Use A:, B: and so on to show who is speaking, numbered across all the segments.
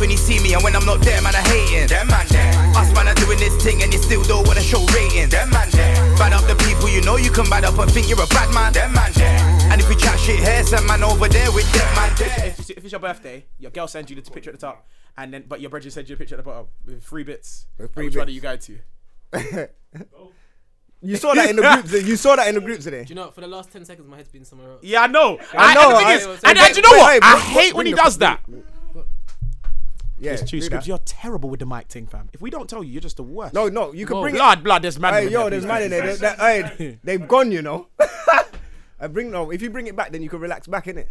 A: when he see me, and when I'm not there, man, I hating.
B: Them man there.
A: Us man are doing this thing, and you still don't wanna show ratings.
B: Them man there.
A: Bad up the people you know you can bad up and think you're a bad man.
B: Them man there.
A: And if we chat shit here, some man over there with them man there.
C: If, if it's your birthday, your girl sends you the picture at the top, and then but your brother sends you a picture at the bottom with three bits.
D: With three
C: which one
D: bits.
C: are you going to? Do
D: You saw that in the group. You saw that in the group today.
E: Do you know, for the last 10 seconds, my head's been somewhere else.
C: Yeah, I know. I, and the
D: know,
C: thing
D: I-
C: is,
E: wait,
C: and,
E: wait,
C: and you know
D: wait,
C: what?
D: wait,
C: I
D: bring-
C: hate when
D: bring
C: he
D: the-
C: does that.
D: Yeah,
C: It's true,
D: do
C: Scribs.
D: that.
C: You're terrible with the mic thing, fam. If we don't tell you, you're just the worst.
D: No, no, you can
E: Whoa.
D: bring it.
C: blood, blood. There's man.
D: Hey,
C: in
D: yo,
C: there,
D: there's
C: please,
D: man in there.
C: please.
D: They- they- Hey, they've gone, you know. I bring no. If you bring it back, then you can relax back in it.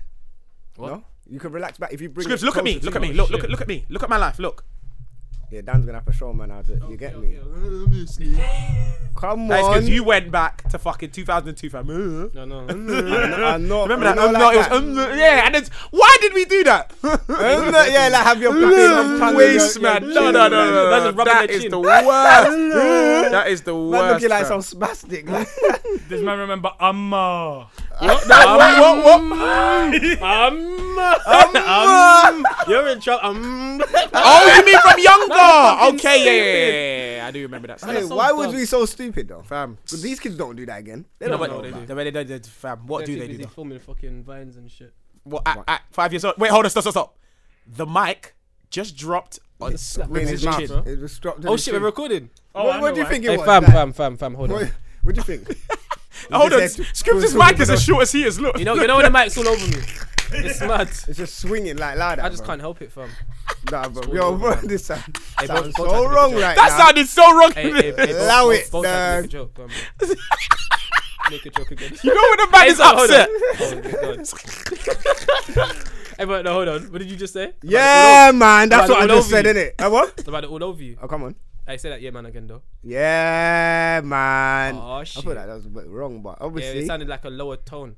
E: What?
D: No, you can relax back if you bring.
C: Scribs,
D: it
C: look at me.
D: closer to
C: Look at me.
D: you.
C: Look, look, at- look at me. Look at my life. Look.
D: Yeah, Dan's gonna have to show man how to. You get me? Come
C: That's
D: on.
C: because you went back to fucking 2002, fam. Uh.
E: No, no.
D: I'm not- I'm not.
C: Remember that?
D: I'm
C: Um,
D: not
C: no,
D: like
C: it was,
D: that.
C: um, no, yeah, and it's why did we do that?
D: Um, no, yeah, like have your fucking tongue in your-
C: waste,
D: your
C: man.
D: chin,
C: No, no, no,
D: man.
C: no.
E: That's
C: That,
E: just rubbing
C: that
E: their
C: is
E: chin.
C: the worst. that is the
D: Man,
C: worst.
D: looking like some
C: fam.
D: spastic. Like.
F: This man remember Amma.
C: What, what, what?
E: Um, you're in trouble. Um,
C: Oh, you mean from Younger? Okay, yeah, yeah, yeah, yeah, yeah. I do remember that.
D: Hey,
C: Stuff.
D: why
E: so
D: was
E: dumb.
D: we so stupid though?
C: Fam,
D: But these kids don't do that again. They
C: you know
D: don't
C: what
D: know
C: they
D: about
C: do? They, they, they, they, fam, what do they do?
E: busy
C: Though?
E: filming fucking vines and shit.
C: Well, at, at five years old. Wait, hold on, stop, stop, stop. The mic just dropped on
D: it. In
C: Scribs'
D: his
C: chin.
D: mouth. It was dropped in
E: Oh
D: his
E: shit,
D: chin.
E: we're recording.
F: Oh, I
D: What, what
F: know
D: do you
F: why.
D: think
E: Hey,
D: it
E: fam,
D: was? Like,
E: fam, fam, fam. Hold on.
D: What what do you think?
C: Hold on,
D: Just said-
C: Scribs' mic is as short as he is. Look,
E: You know, you know when the mic's all over me. It's mad.
D: It's just swinging like loud.
E: I just can't help it, fam.
D: Nah, bro. Yo, bro, this sound,
E: Hey, bro,
D: sounds
E: both
D: so
E: had to
D: wrong
E: make a
D: right
C: that
D: now.
C: sounded so wrong.
E: Hey, hey, hey, both-
D: Allow
E: both-
D: it,
E: Both had to make a
D: dog.
E: joke, fam. Make a joke again.
C: You know when the man is
E: so hold
C: upset.
E: on. hey, but no, hold on. What did you just say?
D: Yeah, man, that's
E: Like,
D: what I
E: all
D: just
E: over
D: said,
E: you.
D: innit? Uh, what?
E: About it all over you.
D: Oh, come on.
E: I say that, yeah, man, again, though.
D: Yeah, man.
E: Aw,
D: I
E: shit.
D: thought that was a bit wrong, but
E: Yeah,
D: obviously,
E: it sounded like a lower tone.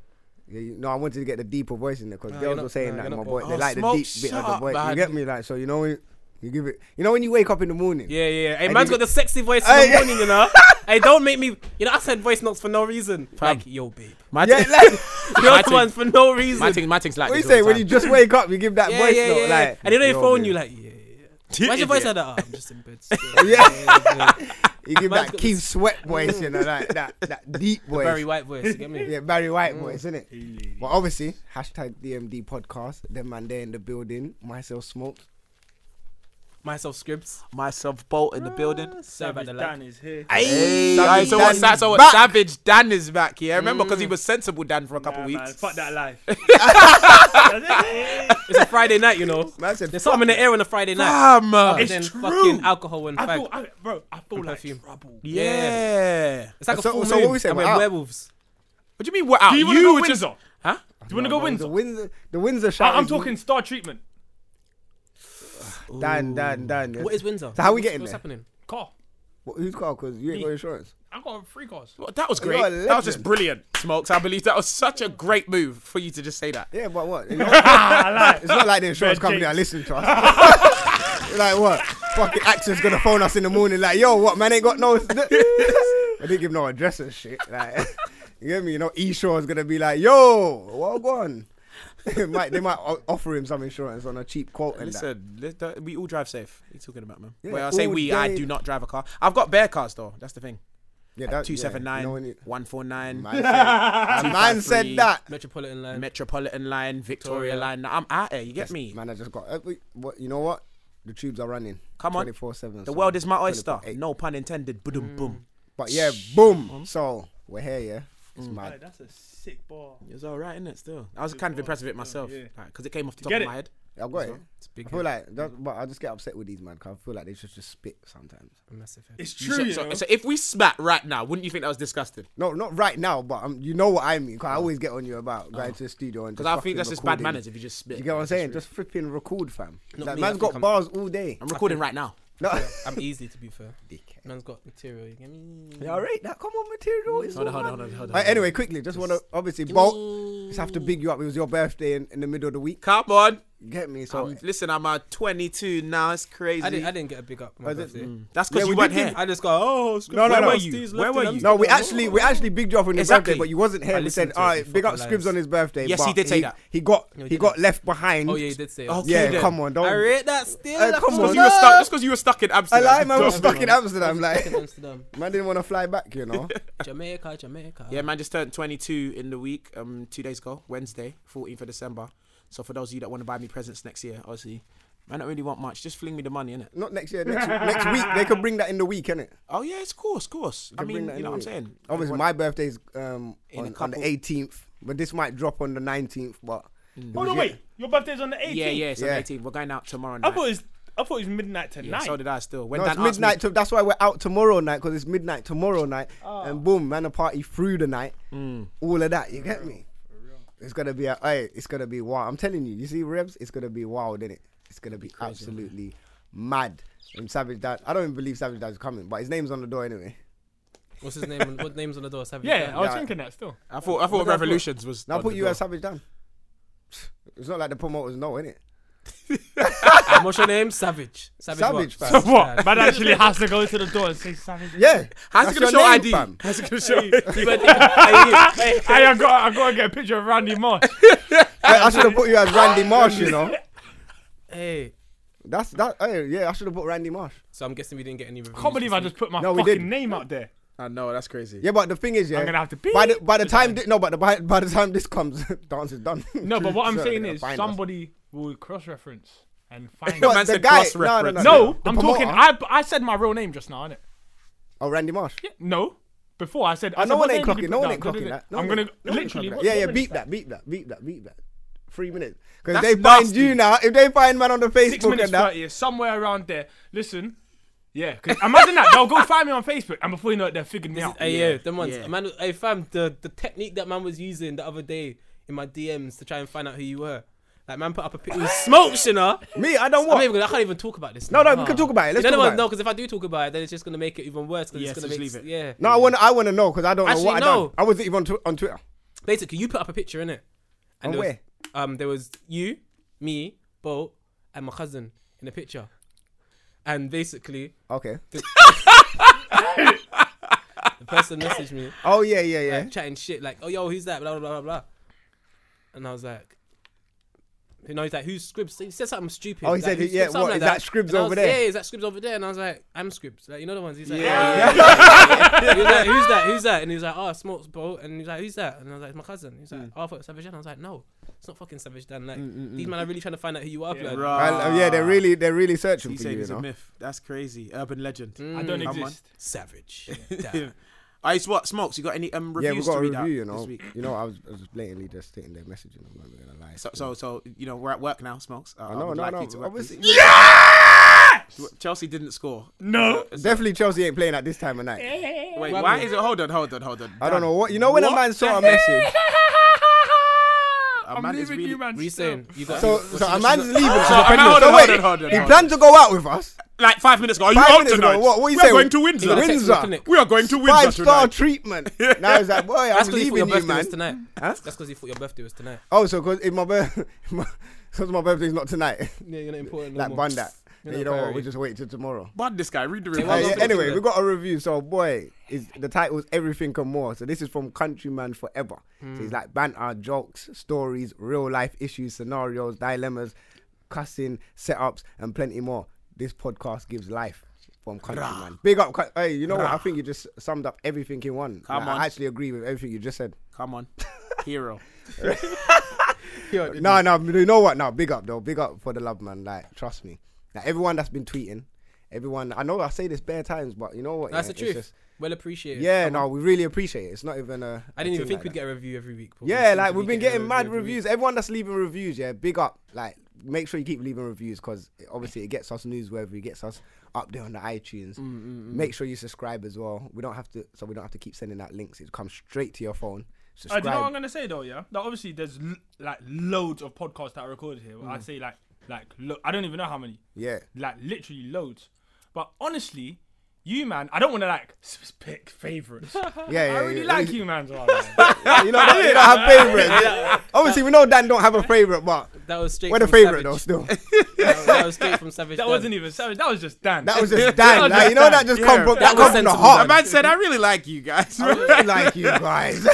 D: Yeah, you- no, I wanted to get the deeper voice in there because
E: No, you're
D: girls
E: not-
D: were saying
E: no,
D: that
E: you're
D: my
E: not
D: boy,
E: bold.
D: they
C: Oh,
D: like the
C: smoke,
D: deep bit of
C: shut
D: the
C: up,
D: voice.
C: man.
D: You get me, like so. You know, when you give it. You know when you wake up in the morning.
E: Yeah, yeah. yeah. Hey,
D: I
E: man's
D: did
E: got the sexy voice
D: Hey.
E: in the morning, you know. hey, don't make me. You know, I said voice notes for no reason. Like, yo, babe.
C: My
D: Yeah,
C: thing-
D: like
E: Your
C: thing-
E: ones for no reason.
C: my thing, my thing's like
D: what you
C: this all
D: say
C: the
D: when
C: time.
D: you just wake up, you give that
E: yeah,
D: voice
E: yeah,
D: note,
E: yeah, yeah.
D: like.
E: and they
D: yo,
E: don't phone
D: babe.
E: you like, yeah. yeah. Why's your voice like that? Oh, I'm just in bed. still.
D: Yeah. you give
E: Man's
D: that
E: got
D: Keith
E: this-
D: Sweat voice, you know, like that that deep voice.
E: Very white voice. Mm. You get me?
D: Yeah, Barry White voice, isn't it? But obviously, hashtag DMD podcast. Them man there in the building. Myself smoked.
E: Myself scripts.
C: myself bolt in the building.
E: Sorry about the
F: Dan
E: lag.
F: is here.
C: Hey,
D: Savage
C: alright, so what?
D: Dan
C: Sa- so what?
D: back.
C: Savage Dan is back. Yeah, remember because he was sensible Dan for a couple
F: Nah, man,
C: weeks.
F: fuck that life.
E: It's a Friday night, you know.
D: Man said,
E: There's something in the air on a Friday night.
C: Damn, uh,
E: Other
F: It's
E: than
F: true.
E: fucking alcohol and
F: I
E: fag.
F: feel, I, bro, I feel
E: And
F: like
E: perfume.
F: trouble.
C: yeah.
E: It's like a
D: So-
E: full
D: so
E: moon.
D: what we say,
E: and
D: we're
E: we're
D: out?
E: werewolves.
C: What do you mean we're out?
F: Do you want to go
C: and-
F: Windsor?
C: Huh?
F: Do you want to go
D: The
F: Windsor?
D: Windsor, the Windsor
F: I-
D: shot.
F: I'm
D: is-
F: talking star treatment.
D: Dan, Dan, Dan. yeah.
E: What is Windsor?
D: So how we
E: What's-
D: getting
E: What's
D: there?
E: happening?
F: Car.
D: Well, who's car? Because you ain't got insurance.
F: I got three cars.
C: Well, that was
D: You're
C: great.
D: a
C: That was just
D: legend.
C: brilliant, Smokes. I believe that was such a great move for you to just say that.
D: Yeah, but what? You know- it's not like the insurance
F: Red
D: company that
F: Jakes.
D: listen to us. like what? Fucking Access gonna phone us in the morning. Like, yo, what man ain't got no. I didn't give no address and shit. Like, you get me? You know, Eshore's gonna be like, yo, what gone? might they might o- offer him some insurance on a cheap quote and that.
C: Listen, li- th- we all drive safe. What are you talking about, man?
D: Yeah,
C: well, I say
D: all
C: we. I
D: day.
C: do not drive a car. I've got bare cars though. That's the thing.
D: Yeah, that,
C: uh, Two seven
D: Uh, yeah,
C: nine,
D: you know when you-
C: one four nine,
D: man said, a
C: 253.
D: man said that.
E: Metropolitan line.
C: Metropolitan line, Victoria
E: Victoria.
C: line. I'm out there. You get me?
D: Man, I just got. uh, we- What you know? What the tubes are running.
C: Come on.
D: 24/7,
C: The
D: so
C: world is my oyster.
D: 24/8.
C: No pun intended. Boom, boom.
D: But yeah, boom. So we're here, yeah.
C: Mm.
D: It's
F: Hey,
D: mad.
F: that's a sick bar.
C: It was all right, innit? Still, I was kind of impressed with it myself
F: yeah.
C: because it came off the top
F: get
C: of
F: it?
C: my head.
D: I got it.
E: It's big.
D: I feel
E: head,
D: like,
C: Mm.
D: that, but I just get upset with these man. Cause I feel like they just just spit sometimes.
E: massive head.
F: It's
C: You
F: true, you
C: so,
F: know.
C: so if we smack right now, wouldn't you think that was disgusting?
D: No, not right now, but um, you know what I mean. Cause I always get on you about going to the studio and
C: Because
D: just
C: Mm. Uh-huh. I think
D: fucking
C: that's just bad
D: recording.
C: manners if you just spit.
D: You get what I'm
C: That's
D: saying?
C: rude.
D: Just flipping record, fam.
E: Not
D: Like,
E: me, I
D: man's
E: think
D: got
E: I'm-
D: bars all day.
C: I'm recording right now.
D: No,
E: I'm easy to be fair.
D: dickhead.
E: Man's got material. You get me?
D: Yeah, all right, now come on, material. It's
C: Hold on,
D: all
C: hold on,
D: mad.
C: hold on, hold on.
D: Alright, anyway, quickly, just want to obviously bolt. Just have to big you up. It was your birthday in, in the middle of the week.
C: Come on.
D: Get me? So
C: Um, listen, I'm at 22 now. It's crazy.
E: I didn't, I didn't get a big up. My
D: Oh, did-
E: birthday.
C: That's because
D: Yeah,
C: you
D: we
C: weren't
D: did
C: here.
E: I just go, oh, it's good.
D: No, no, no.
E: Steve's
C: Where
E: left
C: were
E: in
C: you?
D: No, we
E: Amsterdam.
D: actually we actually bigged you up on your
C: Exactly.
D: birthday, but you wasn't here.
E: I
D: we
E: listened
D: said,
E: to
D: all
E: it,
D: right,
E: you
D: big up
E: fucking
D: Scribs
E: liars.
D: on his birthday.
C: Yes, he
D: but
C: did say that.
D: He got
E: he
D: he
E: did.
D: got left behind.
E: Oh yeah, you did say.
C: Okay,
D: yeah,
C: then.
D: come on, don't.
E: I read that still.
D: Hey,
E: That's
D: come
E: just
D: on.
C: Because you were
E: nuts.
C: stuck. That's because you were stuck in
D: I
C: Amsterdam.
D: lied, man. I was
E: Don't.
D: stuck in Amsterdam,
E: Fucking
D: like
E: Amsterdam,
D: man didn't want to fly back, you know.
E: Jamaica, Jamaica.
C: Yeah, man, just turned 22 in the week, um, two days ago, Wednesday, 14th of December. So for those of you that want to buy me presents next year, obviously, I don't really want much. Just fling me the money, innit?
D: Not next year, next, next week they could bring that in the week, can it?
C: Oh yeah, it's course, course. I
D: can bring
C: mean,
D: that
C: you know what I'm
D: in.
C: saying.
D: Obviously, my birthday's um
C: In a
D: on, on the
C: couple-
D: 18th, but this might drop on the 19th. But
C: Mm.
F: Oh no, wait. Your birthday's on the 18th.
C: Yeah, yeah, it's
D: Yeah.
C: on 18. We're going out tomorrow
F: I
C: night.
F: thought it was, I thought it was midnight
C: yeah,
F: tonight.
C: so did I still. When
D: no, it's
C: Dan asked me-
D: midnight. To, that's why we're out tomorrow night because it's midnight tomorrow night, and boom, man, a party through the night.
C: Mm.
D: All of that, you get me? It's gonna be a, hey, it's gonna be wild. I'm telling you, you see Rebs, it's gonna be wild, innit? It's gonna be absolutely mad. And Savage Dad, I don't even believe Savage Dad's coming, but his name's on the door anyway.
E: What's his name? on- what name's on the door? Savage
F: yeah,
E: Dan.
F: I was
D: Yeah.
F: thinking that still.
C: I thought I thought Revolutions was.
D: Now
C: on
D: put
C: the
D: you
C: door.
D: as Savage Dan. It's not like the promoters know, innit?
E: And what's your name? Savage. Savage.
D: Savage, fam.
E: what? Savage Dan.
F: What? Man actually has to go to the door and say savage.
D: Yeah.
C: How's
D: that's
C: it gonna
D: your
C: show
D: name,
C: ID?
D: fam.
C: How's it gonna show?
E: You better- Hey, you- hey,
F: Hey, I got, I got to get a picture of Randy Moss.
D: I should have put you as Randy Marsh, you know.
E: Hey.
D: That's that. Hey, yeah, I should have put Randy Marsh.
E: So I'm guessing we didn't get any reviews.
F: Can't believe I
E: this
F: just put my
D: No, we
F: fucking
D: didn't.
F: name out there.
G: I know that's crazy.
D: Yeah, but the thing is, yeah,
F: I'm gonna have to beep.
D: by the by the time thi- no, but the, by by the time this comes, dance is done.
F: No, but what I'm
D: So they're
F: saying
D: gonna
F: is
D: find us.
F: somebody will cross-reference and find.
D: No,
F: out.
C: man
D: the
C: said
D: guy, no, no,
C: cross-reference.
D: no,
F: No,
D: the
F: I'm talking.
D: promoter-
F: I I said my real name just now, innit?
D: oh, Randy Marsh.
F: Yeah, no. Before I said, I
D: no
F: said,
D: one ain't
F: what name did
D: clocking-
F: you
D: no
F: put
D: one
F: down?
D: ain't
F: Da, da,
D: clocking
F: da.
D: that. No
F: I'm
D: one-
F: gonna literally. what-
D: Yeah,
F: what
D: yeah,
F: minute
D: beat
F: is
D: that, beat that, beat that, beat that, Three minutes. Because
C: That's
D: they find
C: nasty.
D: you now. If they find man on the
F: Six
D: Facebook
F: minutes
D: and that,
F: thirty, is somewhere around there. Listen, yeah. 'cause imagine that they'll go find me on Facebook, and before you know it, they're figuring me out.
E: is- Hey, yeah, them ones.
C: yeah.
E: Man, hey, fam, the, the technique that man was using the other day in my DMs to try and find out who you were. Like, man put up a picture. It was smoke, you know?
D: me, I don't
E: I'm not
D: want.
E: even gonna, I can't even talk about this.
D: No, no, we can talk about it. Let's
E: no,
D: talk
E: no,
D: about
E: no,
D: it.
E: because if I do talk about it, then it's just gonna make it even worse. Cause
C: Yeah,
E: it's
C: so
E: gonna
C: just
E: make
C: leave it.
E: yeah.
D: No, I want. I want to know because I don't know
E: Actually,
D: what I
E: no.
D: done. I wasn't even on tw- on Twitter.
E: Basically, you put up a picture in it.
D: On
E: there was,
D: where?
E: um, there was you, me, Bo, and my cousin in the picture. And basically,
D: Okay.
E: the person messaged me.
D: Oh yeah, yeah, yeah.
E: like, chatting shit like, "Oh, yo, who's that?" Blah blah blah blah. And I was like, you know, he's like, "Who's Scribs?" He said something stupid.
D: Oh, he
E: like,
D: said,
E: "Who's
D: yeah,
E: Scribs?" Something
D: what, is that Scribs
E: And I was-
D: over there?
E: Yeah, is that Scribs over there? And I was like, "I'm Scribs." Like, you know the ones. He's like,
C: Yeah.
E: "Oh, yeah." He was like, "Who's that? Who's that?" And he was like, "Oh, Smokes Boat." And he was like, "Who's that?" And I was like, "It's my cousin." He's like,
D: Mm.
E: "Oh, I thought it was Savage Dan." I was like, "No, it's not fucking Savage Dan. Like, these men are really trying to find out who you are." blood.
D: I- oh, yeah,
F: Ah.
D: they're really they're really searching
C: He
D: for
C: said
D: you.
C: it's
D: You
C: a
D: know. Mm.
C: myth. That's crazy. Urban legend.
F: I don't
C: Come on.
F: exist.
E: Savage. Dan.
C: I it's what smokes. You got any um
D: Yeah,
C: reviews
D: we got
C: to
D: a
C: read out
D: review. You
C: this
D: know.
C: week?
D: You know, I was I was blatantly just sitting there messaging. I'm not even gonna lie.
C: So, so, so you know we're at work now, smokes. Uh, I
D: no,
C: would
D: no,
C: like
D: no.
C: you to work,
D: Obviously,
C: please. Chelsea didn't score.
F: No.
D: Definitely Chelsea ain't playing at this time of night.
C: Wait, why is it? Hold on, hold on, hold on.
D: I don't know what you know when a man saw a message.
C: A
F: I'm
C: man is
F: leaving
C: really-
F: you, man.
E: What you saying? You got
D: So, so a man's leaving. So,
C: So, I'm out,
D: so
C: hold
D: wait,
C: on, hold on,
D: he
C: hold
D: planned to go out with us.
C: Like five minutes ago. Are you
D: Five
C: out
D: minutes ago,
C: tonight?
D: what- what you
C: we
D: saying?
C: are going to Windsor.
D: Windsor.
E: Text me,
D: Windsor.
E: clinic.
C: We are going to Windsor
D: Five star
C: tonight.
D: treatment. Now it's like, boy, I'm
E: That's because he thought your
D: leaving you,
E: birthday was
D: man.
E: tonight. That's because he thought your birthday was tonight.
D: Oh, so because if my birth, because my birthady's not tonight,
E: Yeah, you're not important.
D: like bun that.
E: You're
D: Then
E: not
D: you know what?
E: priority.
D: We just wait till tomorrow.
C: Bud, this guy. Read the
E: Say
C: review.
E: one
D: Uh,
E: more
D: yeah,
E: thing.
D: anyway, we got a review. So, boy, is the title's Everything and More. So, this is from Countryman Forever. So,
E: Hmm.
D: he's like banter, jokes, stories, real life issues, scenarios, dilemmas, cussing, setups, and plenty more. This podcast gives life from Countryman. Big up. Coun- Hey, you know what? I think you just summed up everything in one.
C: Come
D: Like,
C: on.
D: I actually agree with everything you just said.
C: Come on, hero.
D: No, no, you know what? No, big up though. Big up for the love, man. Like, trust me. Like everyone that's been tweeting, everyone. I know I say this bare times, but you know what?
E: That's
D: yeah,
E: the
D: it's
E: truth.
D: just-
E: well appreciated.
D: yeah, no, we really appreciate it. It's not even a.
E: I
D: a
E: didn't even
D: thing
E: think
D: like
E: we'd
D: that.
E: get a review every week. but we
D: Yeah,
E: seem
D: like
E: to
D: we've
E: be
D: been getting
E: a
D: mad
E: review every
D: reviews.
E: week.
D: Everyone that's leaving reviews, yeah, big up. Like, make sure you keep leaving reviews because obviously it gets us newsworthy, it gets us up there on the iTunes.
E: Mm,
D: Make sure you subscribe as well. We don't have to, so we don't have to keep sending out links. It comes straight to your
E: Oh,
D: phone.
F: Uh,
D: Subscribe.
F: do you know what I'm gonna say though? Yeah, like obviously there's l- like loads of podcasts that are recorded here. I say like like lo- I don't even know how many.
D: Mm. yeah.
F: Like literally loads. But honestly, you man, I don't want to like s- s- pick favorites.
D: Yeah, yeah,
F: I really
D: yeah.
F: like you, man. Zara, man.
D: you know, you don't have favorites. Obviously, we know Dan don't have a favorite, but
E: That was straight.
D: we're the
E: from
D: favorite though.
E: Savage.
D: Still,
E: That, that was straight from Savage.
F: That
E: Dan.
F: wasn't even savage. That was just Dan.
D: that was just Dan.
F: was
D: like,
F: just
D: you know,
F: Dan.
D: that just
C: Yeah.
D: come from
E: That
D: that
E: was
D: come from the
E: sensible.
C: The
D: heart.
C: man said, "I really like you guys.
D: I really like you guys.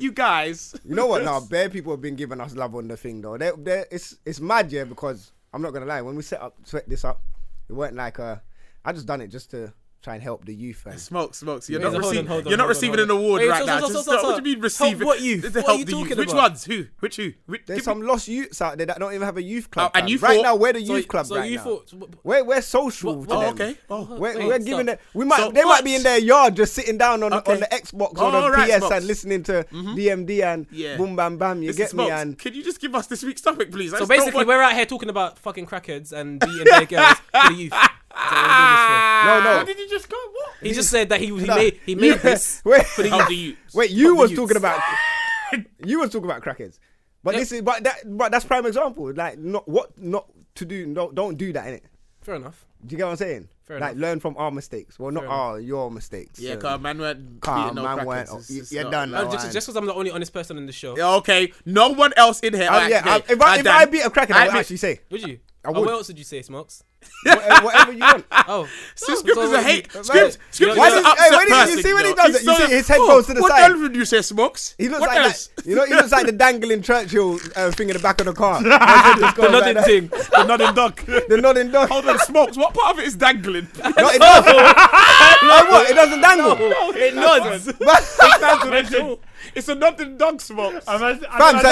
C: you guys."
D: You know what? Now, bare people have been giving us love on the thing though. They, they, it's it's mad, yeah. Because I'm not gonna lie, when we set up, set this up, it weren't like uh, I just done it just to try and help the youth. And
C: Smoke, smokes. You're
E: Wait,
C: not
E: so hold on,
C: receiving.
E: hold on,
C: You're not
E: hold on,
C: receiving
E: hold
C: an
E: on.
C: award
E: Wait,
C: right
E: so-
C: now.
E: so- so-
C: Just
E: so-
C: stop.
E: so-
C: What do you mean
E: Help
C: receiving?
E: what youth?
C: Help
E: What are you
C: the
E: talking
C: youth. Which
E: about?
C: ones? Who? Which who? Which?
D: there's
C: give
D: some
C: me-
D: lost youths out there that don't even have a youth club.
C: Oh, and
D: fam.
C: you
D: right
C: thought-
D: now, we're the youth
E: so,
D: club
E: so
D: right
E: you
D: now.
E: thought. w- w-
D: We're, we're social
E: What-
D: to
E: what-
C: Oh,
D: them.
C: okay. Oh.
D: We're,
E: Wait,
D: we're giving
E: stop.
D: them. We might.
C: So
D: they
C: what?
D: might be in their yard just sitting down on,
C: Okay.
D: on the Xbox or
C: Oh,
D: the
C: right,
D: PS
C: Smokes.
D: and listening to DMD and
C: Yeah.
D: boom bam bam. You
C: Listen,
D: get me
C: Smokes,
D: and
C: Can you just give us this week's topic, please? I
E: So
C: just don't
E: basically,
C: want-
E: we're out here talking about fucking crackheads and beating their girls for the youth. That's what we're doing this for.
D: no no.
F: Where did you just go? What?
E: He just said that he he
D: No.
E: made he made this.
D: Wait,
C: Help the youth.
D: wait, you
E: Help the
D: was
E: youths.
D: talking about you was talking about crackheads, but
E: Yeah.
D: this is but that but that's prime example. Like not what not to do. No, don't do that in it.
E: Fair enough.
D: Do you get what I'm saying?
E: Fair
D: like
E: enough.
D: learn from our mistakes. Well, not
E: Fair enough.
D: our your mistakes.
C: Yeah,
D: So-
C: cause man weren't
D: Calm,
C: beating no
D: man, weren't-
C: crackheads. It's-
D: you-
C: it's
D: you're
C: not-
D: done
E: No,
D: now.
E: Uh, just
D: I-
E: just because I'm the only honest person in the show.
C: Yeah, Okay, no one else in here.
D: Oh,
C: Alright,
D: yeah, I-
C: okay.
D: if I,
C: Alright,
D: if
C: Dan.
D: I beat a crackhead, I would
C: admit-
D: actually say
E: Would you?
D: I
E: Oh,
D: would.
E: what else did you say, Smokes?
D: whatever, whatever you want.
E: Oh,
C: So Script is a hate.
D: Man,
C: Script, Script
D: why
C: is an
D: did- hey,
C: upset
D: why did you
C: person,
D: see when he
C: yo.
D: does it?
C: He's
D: You
C: so-
D: see his head
C: Oh,
D: goes to the
C: what
D: side.
C: What did you say, Smokes?
D: He looks
C: what
D: like
C: else?
D: that. You know, he looks like the dangling Churchill uh, thing in the back of the car. the
E: nothing thing.
F: The nodding dog.
D: The nodding dog.
C: Hold on, Smokes. What part of it is dangling?
D: No, it doesn't. Like what? It doesn't dangle.
C: it nods. That's what it is. It's a nothing dog, Smokes.
D: Fam, so it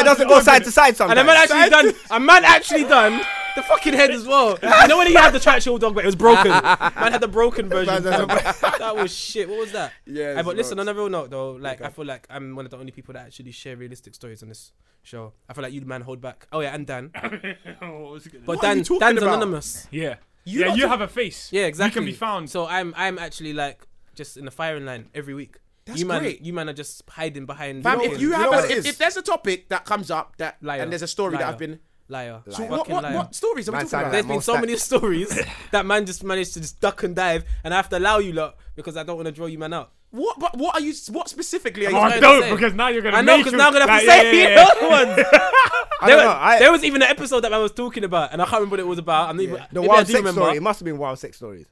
D: doesn't go side to side
E: And
D: sometimes.
E: a man actually done. A man actually done. The fucking head as well. You know when he had the Churchill dog, but it was broken. Man had the broken version. that was shit. What was that?
C: Yeah,
E: Hey, but listen,
C: Smokes.
E: on a real note though, like I feel like I'm one of the only people that actually share realistic stories on this show. I feel like you man hold back. Oh yeah, and Dan. But
C: are
E: Dan,
C: you talking
E: Dan's
C: about?
E: anonymous.
F: Yeah.
E: You
F: yeah,
E: lot
F: you
E: do-
F: have a face.
E: Yeah, exactly.
F: You can be found.
E: So I'm I'm actually like just in the firing line every week.
C: That's
E: you man,
C: great.
E: you man are just hiding behind.
C: Fam,
E: fucking
C: if you
D: know what
C: have,
D: it
C: a, if,
D: is?
C: if there's a topic that comes up that,
E: Liar.
C: and there's a story that
E: Liar.
C: I've been,
E: liar,
C: so
E: fucking
C: what, what,
E: liar.
C: what stories am I
D: Man
C: talking
D: sounded
C: about?
D: like
E: There's been
D: most
E: so
D: act-
E: many stories that man just managed to just duck and dive, and I have to allow you lot because I don't want to draw you man out.
C: What, but what are you? What specifically are you?
F: Oh,
E: what I say.
F: don't, because now you're gonna.
E: I know,
F: make
E: because
F: him-
E: now I'm gonna have to
F: Like,
E: say
F: yeah, yeah,
E: the
F: yeah.
E: other ones.
D: I don't
E: There was,
D: know. I,
E: there was even an episode that man was talking about, and I can't remember what it was about. I'm not even,
D: the
E: maybe I
D: wild
E: do
D: sex
E: remember.
D: story. It must have been wild sex stories.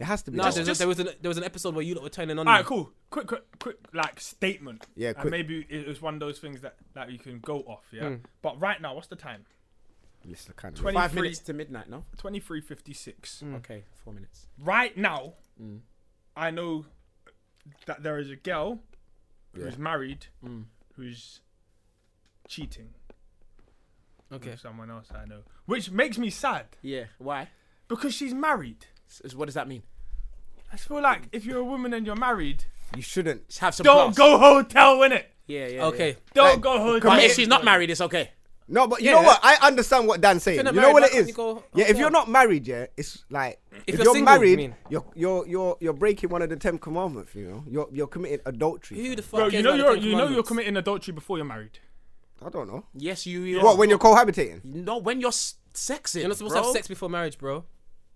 D: It has to be.
E: No,
D: that
E: there,
D: one.
E: there was an, there was an episode where you lot were turning on. me.
F: All
C: Hmm.
F: right, cool. Quick, quick, quick, like statement.
D: Yeah,
F: And
D: quick.
F: maybe it was one of those things that that you can go off. Yeah. But right now, what's the time?
D: It's the kind of-
C: Hmm. Five
F: 23
C: minutes Hmm. to midnight, no?
F: 2356.
C: Okay, four minutes.
F: Right now,
C: Hmm.
F: I know that there is a girl who's married
C: Hmm.
F: who's cheating
E: Okay.
F: with someone else I know, which makes me sad
C: Yeah. Why?
F: because she's married.
C: S- What does that mean?
F: I feel like if you're a woman and you're married,
D: You shouldn't.
C: Just have some.
F: don't
C: class.
F: go hotel in it.
C: Yeah, yeah. yeah.
E: Okay.
F: Don't
D: Like,
F: go hotel.
C: But
F: innit?
C: if she's not married, it's okay.
D: No, but you
E: Yeah.
D: know what? I understand what Dan's saying.
E: you're
D: You
E: not
D: know
E: married,
D: what it
E: why can't
D: is?
E: you go
D: Yeah, if
E: hotel?
D: you're not married, yeah, it's like if,
E: you're
D: you're,
E: single, you
D: married,
E: mean?
D: you're you're you're you're breaking one of the ten commandments. You know, you're you're committing adultery.
E: Who the fuck?
F: Bro,
E: cares
F: you know
E: about the
F: you're
E: Ten
F: you know you're
E: Commandments?
F: committing adultery before you're married.
D: I don't know.
C: Yes, you. you
D: What when you're cohabitating?
C: No, when you're s- sexing.
E: You're not supposed to
C: bro.
E: have sex before marriage, bro.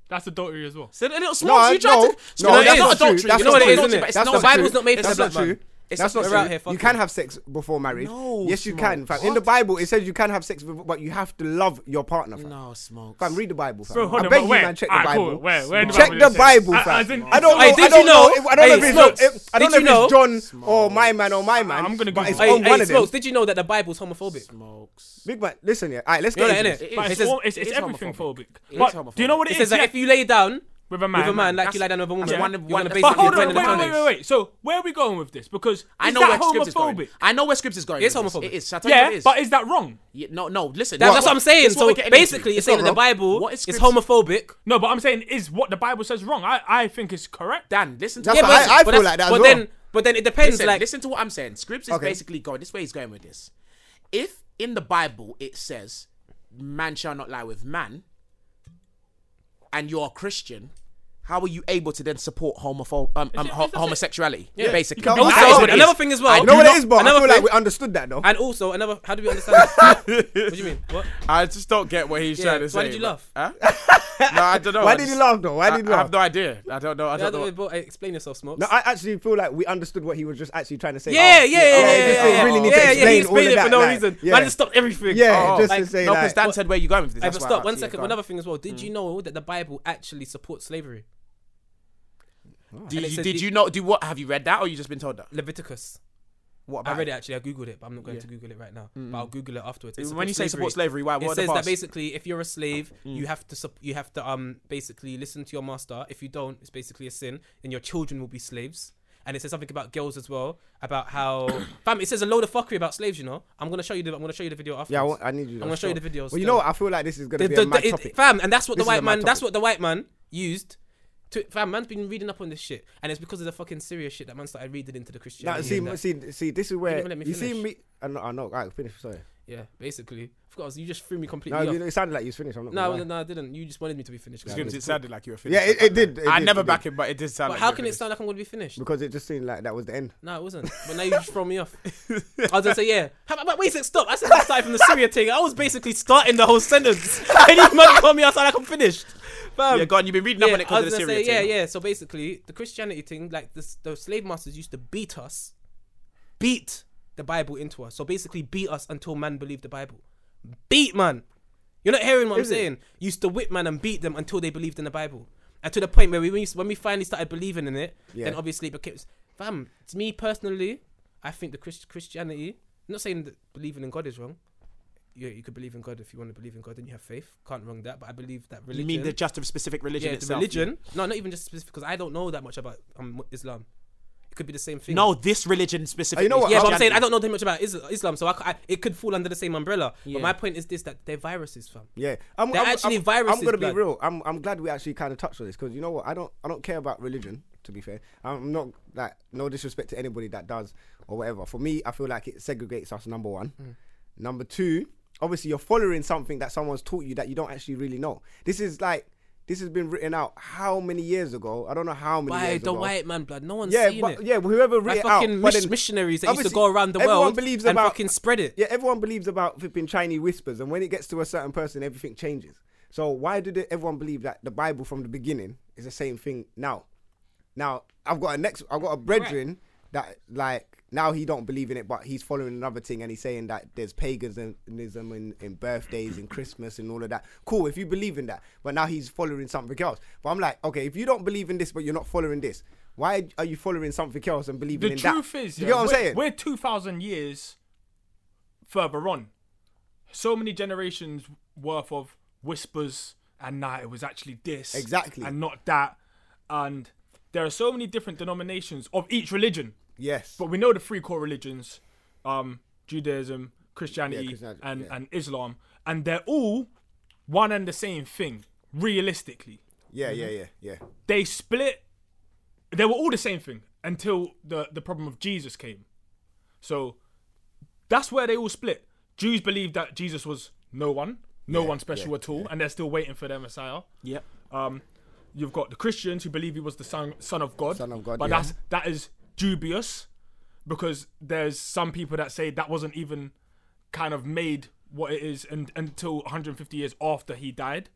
F: That's adultery as well.
C: So a little small.
D: No,
C: you try
D: no,
C: to.
D: no,
C: you know,
E: that's
C: it's not adultery.
E: not true. You
C: it's
E: know
C: not
E: what it is,
C: adultery,
E: innit?
C: but it's
E: That's
C: not
E: the
C: adultery.
E: Bible's not made for
D: That's
E: the
D: not
E: black
D: true.
E: man.
C: It's
D: That's
C: not
D: not
E: we're out
D: true.
E: here
D: You
E: fucking.
D: can have sex before marriage.
C: No,
D: yes, you
C: Smoke.
D: can, fam. In the Bible, it says you can have sex, before, but you have to love your partner, fam.
C: No smokes.
D: Fam, read the Bible, fam.
F: Bro, hold
D: I
F: on,
D: bet
F: but
D: you,
F: where?
D: man, check the
F: Alright,
D: Bible.
F: cool, where- where in the
D: Check
F: Bible
D: the
F: does it say?
D: Bible,
F: I-
D: fam. I,
F: as in-
D: don't know.
E: Hey,
D: I
E: did
D: don't
E: you know-
D: if- I don't know
E: hey,
D: if
E: Smokes,
D: it's, if, I don't
E: did
D: know
E: you know-
D: if it's John or my man or my man.
F: I'm gonna
D: but
F: Google
D: it's
F: it.
D: on
E: Hey,
D: one
E: hey,
D: of them.
E: Smokes, did you know that the Bible's homophobic?
C: Smokes.
D: Big man, listen, yeah. All right, let's
E: You know
D: get
E: that,
D: into
E: innit?
D: this.
F: But
C: is.
F: it's,
E: says-
F: all, it's, it's
C: it is
F: everything
C: homophobic.
F: phobic.
C: It is
F: But do you know
C: homophobic.
F: what
E: It
F: it
E: says
F: is?
E: that
F: Yeah,
E: if you lay down
F: with a man,
E: with a man like
C: that's-
E: you lie down with a woman,
C: that's one-
E: you're
C: one
E: gonna
C: of the-
E: basically
F: But hold
E: join
F: on,
E: the
F: wait, wait, wait,
E: family.
F: wait, wait. So where are we going with this? Because
C: I
F: is
C: know
F: that
C: where scripts is going.
F: homophobic?
C: I know where scripts is going.
E: It's
C: with this.
E: homophobic.
C: It is. I tell you
F: Yeah,
C: what it is.
F: but is that wrong?
C: Yeah, no, no. Listen.
E: That's,
C: this is
E: that's what I'm saying.
C: this is
E: So
C: we're getting into.
E: basically, you're
D: It's not
E: saying that the
D: wrong.
E: Bible
C: What is
E: is
C: scripts-
E: homophobic.
F: No, but I'm saying is what the Bible says wrong. I, I think it's correct.
C: Dan, listen to
D: That's
C: what
D: what
C: I'm saying.
D: I- feel
E: that's-
D: like that as
E: But
D: well.
E: then, but then it depends.
C: listen,
E: like,
C: listen to what I'm saying. Scripts is
D: Okay.
C: basically going. This way he's going with this. If in the Bible it says, "Man shall not lie with man," and you're a Christian, How are you able to then support homophob um, um, ho- homosexuality? Basically,
D: can't-
C: That
E: Also,
C: is what it
E: another
C: is.
E: thing as well.
C: I
E: You
D: No,
C: do
D: what
C: not-
D: it is, but I
E: another
D: feel like
E: thing-
D: we understood that though.
E: And also another, how do we understand? that? what do you mean? What?
C: I just don't get what he's
E: Yeah,
C: trying to
E: why
C: say.
E: did you
C: but-
E: laugh?
C: Huh? no, I don't know.
D: Why
C: I
D: did you
C: just-
D: laugh though? Why
C: I,
D: did you
C: I
D: laugh?
C: have no idea. I don't know. I
E: Yeah,
C: don't
E: the
C: know.
E: way, but, hey, explain yourself, Smokes.
D: No, I actually feel like we understood what he was just actually trying to say. Oh, oh,
E: yeah, yeah, yeah, yeah,
D: he
E: yeah,
D: just
E: yeah,
D: didn't really need
E: yeah,
D: to
E: yeah,
D: explain
E: he
D: all of
E: explained it
D: that.
E: for no
D: like,
E: reason.
D: Yeah,
E: Man just stopped everything.
D: yeah,
C: Oh,
D: just
E: like,
D: to say
C: no,
D: like,
C: because Dan said where you going with this.
E: Hey,
C: That's
E: but
C: why I
E: stop
C: asked
E: one
C: you. Go
E: second.
C: on. Mm.
E: Another thing as well. Did you know that the Bible actually supports slavery?
C: Do
E: And it
C: you,
E: says
C: Mm. did
E: the-
C: you not do what? Have you read that, or you just been told that?
E: Leviticus.
C: What
E: I
C: about?
E: read it actually. I googled it, but I'm not going to google it right now. But I'll google it afterwards. It
C: When you say support slavery, why? What
E: it
C: are
E: says
C: the
E: that
C: bars?
E: basically, if you're a slave,
D: Oh,
E: you
D: mm.
E: have to sup- you have to um basically listen to your master. If you don't, it's basically a sin, and your children will be slaves. And it says something about girls as well, about how fam. It says a load of fuckery about slaves. You know, I'm gonna show you the I'm gonna show you the video after.
D: yeah, I, want, I need you.
E: I'm gonna show you the videos.
D: Well, you
E: still.
D: know what? I feel like this is gonna
E: The-
D: be
E: the-
D: a
E: the-
D: mad
E: it-
D: topic.
E: fam, and that's what
D: This
E: the
D: is a
E: white
D: mad
E: man. That's
D: topic.
E: what the white man used. To, fam, man's been reading up on this shit, and it's because of the fucking serious shit that man started reading into the
D: Now,
E: Christianity.
D: see,
E: and that.
D: see, see. This is
E: didn't
D: where
E: even let me
D: you see
E: finish.
D: me. I know, I know. I finish. Sorry.
E: Yeah, basically. I forgot, I was- you just threw me
D: No,
E: completely
D: you
E: off.
D: know, it sounded like you was finished. I'm not.
E: No,
D: gonna lie.
E: no, I didn't. You just wanted me to be finished. 'cause
C: Because it sounded like you were
D: yeah,
C: finished.
D: it, it did. it
C: I
D: did,
C: never
D: it
C: back
D: did.
C: him, but it did sound.
E: But
C: like
E: how
C: you were
E: can it
C: finished.
E: sound like I'm going to be finished?
D: because it just seemed like that was the end.
E: No, it wasn't. But now you just throw me off. I was gonna say yeah. How about- Wait a sec, stop. I said I started from the Syria thing. I was basically starting the whole sentence. and you man told me I sound like I'm finished. Fam.
C: Yeah, go on. You've been reading up
E: Yeah,
C: on it because of the
E: gonna
C: Syria
E: say,
C: thing.
E: yeah, yeah. So basically, the Christianity thing, like this, the slave masters used to beat us, beat the Bible into us. So basically, beat us until man believed the Bible. Beat man. You're not hearing what
D: Is it?
E: I'm saying. Used to whip man and beat them until they believed in the Bible, and to the point where we when we- when we finally started believing in it, then
D: Yeah.
E: obviously it became. Fam, to me personally, I think the Christ- Christianity. I'm not saying that believing in God is wrong. Yeah, you could believe in God if you want to believe in God and you have faith. Can't wrong that, but I believe that
C: You
E: religion.
C: mean the just a specific religion
E: Yeah, the
C: itself?
E: religion. No, not even just specific because I don't know that much about um, Islam. It could be the same thing.
C: No, this religion specifically.
D: you know what?
E: Yeah, but I'm
C: Christianity.
E: saying I don't know too much about Is- Islam, so I, c- I- it could fall under the same umbrella.
C: Yeah.
E: But my point is this: that they're viruses, fam.
D: Yeah, I'm,
E: They're
D: I'm,
E: actually
D: I'm,
E: viruses,
D: I'm gonna be
E: blood.
D: real. I'm, I'm glad we actually kind of touched on this because you know what? I don't, I don't care about religion. To be fair, I'm not like no disrespect to anybody that does or whatever. For me, I feel like it segregates us. Number one,
E: Mm.
D: number two. Obviously, you're following something that someone's taught you that you don't actually really know. This is like, this has been written out how many years ago? I don't know how many.
E: Why
D: years
E: the
D: ago.
E: white man blood? No one's
D: Yeah,
E: seen
D: but,
E: it.
D: yeah. Whoever wrote
E: Like
D: it out,
E: fucking
D: but
E: mis-
D: then-
E: missionaries that used to
D: obviously,
E: go around the
D: everyone
E: world
D: believes
E: and
D: about-
E: fucking spread it.
D: Yeah, everyone believes about flipping Chinese whispers, and when it gets to a certain person, everything changes. So why did everyone believe that the Bible from the beginning is the same thing now? Now I've got a next, I've got a brethren that like now he don't believe in it, but he's following another thing, and he's saying that there's paganism in, in birthdays and Christmas and all of that. Cool, if you believe in that, but now he's following something else. But I'm like, okay, if you don't believe in this, but you're not following this, why are you following something else and believing
F: The
D: in that?
F: truth is,
D: you
F: yeah,
D: get what I'm
F: we're,
D: saying?
F: We're two thousand years further on. So many generations worth of whispers, and nah, it was actually this
D: Exactly.
F: and not that. And there are so many different denominations of each religion,
D: yes,
F: but we know the three core religions: um, Judaism, Christianity,
D: Yeah, Christianity,
F: and
D: yeah.
F: and Islam, and they're all one and the same thing. Realistically,
D: yeah, yeah, yeah, yeah.
F: they split. They were all the same thing until the the problem of Jesus came. So that's where they all split. Jews believed that Jesus was no one, no one special at all, and they're still waiting for their Messiah.
C: Yep.
F: Um, you've got the Christians who believe he was the son son of God.
D: Son of God,
F: But
D: yeah.
F: that's that is dubious because there's some people that say that wasn't even kind of made what it is and, until 150 years after he died.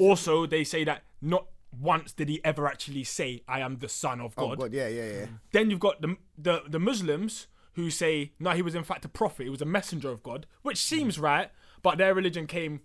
F: Also, they say that not once did he ever actually say, "I am the son of
D: Oh
F: God." Mm.
D: God, yeah, yeah, yeah.
F: Then you've got the, the the Muslims who say, "No, he was in fact a prophet. He was a messenger of God," which seems right, but their religion came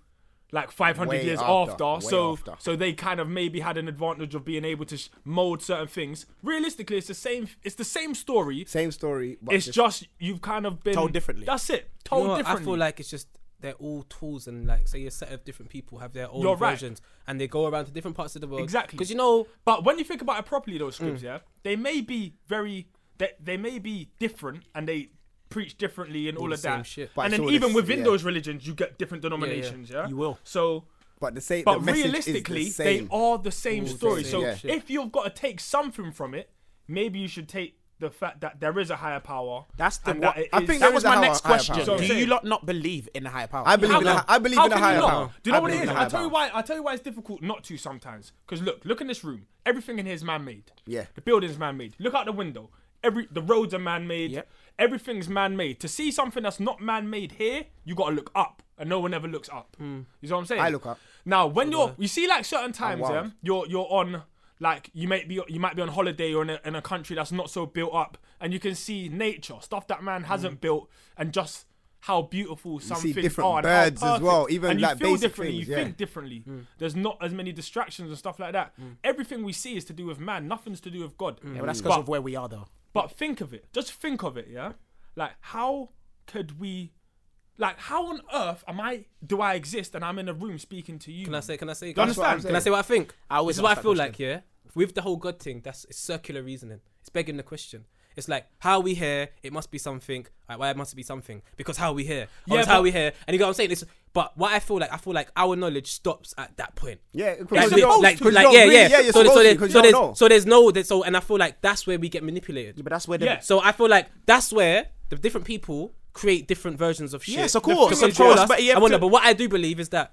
F: like 500
D: Way
F: years
D: after,
F: after,
D: way
F: so
D: after.
F: so they kind of maybe had an advantage of being able to sh- mold certain things. Realistically, it's the same. It's the same story.
D: Same story, but
F: It's just you've kind of been
C: Told differently.
F: That's it.
E: You
F: Told
E: know what? I
F: differently.
E: feel like it's just they're all tools and like say a set of different people have their own
F: You're right.
E: versions and they go around to different parts of the world.
F: Exactly.
E: Because you know
F: But when you think about it properly,
D: Mm.
F: those scripts, yeah, they may be very, they, they may be different, and they preach differently and all,
E: the
F: of that.
E: same shit.
D: But
F: And
D: it's
F: then
D: all
F: even
D: this-
F: within
D: yeah.
F: those religions, you get different denominations. Yeah,
C: You will.
F: So,
D: but the same.
F: but
D: the message
F: realistically,
D: is the same.
F: they are the same story.
E: same
F: so
D: yeah.
F: if you've got to take something from it, maybe you should take the fact that there is a higher power.
C: That's the.
F: and that
C: What,
F: it
D: I
F: is-
D: think
C: that
D: there
C: was
D: is a
C: my
D: higher-
C: next
D: higher
C: question.
F: power.
C: Do
F: So-
C: you lot not believe in a higher power?
D: I believe in
F: How
D: a,
F: can-
D: I believe
F: how
D: in a
F: can you
D: higher
F: not?
D: power.
F: Do you know
D: I
F: what it
D: believe in
F: is?
D: a higher
F: I'll tell you
D: power.
F: why. I'll tell you why it's difficult not to sometimes. Because look, look in this room. Everything in here is man-made.
D: Yeah.
F: The building's man-made. Look out the window. Every the roads are man-made.
C: Yep.
F: Everything's man-made. To see something that's not man-made here, you gotta look up, and no one ever looks up. You know what I'm saying?
D: Hmm. I look up. Oh,
F: Now, when you're, you see, like certain times,
D: wild.
F: yeah, you're you're on, like you might be you might be on holiday or in a, in a country that's not so built up, and you can see nature, stuff that man
D: Hmm.
F: hasn't built, and just how beautiful some
D: see
F: things
D: different
F: are, and how
D: birds as
F: perfect-
D: well, even,
F: and you
D: like,
F: feel
D: basic
F: differently,
D: things,
F: you
D: yeah. Mm.
F: think differently. There's not as many distractions and stuff like that. Everything we see is to do with man. Nothing's to do with God.
D: Mm.
C: Yeah, well, that's because
F: but,
C: of where we are, though.
F: but think of it. Just think of it. Yeah. Like how could we? Like how on earth am I? Do I exist? And I'm in a room speaking to you.
E: Can I say? Can I say?
F: Do you understand?
E: Can I say what I think?
C: I always
E: this is what I
C: ask that
E: feel
C: question.
E: like. Yeah, with the whole God thing, that's it's circular reasoning. It's begging the question. It's like how we here, it must be something. Like, why it must be something? Because how we here, oh,
F: Yeah,
E: it's how
F: but-
E: we here. And you know what I'm saying? It's, but what I feel like, I feel like our knowledge stops at that point.
D: Yeah,
E: Like,
D: because you're
E: like,
D: supposed
E: like,
D: to.
E: like,
D: You're
E: yeah,
D: really-
E: yeah.
D: yeah, you're
E: so,
D: supposed
E: so,
D: to,
E: there's,
D: 'cause you
E: so,
D: don't
E: there's,
D: know.
E: so there's no, there's, so, and I feel like that's where we get manipulated.
C: Yeah, but that's where the.
F: Yeah.
E: So I feel like that's where the different people create different versions of shit.
C: Yes, of
E: to
C: course, of
E: control
C: course,
E: us.
C: but you have
E: I wonder,
C: to-
E: but what I do believe is that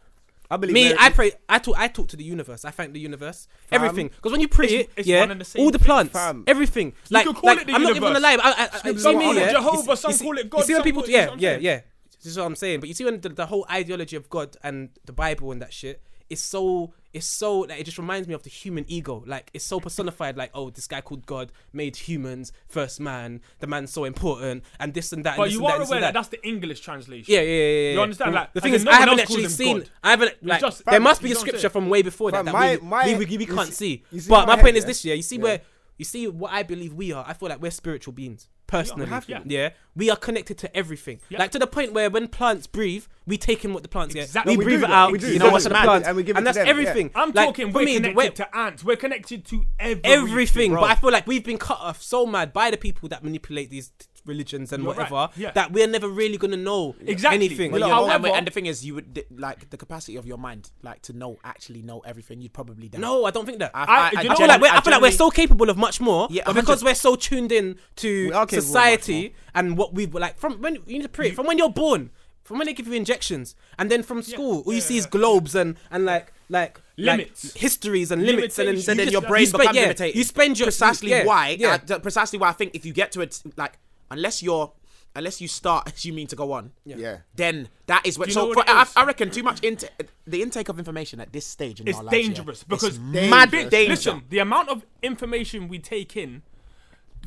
D: I believe
E: me,
D: Mary-
E: I pray. I talk. I talk to the universe. I thank the universe. everything. Because when you pray
F: It's-
E: it,
F: it's
E: yeah,
F: one and the same
E: all the
F: thing,
E: plants,
D: fam.
E: everything. Like,
F: could call
E: like,
F: it the
E: I'm not even gonna
F: universe.
E: lie. I, I, I, you see
F: Some
E: me,
F: call it
E: yeah?
F: Jehovah,
E: You see-
F: some
E: you see-
F: call it
E: You
F: God,
E: see when
F: some
E: people,
F: call it- you see
E: yeah,
F: what I'm
E: yeah,
F: saying?
E: yeah. This is what I'm saying. But you see when the, the whole ideology of God and the Bible and that shit is so, it's so. Like, it just reminds me of the human ego. Like it's so personified. Like oh, this guy called God made humans, first man. The man's so important, and this and that. and
F: But
E: this
F: you
E: and
F: are
E: that, and this
F: aware
E: and
F: that that's the English translation.
E: yeah, yeah, yeah, yeah.
F: You understand? Like,
E: the
F: as
E: thing
F: in
E: is,
F: no
E: I
F: one
E: haven't
F: else calls
E: actually
F: him
E: seen.
F: God.
E: I haven't like.
F: just-
E: there must
F: you
E: be a
F: know what I'm
E: scripture
F: saying?
E: from way before that
D: Fam,
E: that
D: my-
E: we,
D: my-
E: we, we, we
D: you
E: can't
D: see-
E: see.
D: you see
E: But
D: my
E: my point
D: head,
E: is
D: yeah?
E: this: yeah, you see where you see what I believe we are. I feel like we're spiritual beings. Personally,
F: have to.
E: yeah. we are connected to everything.
F: Yeah.
E: Like to the point where when plants breathe, we take in what the plants get.
F: Exactly. No,
E: We
F: we
E: breathe
F: do
E: it
F: that.
E: out.
F: We do.
E: You know
F: We
E: what's
F: do
E: the
F: that.
E: plants,
D: And we give it to
E: that's
D: them, yeah.
E: everything.
F: I'm
E: Like,
F: talking.
E: for
F: We're
E: me, the
F: connected
E: way-
F: to ants. We're connected to everything.
E: everything.
F: bro.
E: But I feel like we've been cut off so mad by the people that manipulate these t- religions and
F: You're right,
E: whatever
F: yeah.
E: that we're never really gonna know
F: Exactly.
E: anything.
F: Well,
E: You
F: yeah,
E: know?
C: And- and,
F: However-
C: the thing is, you would like the capacity of your mind, like to know actually know everything. You'd probably die.
E: No, I don't think that. I,
F: I- you know
E: feel like
F: what?
E: we're, I,
C: I
E: feel like
C: generally-
E: we're so capable of much more,
C: Yeah,
E: but
C: 100.
E: because we're so tuned in to
D: are capable of much
E: society and what we like from when you need to pray from when you're born, from when they give you injections, and then from school, all you see is
F: yeah,
E: globes and and like like like
F: Limits.
E: histories and limits, and then,
F: Limitations. So
E: you
C: then
E: just-
C: your brain
E: you spend,
C: becomes
E: yeah,
C: limited.
E: You spend your
C: precisely
E: yeah,
C: why.
E: yeah.
C: uh, th- precisely why I think if you get to it, like unless you're, unless you start as you mean to go on,
D: Yeah.
C: then that is what.
F: you know
C: So
F: what
C: for,
F: it
C: I,
F: is?
C: I reckon too much into the intake of information at this stage in
F: It's
C: our lives, yeah,
F: dangerous because
C: it's mad
F: Bi-
C: danger.
F: Listen, the amount of information we take in,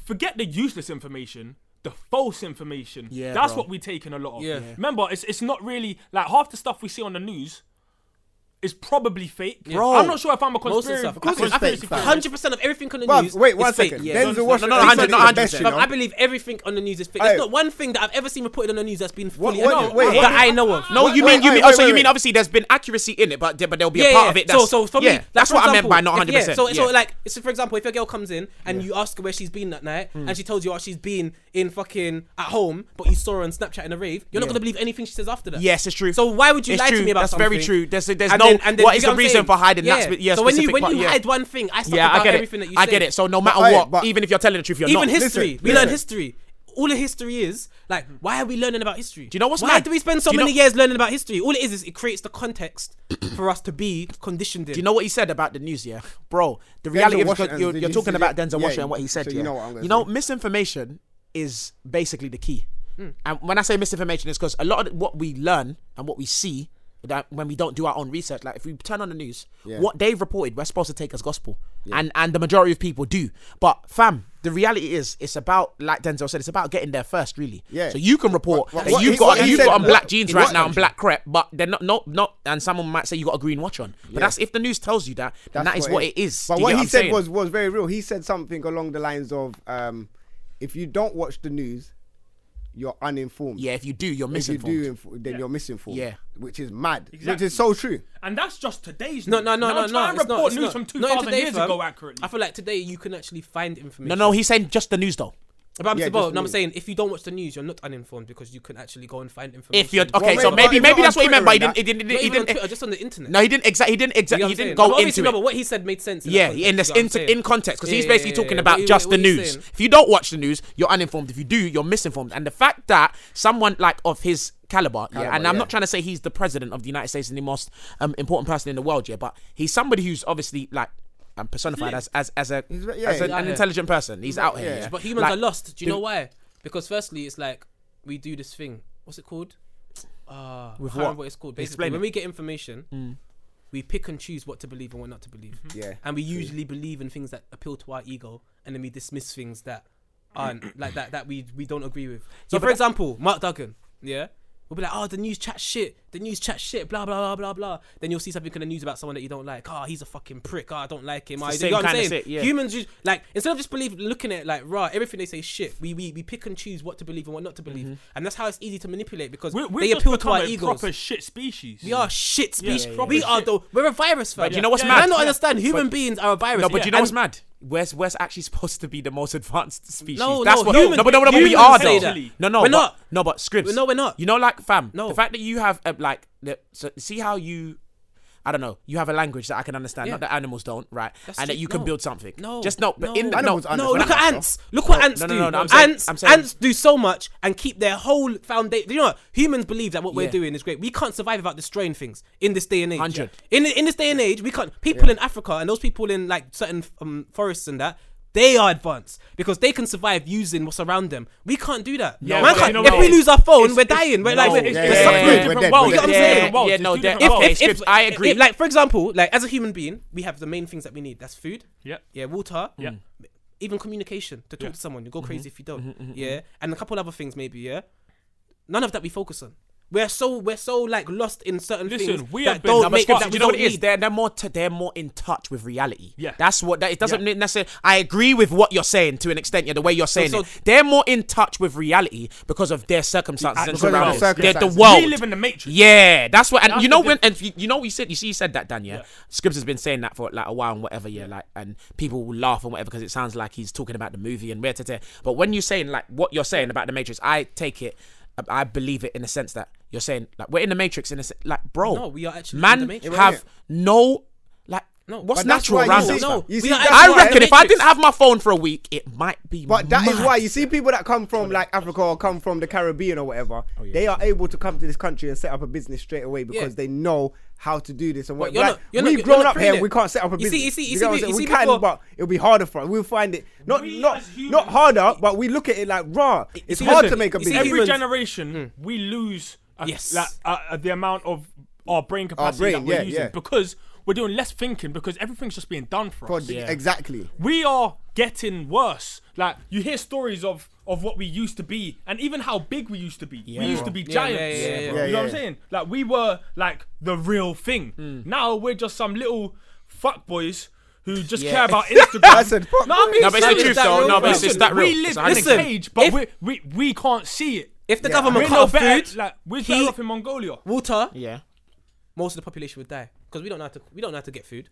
F: forget the useless information, the false information.
C: Yeah,
F: that's
C: bro.
F: what we take in a lot of.
E: Yeah. Yeah.
F: Remember, it's it's not really like half the stuff we see on the news is probably fake.
E: Bro.
F: I'm not sure if I'm a
E: Most of the
F: conspirator.
E: stuff- Of course
D: it's fake, fam.
E: Hundred percent of everything on the
D: Bruv,
E: news.
D: wait
E: is
D: one
E: fake.
D: second.
C: Yeah.
D: Denzel
C: No, no,
D: Washington
C: no, no,
D: said
C: no,
D: it's
C: no,
D: the
C: no,
D: best,
C: no,
D: you
E: Fam,
D: know?
E: I believe everything on the news is fake.
D: Aye.
E: There's not one thing that I've ever seen reported on the news that's been
D: What-
E: fully
D: what-
E: no,
D: wait,
E: that
D: what-
E: I know of.
C: No,
D: Wait,
C: you
D: wait,
C: mean you
D: wait,
C: mean?
D: wait,
C: oh, so
D: wait,
C: you mean
D: wait.
C: obviously there's been accuracy in it, but there, but there'll be a part of it.
E: So,
C: That's,
E: so for me,
C: yeah,
E: like,
C: that's
E: for
C: what
E: example,
C: I meant by not
E: if-
C: 100.
E: Yeah, so,
C: percent
E: so like, so for example, if a girl comes in and you ask her where she's been that night,
C: Hmm.
E: and she tells you, oh, she's been in fucking at home, but you saw her on Snapchat in a rave, you're not gonna believe anything she says after that.
C: Yes, it's true.
E: So why would you
C: It's
E: lie
C: true.
E: to me about
C: That's
E: something?
C: very true. There's- there's
E: And
C: no-
E: then- and then-
C: what
E: you
C: is
E: get
C: the
E: what I'm
C: reason
E: saying?
C: for hiding that spe- yeah,
E: So when you
C: specific
E: when
C: part,
E: you
C: yeah.
E: hide one thing, I stop
C: yeah, I
E: about
C: get
E: everything
C: it.
E: that you
C: I
E: say.
C: get it. So no matter
D: But-
C: what,
D: but-
C: even if you're telling the truth, you're
E: Even
C: not.
E: history.
D: listen,
E: we learn
D: listen.
E: history. All the history is like, why are we learning about history? Do
C: you know what's
E: why
C: mad?
E: do we spend so
C: Do you
E: many
C: know-
E: years learning about history? All it is is it creates the context for us to be conditioned in.
C: Do you know what he said about the news, yeah, bro? The reality of
D: Washington,
C: you're,
D: did
C: you're
D: you
C: talking
D: see
C: about
D: the-
C: Denzel
D: yeah,
C: Washington and what he
D: so
C: said.
D: you
C: yeah.
D: know what I'm gonna
C: You know,
D: say.
C: misinformation is basically the key. And when I say misinformation, it's because a lot of what we learn and what we see that when we don't do our own research, like if we turn on the news,
D: Yeah.
C: what they've reported, we're supposed to take as gospel, and and the majority of people do. But fam, the reality is, it's about like Denzel said, it's about getting there first, really.
D: Yeah.
C: So you can report
D: What-
C: that
D: what-
C: you've
D: what
C: got
D: he
C: you've
D: said-
C: got on black
D: what-
C: jeans
D: in
C: right
D: what
C: now and
D: country?
C: black crap, but they're not not not. And someone might say you got a green watch on, but that's if the news tells you that, then that's what it is.
D: But
C: Do you
D: what
C: get
D: he
C: I'm
D: said
C: saying?
D: was was very real. He said something along the lines of, um, "If you don't watch the news, you're uninformed.
C: yeah, if you do, you're
D: if you
C: misinformed.
D: do, inf- then you're misinformed.
C: Yeah.
D: which is mad. Which
F: Exactly.
D: is so true.
F: and that's just today's.
E: No,
F: news.
E: no, no,
F: Now
E: no, no.
F: Try and
E: it's not-
F: report
E: it's
F: news
E: not.
F: from
E: Not in
F: 2000
E: today's
F: years
E: world.
F: ago accurately.
E: I feel like today you can actually find information.
C: no, no, he's saying just the news though.
E: But I'm,
D: Yeah,
E: saying- well,
D: just
E: no, I'm
D: read.
E: saying if you don't watch the news, you're not uninformed because you can actually go and find information.
C: If you're okay,
D: maybe-
C: so
D: but
C: maybe
D: if
C: maybe
D: you're
C: that's
D: on
C: what he meant. But he
D: Twitter
C: didn't. He didn't.
E: not
C: He
E: even on
C: didn't.
E: Twitter, just on the internet.
C: No, he didn't exactly. He didn't
E: You know
C: exactly.
E: what
C: He
E: I'm saying?
C: didn't go
E: No, obviously,
C: into
E: no,
C: it.
E: but what he said made sense. In
C: Yeah,
E: that
C: in this
E: context, you know
C: inter-
E: what I'm
C: in
E: saying?
C: context, because
E: Yeah,
C: he's
E: yeah,
C: basically
E: yeah,
C: talking
E: yeah,
C: about
E: but he-
C: just
E: what
C: the
E: he's
C: news.
E: saying-
C: If you don't watch the news, you're uninformed. If you do, you're misinformed. And the fact that someone like of his caliber, yeah, and I'm
D: yeah.
C: not trying to say he's the president of the United States and the most um, important person in the world, yeah, but he's somebody who's obviously like um, personified as as as a
D: yeah,
C: as an,
D: yeah.
C: an intelligent person. He's out here,
D: yeah.
C: yeah.
E: But humans
C: Like,
E: are lost. Do you know
C: the-
E: why? Because firstly, it's like we do this thing. What's it called? Uh, I can't
C: what?
E: remember what it's called. Basically,
C: Explain it.
E: when we get information, we pick and choose what to believe and what not to believe.
D: Yeah.
E: And we usually believe in things that appeal to our ego, and then we dismiss things that aren't like that that we we don't agree with. So,
C: Yeah, but
E: for example, Mark Duggan. Yeah. We'll be like, oh, the news chat shit. The news chat shit. Blah blah blah blah blah. Then you'll see something in the news about someone that you don't like. Oh, he's a fucking prick. Oh, I don't like him. Oh,
C: It's the
E: you know
C: same
E: what I'm
C: kind of
E: saying?
C: shit, yeah.
E: Humans just like instead of just believe looking at it like raw everything they say is shit. We, we we pick and choose what to believe and what not to believe,
C: Mm-hmm.
E: and that's how it's easy to manipulate because
F: We, we
E: they appeal to our
F: a
E: egos.
F: proper shit species.
E: we are shit species.
F: yeah, yeah.
E: We are
F: Shit.
E: though. We're a virus. Fam.
C: But you know what's
E: And
C: mad?
E: I don't
C: Yeah.
E: understand. Human
C: But-
E: beings are a virus.
C: No, but
E: yeah.
C: you know what's
E: And-
C: mad? We're, we're actually supposed to be the most advanced species.
E: No,
C: That's
E: no,
C: what,
E: human-
C: no, but no, no, but we
E: humans
C: are
E: say
C: though.
E: that.
C: No, no,
E: We're
C: but-
E: not.
C: No, but scripts.
E: No, we're not.
C: You know, like fam.
E: No.
C: the fact that you have uh, like, the, so, see how you, I don't know, you have a language that I can understand, not
E: Yeah.
C: that animals don't, right?
E: That's
C: and that
E: stupid.
C: you can
E: No.
C: build something.
E: No.
C: just not. But
E: No.
C: in the,
D: Animals
C: no,
D: are
E: No,
D: We're
E: look
D: not,
E: at
D: bro.
E: ants. Look what
C: No,
E: ants
C: no, no,
E: do.
C: no, no, I'm saying-
E: ants,
C: I'm saying-
E: ants do so much and keep their whole foundation. You know, what? humans believe that what we're
C: Yeah.
E: doing is great. We can't survive without destroying things in this day and age.
C: 100.
E: In in this day and age, we can't. People in Africa and those people in like certain um, forests and that. They are advanced because they can survive using what's around them. We can't do that.
F: Yeah,
E: Man
F: but
E: can't-
F: you know
E: if
F: what?
E: we lose our phone,
F: It's-
E: we're
F: it's-
E: dying. We're
F: no,
E: like, we're,
F: it's-
E: we're
D: yeah,
F: it's
E: suffering.
D: yeah,
F: something
D: yeah.
F: different
D: We're
F: worlds.
D: dead,
C: yeah,
E: we're
F: It's two
E: dead.
F: different worlds,
C: yeah,
F: it's
C: no,
F: two
C: they're-
F: different
E: if,
C: Oh,
F: worlds.
E: if,
C: scripts,
E: if,
C: I
E: if-
C: agree.
E: like for example, like as a human being, we have the main things that we need. That's food.
F: Yep.
E: Yeah, water. Mm.
F: Yeah. Mm-hmm.
E: Even communication to talk to someone. You go crazy if you don't. Yeah. And a couple other things maybe. Yeah. None of that we focus on. We're so we're so like lost in certain
F: Listen,
E: things
F: we
E: that
F: have been-
E: don't
C: No, but
E: make
C: scripts,
E: that
C: do
E: we
C: you know
E: don't
C: what it is?
E: need.
C: They're, they're more t- they're more in touch with reality.
F: Yeah.
C: that's what that it doesn't
F: Yeah.
C: necessarily. I agree with what you're saying to an extent. Yeah, the way you're saying
E: so-
C: it, they're more in touch with reality because of their circumstances and
D: Because of
C: surroundings.
D: our
C: They're the
D: circumstances.
C: world.
F: We live in the matrix.
C: Yeah, that's what. And
F: That's
C: you know
F: the
C: when, and you, you know you said you see you said that, Dan. Yeah?
F: Yeah.
C: Scripps has been saying that for like a while and whatever. Yeah, like and people will laugh and whatever because it sounds like he's talking about the movie and where to tear. But when you're saying like what you're saying about the Matrix, I take it. I- I believe it in the sense that you're saying like we're in the Matrix in a se- like bro.
E: No, we are actually in
C: man
E: the Matrix.
C: have no like
E: No,
C: what's
D: but that's
C: natural
D: why you
C: around
D: see-
C: us.
E: no,
C: man?
D: You see,
E: we are
D: that's
C: I
E: actually in
D: why-
C: reckon
E: the
C: if I
E: Matrix.
C: didn't have my phone for a week, it might be.
D: But that is
C: mad.
D: why you see people that come from like Africa or come from the Caribbean or whatever, they are able to come to this country and set up a business straight away because
E: Oh, Yeah.
D: they know how to do this and what
E: you're
D: like,
E: not- you're not-
D: we've
E: you're
D: grown
E: not
D: up
E: brilliant.
D: here, we can't set up a
E: You see-
D: business.
E: you see- you
D: get
E: see
D: what I'm
E: be-
D: saying?
E: you
D: we
E: see
D: can,
E: before-
D: but it'll be harder for us. We'll find it not
F: We
D: not
F: as humans-
D: not harder, but we look at it like raw. It's hard to
F: Listen,
D: make a
E: you see
D: business.
F: Every
E: humans-
F: generation,
D: Hmm.
F: we lose a,
E: Yes.
F: like, uh, uh, the amount of our brain capacity
D: brain,
F: that we're
D: yeah,
F: using
D: yeah.
F: because we're doing less thinking because everything's just being done for
D: God,
F: us.
D: Exactly.
F: We are getting worse. Like you hear stories of of what we used to be, and even how big we used to be. we used to be
E: Yeah, yeah,
F: giants.
E: yeah, yeah, yeah.
F: You know
D: Yeah,
F: what I'm
D: yeah.
F: saying? Like we were like the real thing.
E: Hmm.
F: Now we're just some little fuck boys who just care about Instagram.
D: I said fuck
F: no, I'm
D: boys.
F: being
D: No,
C: but it's the
F: serious.
C: truth, though.
E: No, but it's
F: Listen,
C: just that real.
F: We
C: It's
F: live in a
E: honest.
F: cage, but
E: If-
F: we we we can't see it.
E: If the
D: Yeah.
E: government
F: We're
E: cut
F: no
E: off
F: better.
E: food,
F: Like we're
E: he-
F: better off in Mongolia.
E: water,
C: Yeah.
E: most of the population would die because we don't know how to we don't know how to get food.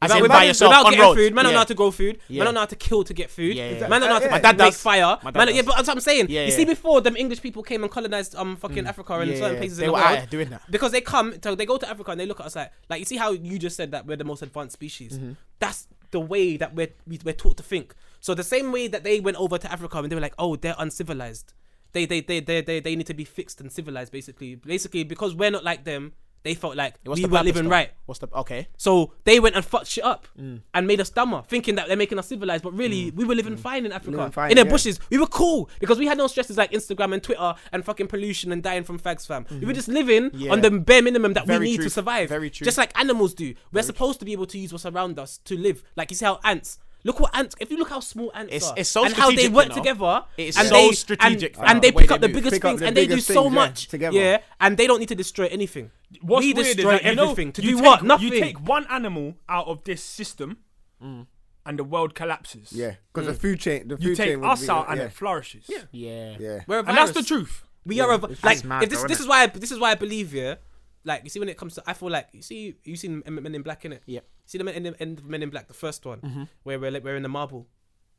C: As
E: Without,
C: in by
E: without,
C: yourself
E: without
C: on
E: getting
C: road.
E: food, man don't know
C: Yeah.
E: how to grow food,
C: Yeah.
E: man don't know how to kill to get food,
C: Yeah, yeah, yeah.
E: man don't know how to
D: My
C: dad
E: make
C: does.
E: fire.
C: My dad
E: man, yeah,
C: does.
E: but that's what I'm saying.
C: Yeah,
E: you
C: yeah. Mm.
E: see, before them English people came and colonized um fucking Africa and
C: Yeah,
E: certain
C: yeah.
E: places
C: They
E: in the
C: were
E: world
C: out here doing that.
E: because they come, to, they go to Africa and they look at us like, like you see how you just said that we're the most advanced species.
C: Mm-hmm.
E: That's the way that we're we, we're taught to think. So the same way that they went over to Africa and they were like, oh, they're uncivilized. They they they they they, they need to be fixed and civilized basically. Basically because we're not like them, they felt like
C: What's
E: we
C: the
E: were
C: purpose,
E: living
C: though?
E: right.
C: What's the okay?
E: So they went and fucked shit up and made us dumber, thinking that they're making us civilized. But really, we were living fine in Africa,
D: Living fine,
E: in their
D: yeah.
E: bushes. We were cool because we had no stresses like Instagram and Twitter and fucking pollution and dying from fags, fam. We were just living
C: Yeah.
E: on the bare minimum that
C: Very
E: we need
C: true.
E: to survive.
C: Very true.
E: Just like animals do. We're supposed to be able to use what's around us to live. Like you see how ants. Look what ants. If you look how small ants
C: It's-
E: are,
C: it's so
E: and how they
C: strategic,
E: work
C: you know.
E: together,
C: It is
E: and
C: so
E: they,
C: strategic,
E: and,
C: fam,
E: and they
C: the way
E: pick up
C: they
E: the
C: do.
E: biggest
D: Pick up
E: things,
D: the
E: and they do
D: biggest
E: so
D: things, yeah,
E: much
D: together.
E: Yeah, and they don't need to destroy anything.
F: What's
E: we
F: weird is
E: destroy
F: that, you know,
E: everything to
F: you
E: do
F: take,
E: what? Nothing.
F: You take one animal out of this system,
E: Mm.
F: and the world collapses.
D: Yeah, because the food chain, the food
F: You
D: chain
F: take
D: would
F: us
D: be-
F: out, and
D: yeah.
F: it flourishes. Yeah.
C: Yeah.
D: yeah.
E: We're a
F: And that's the
E: virus.
F: truth.
E: We are a, like
C: That's mad
E: if this
C: though,
E: this
C: innit?
E: is why I, this is why I believe yeah. Like you see when it comes to I feel like you see you seen M- Men in Black in it.
C: Yep.
E: See the Men in, in Men in Black the first one where we're like, we're in the marble. and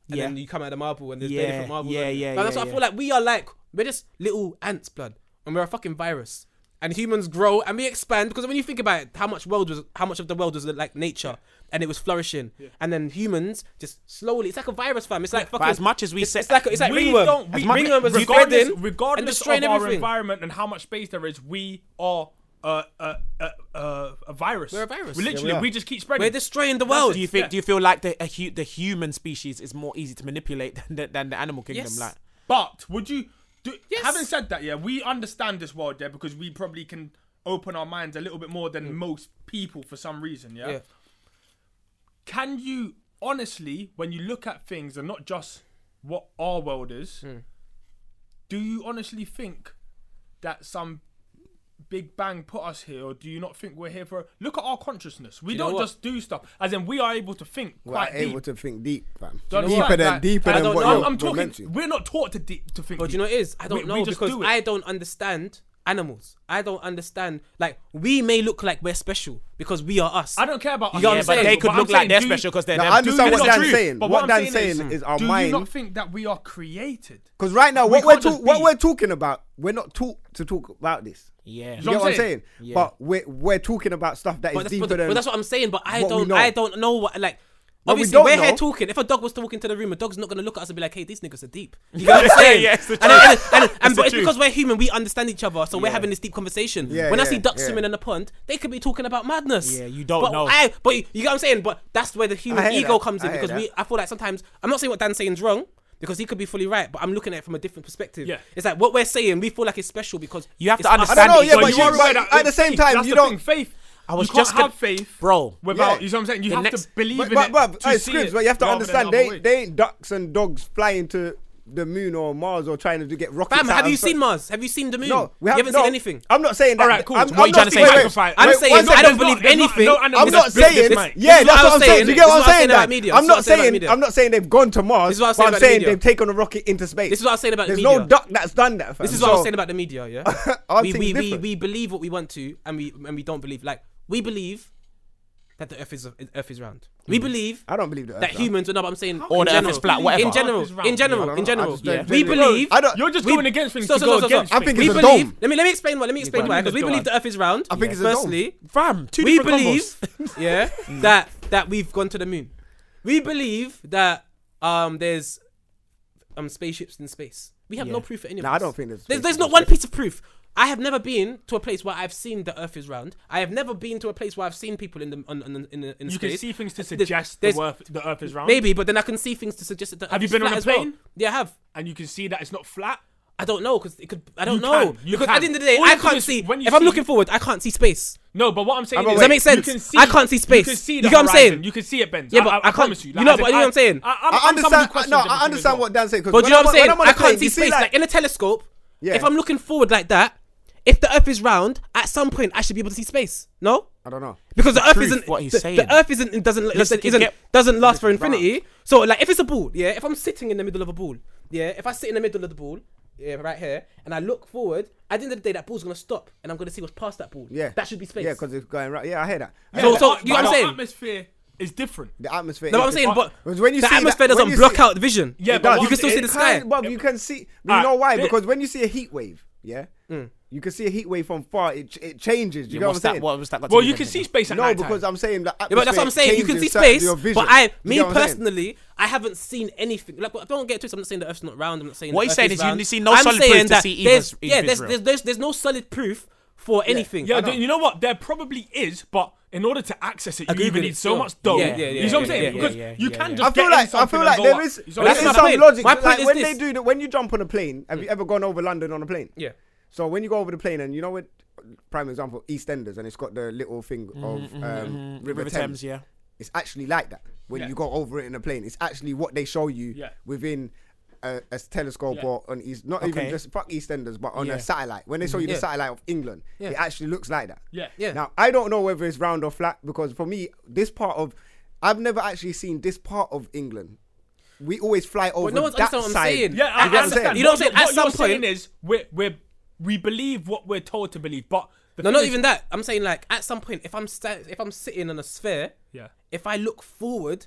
C: Mm-hmm. Yeah.
E: then you come out of the marble and there's
C: Yeah,
E: yeah. different marbles.
C: yeah,
E: on it.
C: yeah,
E: Like, that's
C: yeah,
E: what
C: yeah.
E: I feel like. We are like we're just little ants, blood, and we're a fucking virus. And humans grow and we expand because when you think about it, how much world was how much of the world was like nature and it was flourishing, and then humans just slowly. It's like a virus, fam. It's like fucking.
C: as much as we
E: it's,
C: say-
E: it's like it's like
F: we
E: ringworm.
F: don't. We,
E: As much- ringworm was
F: regardless,
E: spreading and
F: regardless
E: destroying
F: of our
E: everything.
F: environment and how much space there is, we are uh, uh, uh, uh, a virus.
E: We're a virus.
F: We
E: Yeah, we
F: literally,
D: are.
F: we just keep spreading.
E: We're destroying the world.
C: Do you think? Do you feel like the a hu- the human species is more easy to manipulate than the, than the animal kingdom?
E: Yes.
C: Like,
F: But would you? Do,
E: Yes.
F: Having said that, yeah, we understand this world, yeah, because we probably can open our minds a little bit more than most people for some reason, yeah?
E: Yeah.
F: Can you honestly, when you look at things and not just what our world is, do you honestly think that some big bang put us here, or do you not think we're here for? Look at our consciousness. We
E: know
F: don't
E: what?
F: just do stuff. As in, we are able to think
D: We're
F: quite deep.
D: able to think deep, fam.
F: Do you
D: deeper
F: understand?
D: than
F: Like,
D: deeper
F: I
D: than
F: don't
D: what
F: know.
D: you're,
F: I'm
D: we're
F: talking.
D: meant to.
F: We're not taught to deep to think.
E: But do you know what it is? I don't
F: We-
E: know
F: we just
E: because
F: do it.
E: I don't understand animals. I don't understand. Like we may look like we're special because we are us.
F: I don't care about.
E: You know what
F: us.
E: I'm saying?
C: they
E: But
C: could
F: I'm
C: look like
F: saying,
C: they're
F: do you-
C: special because they're
D: Now,
C: them.
D: I understand
F: Do
D: what
F: you not
D: Dan's
F: think-
D: saying.
F: but
D: What Dan's
F: saying
D: saying is our
F: do you
D: mind.
F: not think that we are created?
D: Because right now,
F: We
D: what we're
F: can't just
D: talk, what
F: be.
D: we're talking about, we're not taught to talk about this.
C: yeah.
D: You know what I'm saying?
C: Yeah.
D: But we're we're talking about stuff that is
E: But that's,
D: deeper
E: but,
D: than.
E: but that's what I'm saying. But I
D: what we
E: don't.
D: know.
E: I don't know what like.
D: What we
E: obviously,
D: don't
E: we are here
D: know-
E: talking. If a dog was to walk into the room, a dog's not gonna look at us and be like, "Hey, these niggas are deep." You know what I'm saying?
C: yeah, it's the
E: and, and, and, and,
C: the
E: but it's
C: truth.
E: because we're human, we understand each other, so we're having this deep conversation.
D: Yeah,
E: when I
D: yeah,
E: see ducks
D: yeah.
E: swimming in a pond, they could be talking about madness.
C: Yeah, you don't
E: but
C: know.
E: I, but you get what I'm saying. But that's where the
D: I
E: human
D: hear
E: ego
D: that.
E: comes in
D: I hear
E: because we. I feel like sometimes I'm not saying what Dan's saying's wrong. Because he could be fully right, but I'm looking at it from a different perspective.
F: Yeah.
E: It's like what we're saying, we feel like it's special because
C: You have
E: it's
C: to
E: us.
D: I
C: understand
D: don't know, yeah,
C: But
D: but,
C: you
D: you,
C: are
D: but
F: aware that-
D: at the same
F: faith,
D: time,
F: that's
D: you
F: the
D: don't.
F: thing, faith. I
C: was
F: you can't
C: just gonna-
F: have faith,
C: Bro,
F: Without
D: yeah.
F: you know what I'm saying, you
C: The
F: have
C: next-
F: to believe
D: But,
F: in
D: but,
F: it.
D: but,
F: to
D: hey,
F: see
D: Scribs,
F: it
D: but you have to
F: rather than
D: understand
F: the other
D: they,
F: way.
D: they ain't ducks and dogs flying to the moon or Mars or trying to get rockets.
E: Fam,
D: out
E: have
D: and
E: you
D: stuff.
E: seen Mars? Have you seen the moon?
D: No, we
E: you
D: have,
E: haven't
D: no,
E: seen anything.
D: I'm not saying that.
F: All right, cool.
D: I'm,
F: So
D: I'm
F: what you
D: not
F: trying to
D: saying-
F: say?
D: wait, wait,
F: Sacrifice.
E: I'm
D: wait,
E: saying
D: one
E: I
D: second.
E: don't believe
F: there's not-
E: anything.
F: no animal-
D: I'm
F: It's
D: not
F: a business,
D: saying. Yeah,
E: This
F: mate.
E: is what
D: that's
E: I
D: what
E: was
D: I'm saying.
E: saying.
D: You get what I'm
E: This is what I was
D: saying?
E: saying about
D: that?
E: media.
D: I'm
E: This is what
D: not
E: I was saying about
D: saying.
E: media.
D: I'm not saying they've gone to Mars.
E: This is what I was
D: but I'm
E: saying about the
D: saying
E: media.
D: they've taken a rocket into space.
E: This is what I was saying about the
D: There's
E: media.
D: no duck that's done that.
E: This is what I was
D: so-
E: saying about the media, yeah.
D: Our
E: we,
D: thing's
E: we, we
D: different.
E: we believe what we want to, and we and we don't believe. Like we believe that the Earth is Earth is round. We believe
D: Hmm. I don't believe that.
E: that humans. No, but I'm saying
C: Or
E: in
C: the Earth
E: general,
C: is flat, whatever.
E: In general,
F: Earth is round.
E: in
F: I
E: general,
D: don't
E: in
D: know, I
E: general,
D: just don't
E: we
D: generally-
E: believe.
D: I don't.
F: You're just
E: We-
F: going against things
E: So,
F: to
E: so,
F: go
E: so, so, so.
F: against.
D: I think
F: things.
E: we
D: it's a
E: believe.
D: dome.
E: Let me let me explain why. Let me explain
F: I
E: why.
F: think
E: Because
F: it's
E: we
F: a
E: believe
F: dome.
E: the Earth is round.
D: I think it's a dome.
E: Firstly,
C: Fam, two
E: we
C: different
E: believe,
C: combos.
E: yeah, that that we've gone to the moon. We believe that um there's um spaceships in space. We have no
C: Yeah.
E: proof of any of
D: No, I
E: this.
D: don't think there's
E: There's,
D: spaceships
E: there's not
D: in
E: one piece of proof. I have never been to a place where I've seen the Earth is round. I have never been to a place where I've seen people in the on, on, in the, in
F: You
E: space.
F: can see things to
E: There's-
F: suggest
E: there's-
F: the earth, the earth is round.
E: Maybe, but then I can see things to suggest that. The
F: Have
E: Earth
F: you
E: is
F: been on
E: flat
F: a
E: as well.
F: plane?
E: Yeah, I have.
F: and you can see that it's not flat.
E: I don't know because it could. I don't
F: You
E: know
F: can, you
E: because at
F: can.
E: the end of the day,
F: All you
E: I
F: have to do
E: can't
F: is
E: see.
F: when you
E: If I'm
F: see-
E: looking forward, I can't see space.
F: No, but what I'm saying
D: but
F: is,
D: wait,
E: Does that make
F: you can
E: sense? I can't see space.
F: You can see
E: You
F: the
E: get what I'm
F: horizon.
E: saying?
F: You can see it, bends.
E: Yeah,
F: I-
E: but
F: I,
E: I can't-
F: promise you.
E: you know, but you know what I'm saying?
D: I
F: I, I'm somebody who
D: understand.
F: questions
D: No,
F: everything
D: I
F: as
D: understand
F: well.
D: what Dan's saying. 'cause
E: But
D: when
E: do you know
D: I'm
E: what I'm
D: on-
E: saying?
D: when I'm on
E: I
D: a plane,
E: can't see
D: you
E: space. Like, in a telescope,
D: Yeah.
E: if I'm looking forward like that, if the Earth is round, at some point I should be able to see space. No,
D: I don't know.
E: because the Earth
C: truth,
E: isn't.
C: what he's
E: the,
C: saying.
E: the Earth isn't it doesn't
C: Listen,
E: doesn't
C: it
E: isn't,
C: get-
E: doesn't last for
C: it's round.
E: infinity. So like, if it's a ball, yeah. If I'm sitting in the middle of a ball, yeah. If I sit in the middle of the ball. Yeah, right here, and I look forward. At the end of the day, that ball's gonna stop, and I'm gonna see what's past that ball.
D: Yeah,
E: that should be space.
D: Yeah, because it's going right. Yeah, I hear that. I
E: So-
D: hear
E: so-
D: that.
F: But
E: you know what I'm
F: our
E: saying?
F: atmosphere is different.
D: the atmosphere.
E: No,
D: is
E: but I'm saying,
D: different.
E: but
D: Because when you
E: the
D: see that-
E: atmosphere
D: when
E: doesn't
D: you
E: block
D: see-
E: out vision.
F: Yeah,
E: It
F: but
E: does.
F: what
E: you
F: I'm
E: can still
F: saying-
E: see the sky. Ah,
D: Kind- But you can see. You
F: Alright,
D: know why?
F: thi-
D: Because when you see a heat wave, yeah,
E: Hmm.
D: you can see a heat wave from far. It, ch- it changes. You
C: Yeah,
D: know what
C: what's
D: I'm
C: that?
D: saying?
C: What was that? got to
F: Well,
C: do
F: you
C: with
F: can see
C: anything?
F: space at
D: no,
F: night.
D: because I'm saying that.
E: Yeah, but that's what I'm saying. You can see space, but I, me personally, I haven't seen anything. Like, I don't get it. twisted, I'm not saying the Earth's not round. I'm not saying
C: What
E: the
C: he's
E: Earth
C: saying is you
E: round.
C: see no
E: I'm
C: solid
E: saying
C: proof to
E: that
C: see either
E: there's,
C: is-
E: Yeah,
C: is
E: there's,
C: real.
E: there's there's there's no solid proof for anything.
F: Yeah, th- you know what? There probably is, but in order to access it, you
E: Agree
F: even
E: with
F: need
E: it,
F: so
E: sure.
F: much dough.
E: Yeah, yeah, yeah,
F: you know what I'm
E: yeah,
F: saying?
E: yeah,
F: because
C: yeah,
F: you
C: yeah,
F: can
C: yeah.
F: just
D: I feel
F: get in
D: like I
F: something
D: feel
F: and
D: like
F: go
D: there
F: up.
D: is
F: You know what
D: there
F: I'm
D: is
E: that's
F: saying?
E: my
D: some
E: point.
D: logic.
E: My point
D: Like
E: is
D: when
E: this. Hmm.
D: they do that, when you jump on a plane, have you ever gone over London on a plane?
E: Yeah.
D: So when you go over the plane, and you know what? Prime example, EastEnders, and it's got the little thing
E: Mm-hmm,
D: of um, River
C: River Thames,
D: Thames.
C: yeah.
D: It's actually like that when
F: Yeah.
D: you go over it in a plane. It's actually what they show you
F: Yeah.
D: within a, a telescope
F: Yeah.
D: or on East, not even
C: Okay.
D: just fuck EastEnders, but on
C: Yeah.
D: a satellite. When they show you
E: Yeah.
D: the satellite of England,
E: Yeah.
D: it actually looks like that.
F: Yeah.
E: Yeah.
D: Now I don't know whether it's round or flat because for me, this part of I've never actually seen this part of England. We always fly over
E: But no one's
D: that
E: understand what I'm
D: side.
E: saying.
F: Yeah, I,
D: You get what
E: At-
D: I'm
F: understand.
D: saying?
E: You know what I'm saying?
F: What
E: At some
F: you're saying
E: point-
F: is we're, we're, we believe what we're told to believe, but the
E: No,
F: thing
E: not
F: is-
E: even that. I'm saying like at some point, if I'm sta- if I'm sitting on a sphere,
F: Yeah.
E: if I look forward,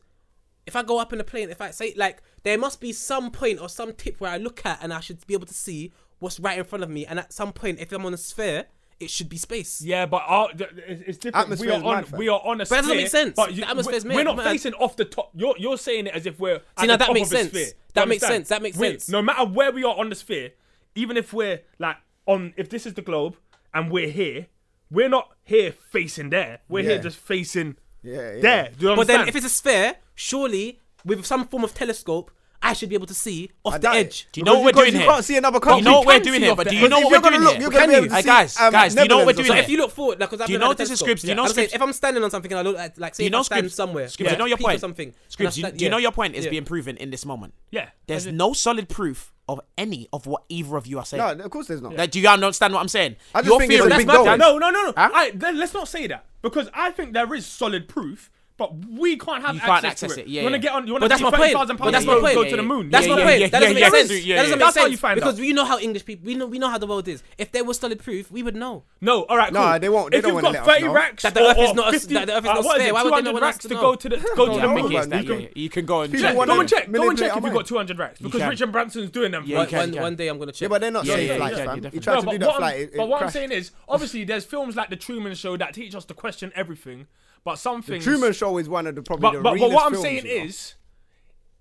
E: if I go up in a plane, if I say like there must be some point or some tip where I look at and I should be able to see what's right in front of me. And at some point, if I'm on a sphere, it should be space.
F: Yeah, but our, th- th- it's, it's different.
D: Atmosphere
F: we are
D: is mad,
F: on
D: fam.
F: we are on a
E: But
F: sphere.
E: that doesn't make sense.
F: But
E: The atmosphere's
F: We're
E: mad,
F: not
E: mad.
F: facing off the top. You're you're saying it as if we're
E: See,
F: at
E: now
F: the
E: that
F: top
E: makes
F: of a
E: sense.
F: sphere. Do you
E: That makes
F: understand?
E: sense. That makes
F: We-
E: sense.
F: No matter where we are on the sphere, even if we're like on if this is the globe and we're here, we're not here facing there. We're
D: Yeah.
F: here just facing
D: Yeah, yeah.
F: there. Do you
E: But then,
F: understand?
E: if it's a sphere, surely with some form of telescope, I should be able to see off the
D: doubt it.
E: edge.
C: Do you know what we're
D: Because
C: doing
D: you
C: here?
D: can't see another
C: Do you know
D: country.
C: what we're
E: You can
C: doing
E: see
C: here?
E: off
C: But do
E: the
C: you
E: edge.
C: know
D: Because
C: what we're
D: if you're
C: doing
D: gonna
C: here?
D: look, you're gonna be able to
C: Hey,
D: see,
C: guys,
D: um,
C: guys, do you know what we're
D: Netherlands or
C: doing
E: So
C: here?
E: if you look forward, like, 'cause I've
C: Do you
E: never had
C: know
E: a
C: this is
E: telescope.
C: Scribs? Do you know
E: I was saying,
C: Scribs?
E: If I'm standing on something, I look at like say
C: Do you
E: if
C: know
E: I stand
C: Scribs?
E: somewhere.
C: Scribs, you know your
E: peak or
C: point.
E: Something. and I
C: Scribs, you,
E: stand-
C: you know
E: yeah.
C: your point is
E: Yeah.
C: being proven in this moment.
F: yeah.
C: There's no solid proof of any of what either of you are saying.
D: No, of course there's not.
C: Like, do you understand what I'm saying?
D: I just
C: Your
D: think it's a
C: theory-
D: big
C: That's my-
D: goal.
F: No, no, no, no.
C: Huh?
F: I, then let's not say that because I think there is solid proof, but we can't have
C: You
F: access,
C: can't access
F: to it.
C: it, yeah,
F: you want to
C: yeah.
F: get on? You want
E: But
F: to
E: that's
F: see
E: my
F: thirty
E: point.
F: thousand
E: But
F: pounds
E: that's
C: yeah,
E: my
F: go,
C: yeah,
F: go
E: point.
C: yeah,
F: to the moon?
E: That's
C: Yeah,
E: my
C: yeah,
E: point.
C: yeah,
E: that doesn't
C: yeah,
E: make sense.
C: yeah, yeah,
E: that doesn't
F: yeah.
E: make
F: That's how
E: sense.
F: you find
E: because
F: out.
E: we know how English people. We know we know how the world is. If there was solid proof, we would know.
F: No, all right, cool.
D: No, they won't- they
F: if
D: don't
F: you've
D: wanna
F: got
D: let us
F: thirty
D: know.
F: racks,
E: That the
F: or,
E: Earth is
F: or
E: not a s-
F: 50
E: that the Earth is not
F: uh, what is
E: sphere,
F: it,
E: why would they not
F: 200
E: want us
F: racks
E: to
F: to
E: know?
F: go to the go to
C: Yeah,
F: the
C: I
D: know,
F: moon?
C: think
D: man.
C: it's that.
D: You
C: Yeah,
D: can-
C: yeah. You can go and
D: People
F: Check,
C: check.
D: wanna-
F: go and check. Go and
D: manipulate
F: check
D: our
F: if you've
D: mind.
F: got 200 racks because
C: can.
F: Richard Branson's doing them.
C: Yeah,
F: for
C: you
F: us.
C: can,
E: one,
C: you can.
E: one day I'm gonna check.
D: Yeah, but they're not
C: Yeah,
D: safe
C: yeah,
D: flights,
C: yeah,
D: fam.
C: yeah,
D: He
C: yeah,
D: tried
F: No,
D: to do
F: but
D: that
F: what,
D: flight.
F: I'm,
D: it- it
F: but what I'm
D: crashed.
F: saying is, obviously, there's films like The Truman Show that teach us to question everything, but some things.
D: Truman Show is one of the probably
F: but,
D: the
F: but, but
D: realest
F: what I'm
D: films,
F: saying
D: you know.
F: is,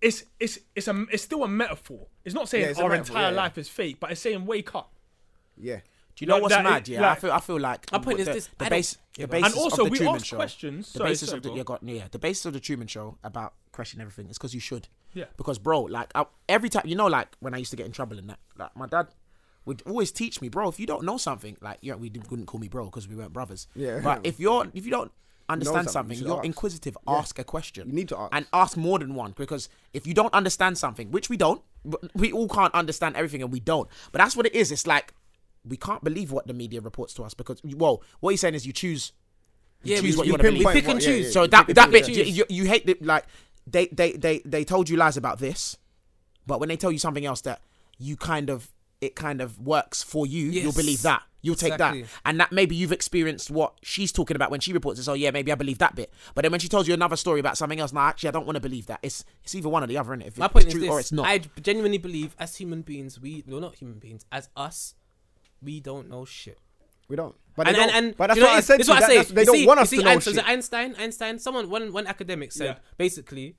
F: it's it's it's a it's still a metaphor. It's not saying
D: Yeah, it's a
F: our
D: metaphor,
F: entire
D: yeah, yeah.
F: life is fake, but it's saying wake up.
D: yeah,
C: Do you know
F: Like
C: what's
F: that,
C: mad?
F: it-
C: Yeah, I
F: like-
C: feel I feel like
E: My point
C: the,
E: is this, I
C: the
E: don't-
C: base,
E: Yeah,
C: the
E: but- And
C: basis
F: also,
C: of the
F: we
C: Truman
F: ask
C: Show.
F: questions.
C: The
F: Sorry,
C: basis
F: sorry,
C: of the
F: go on.
C: yeah, got, yeah, the basis of the Truman Show about questioning everything is because you should.
F: Yeah.
C: Because bro, like I, every time you know, like when I used to get in trouble and that, like my dad would always teach me, bro, if you don't know something, like yeah, we didn't, couldn't call me bro because we weren't brothers.
D: Yeah.
C: But if you're if you don't understand
D: something,
C: something,
D: you should
C: you are
D: ask.
C: inquisitive. Ask a question.
D: You need to ask.
C: and ask more than one because if you don't understand something, which we don't, but we all can't understand everything and we don't. But that's what it is. It's like we can't believe what the media reports to us because well, what he's saying is you choose you
E: Yeah,
C: choose
E: we-
C: what
E: we
C: you want to
D: pinpoint
C: believe.
E: pick and
D: what- yeah,
E: choose.
D: yeah,
C: So
D: you
C: that
D: pick
C: that
D: and
C: bit
D: choose,
C: you, you, you hate the, like they, they they they told you lies about this, but when they tell you something else that you kind of it kind of works for you, you'll
E: Yes.
C: believe that. You'll take
E: Exactly.
C: that. And that maybe you've experienced what she's talking about when she reports this, oh yeah, maybe I believe that bit. But then when she tells you another story about something else, no, actually I don't want to believe that. It's it's either one or the other, innit? If
E: My
C: it's
E: point is
C: true
E: this:
C: or it's not.
E: I genuinely believe, as human beings, we well not human beings, as us, we don't know shit.
D: we don't. But
E: and,
D: they
E: and,
D: don't-
E: and
D: but that's
E: you know,
D: what I
E: it's-
D: said.
E: it's
D: to you,
E: what
D: that-
E: say.
D: that's- They
E: You
D: don't
E: see-
D: want
E: you
D: us
E: see
D: to know
E: Einstein,
D: shit.
E: was it Einstein, Einstein, someone, one, one academic said
F: Yeah.
E: basically,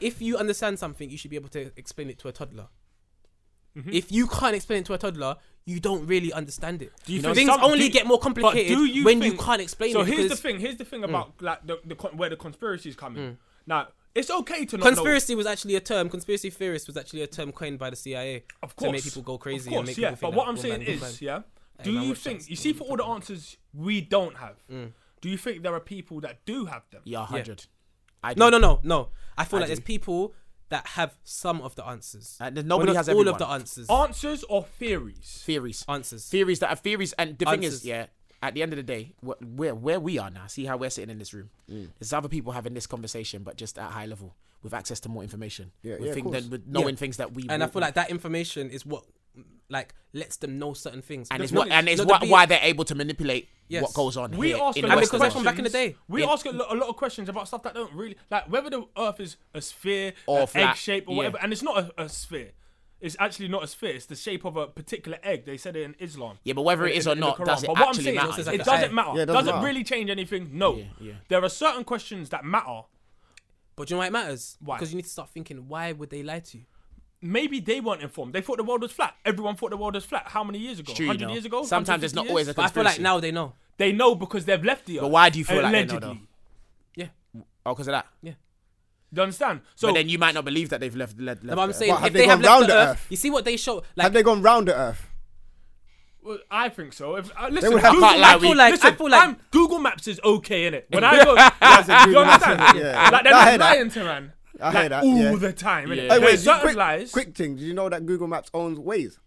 E: if you understand something, you should be able to explain it to a toddler.
F: Mm-hmm.
E: If you can't explain it to a toddler, you don't really understand it.
F: Do you think
E: Things
F: some-
E: only
F: do-
E: get more
F: but do
E: complicated
F: you
E: when
F: think-
E: you can't explain
F: So
E: it.
F: here's the
E: because Mm.
F: thing. Here's the
D: Mm.
F: thing about like the, the con- where the conspiracy is coming. Now it's okay to not know.
E: Conspiracy was actually a term. Conspiracy theorist was actually a term coined by the CIA
F: Of course,
E: to make people go crazy
F: Of course,
E: and make
F: yeah.
E: people think
F: but what
E: that
F: I'm
E: one
F: saying
E: man, one
F: is,
E: man.
F: yeah. Do
E: man,
F: you
E: watch
F: think
E: that.
F: you see for all the answers we don't have?
E: Mm.
F: Do you think there are people that do have them?
C: yeah, hundred. I
E: No,
C: do.
E: no, no, no. I feel
C: I
E: like there's
C: do.
E: people that have some of the answers.
C: Uh, there's
E: But
C: nobody
E: not
C: has
E: all of
C: everyone.
E: the answers.
F: Answers or theories?
C: Theories.
E: Answers.
C: theories that are theories and the thing is
E: Answers.
C: yeah at the end of the day wh- where where we are now see how we're sitting in this room
D: Mm.
C: there's other people having this conversation but just at high level with access to more information
D: Yeah,
C: with,
D: yeah, of
C: thing-
D: course.
C: with knowing
E: Yeah.
C: things that we
E: and I
C: wouldn't-
E: feel like that information is what like lets them know certain things.
C: and
E: The
C: it's
E: thing
C: what
E: is-
C: and it's
E: no, the
C: what,
E: be-
C: why they're able to manipulate
E: Yes.
C: what goes on
F: We
C: here
F: ask
C: in the
F: a lot of
C: Western
E: because they're
F: questions.
C: world.
E: from back in the day.
F: We
C: Yeah.
F: ask a, lo- a lot of questions about stuff that don't really like whether the Earth is a sphere
C: Or
F: or
C: flat,
F: egg shape or
C: yeah.
F: whatever, and it's not a, a sphere. It's actually not a sphere. It's the shape of a particular egg. They said it in Islam.
C: Yeah, but whether it
F: In-
C: is
F: in
C: or
F: the
C: not,
F: Quran.
C: does it
F: But what I'm
C: actually
F: saying
C: matter?
F: is
E: It's like
F: It
E: a-
F: doesn't matter.
D: Yeah, it doesn't
F: does it
D: matter.
F: really change anything? No.
C: yeah.
F: There are certain questions that matter.
E: But do you know why it matters?
F: Why?
E: Because you need to start thinking why would they lie to you?
F: Maybe they weren't informed. They thought the world was flat. Everyone thought the world was flat. How many years ago?
C: true, you
F: 100
C: know.
F: years ago?
C: Sometimes it's
F: 150
C: not
F: years?
C: always a
E: But I feel like
C: Conspiracy.
E: now they know.
F: They know because they've left the Earth.
C: But why do you feel like they know,
F: allegedly.
C: though?
E: Yeah.
C: oh because of that
F: Do you understand? So
C: but then you might not believe that they've left, left,
E: No,
C: left
E: but I'm
C: Earth.
E: saying
D: What, have
E: if
D: they
E: they have
D: gone
E: left
D: round
E: the
D: the
E: earth,
D: Earth?
E: you see what they show.
D: Have
E: Like
D: they gone round the Earth?
F: Well, I think so. If, uh, listen,
D: would have-
F: Google
D: I
C: can't lie,
F: Maps-
C: we- I feel
E: like- I
F: listen,
E: feel like-
F: I'm- Google Maps is okay, innit? When I go, like, you
D: Google Maps,
F: understand?
D: yeah.
F: Like they're
D: I
F: not
D: hear that.
F: lying to man.
D: I
F: like,
D: hear that,
F: all
D: yeah.
F: the time. innit?
C: Yeah. Hey,
D: Hey,
F: There's
D: wait,
F: certain
D: quick,
F: lies.
D: quick thing. Did you know that Google Maps owns Waze?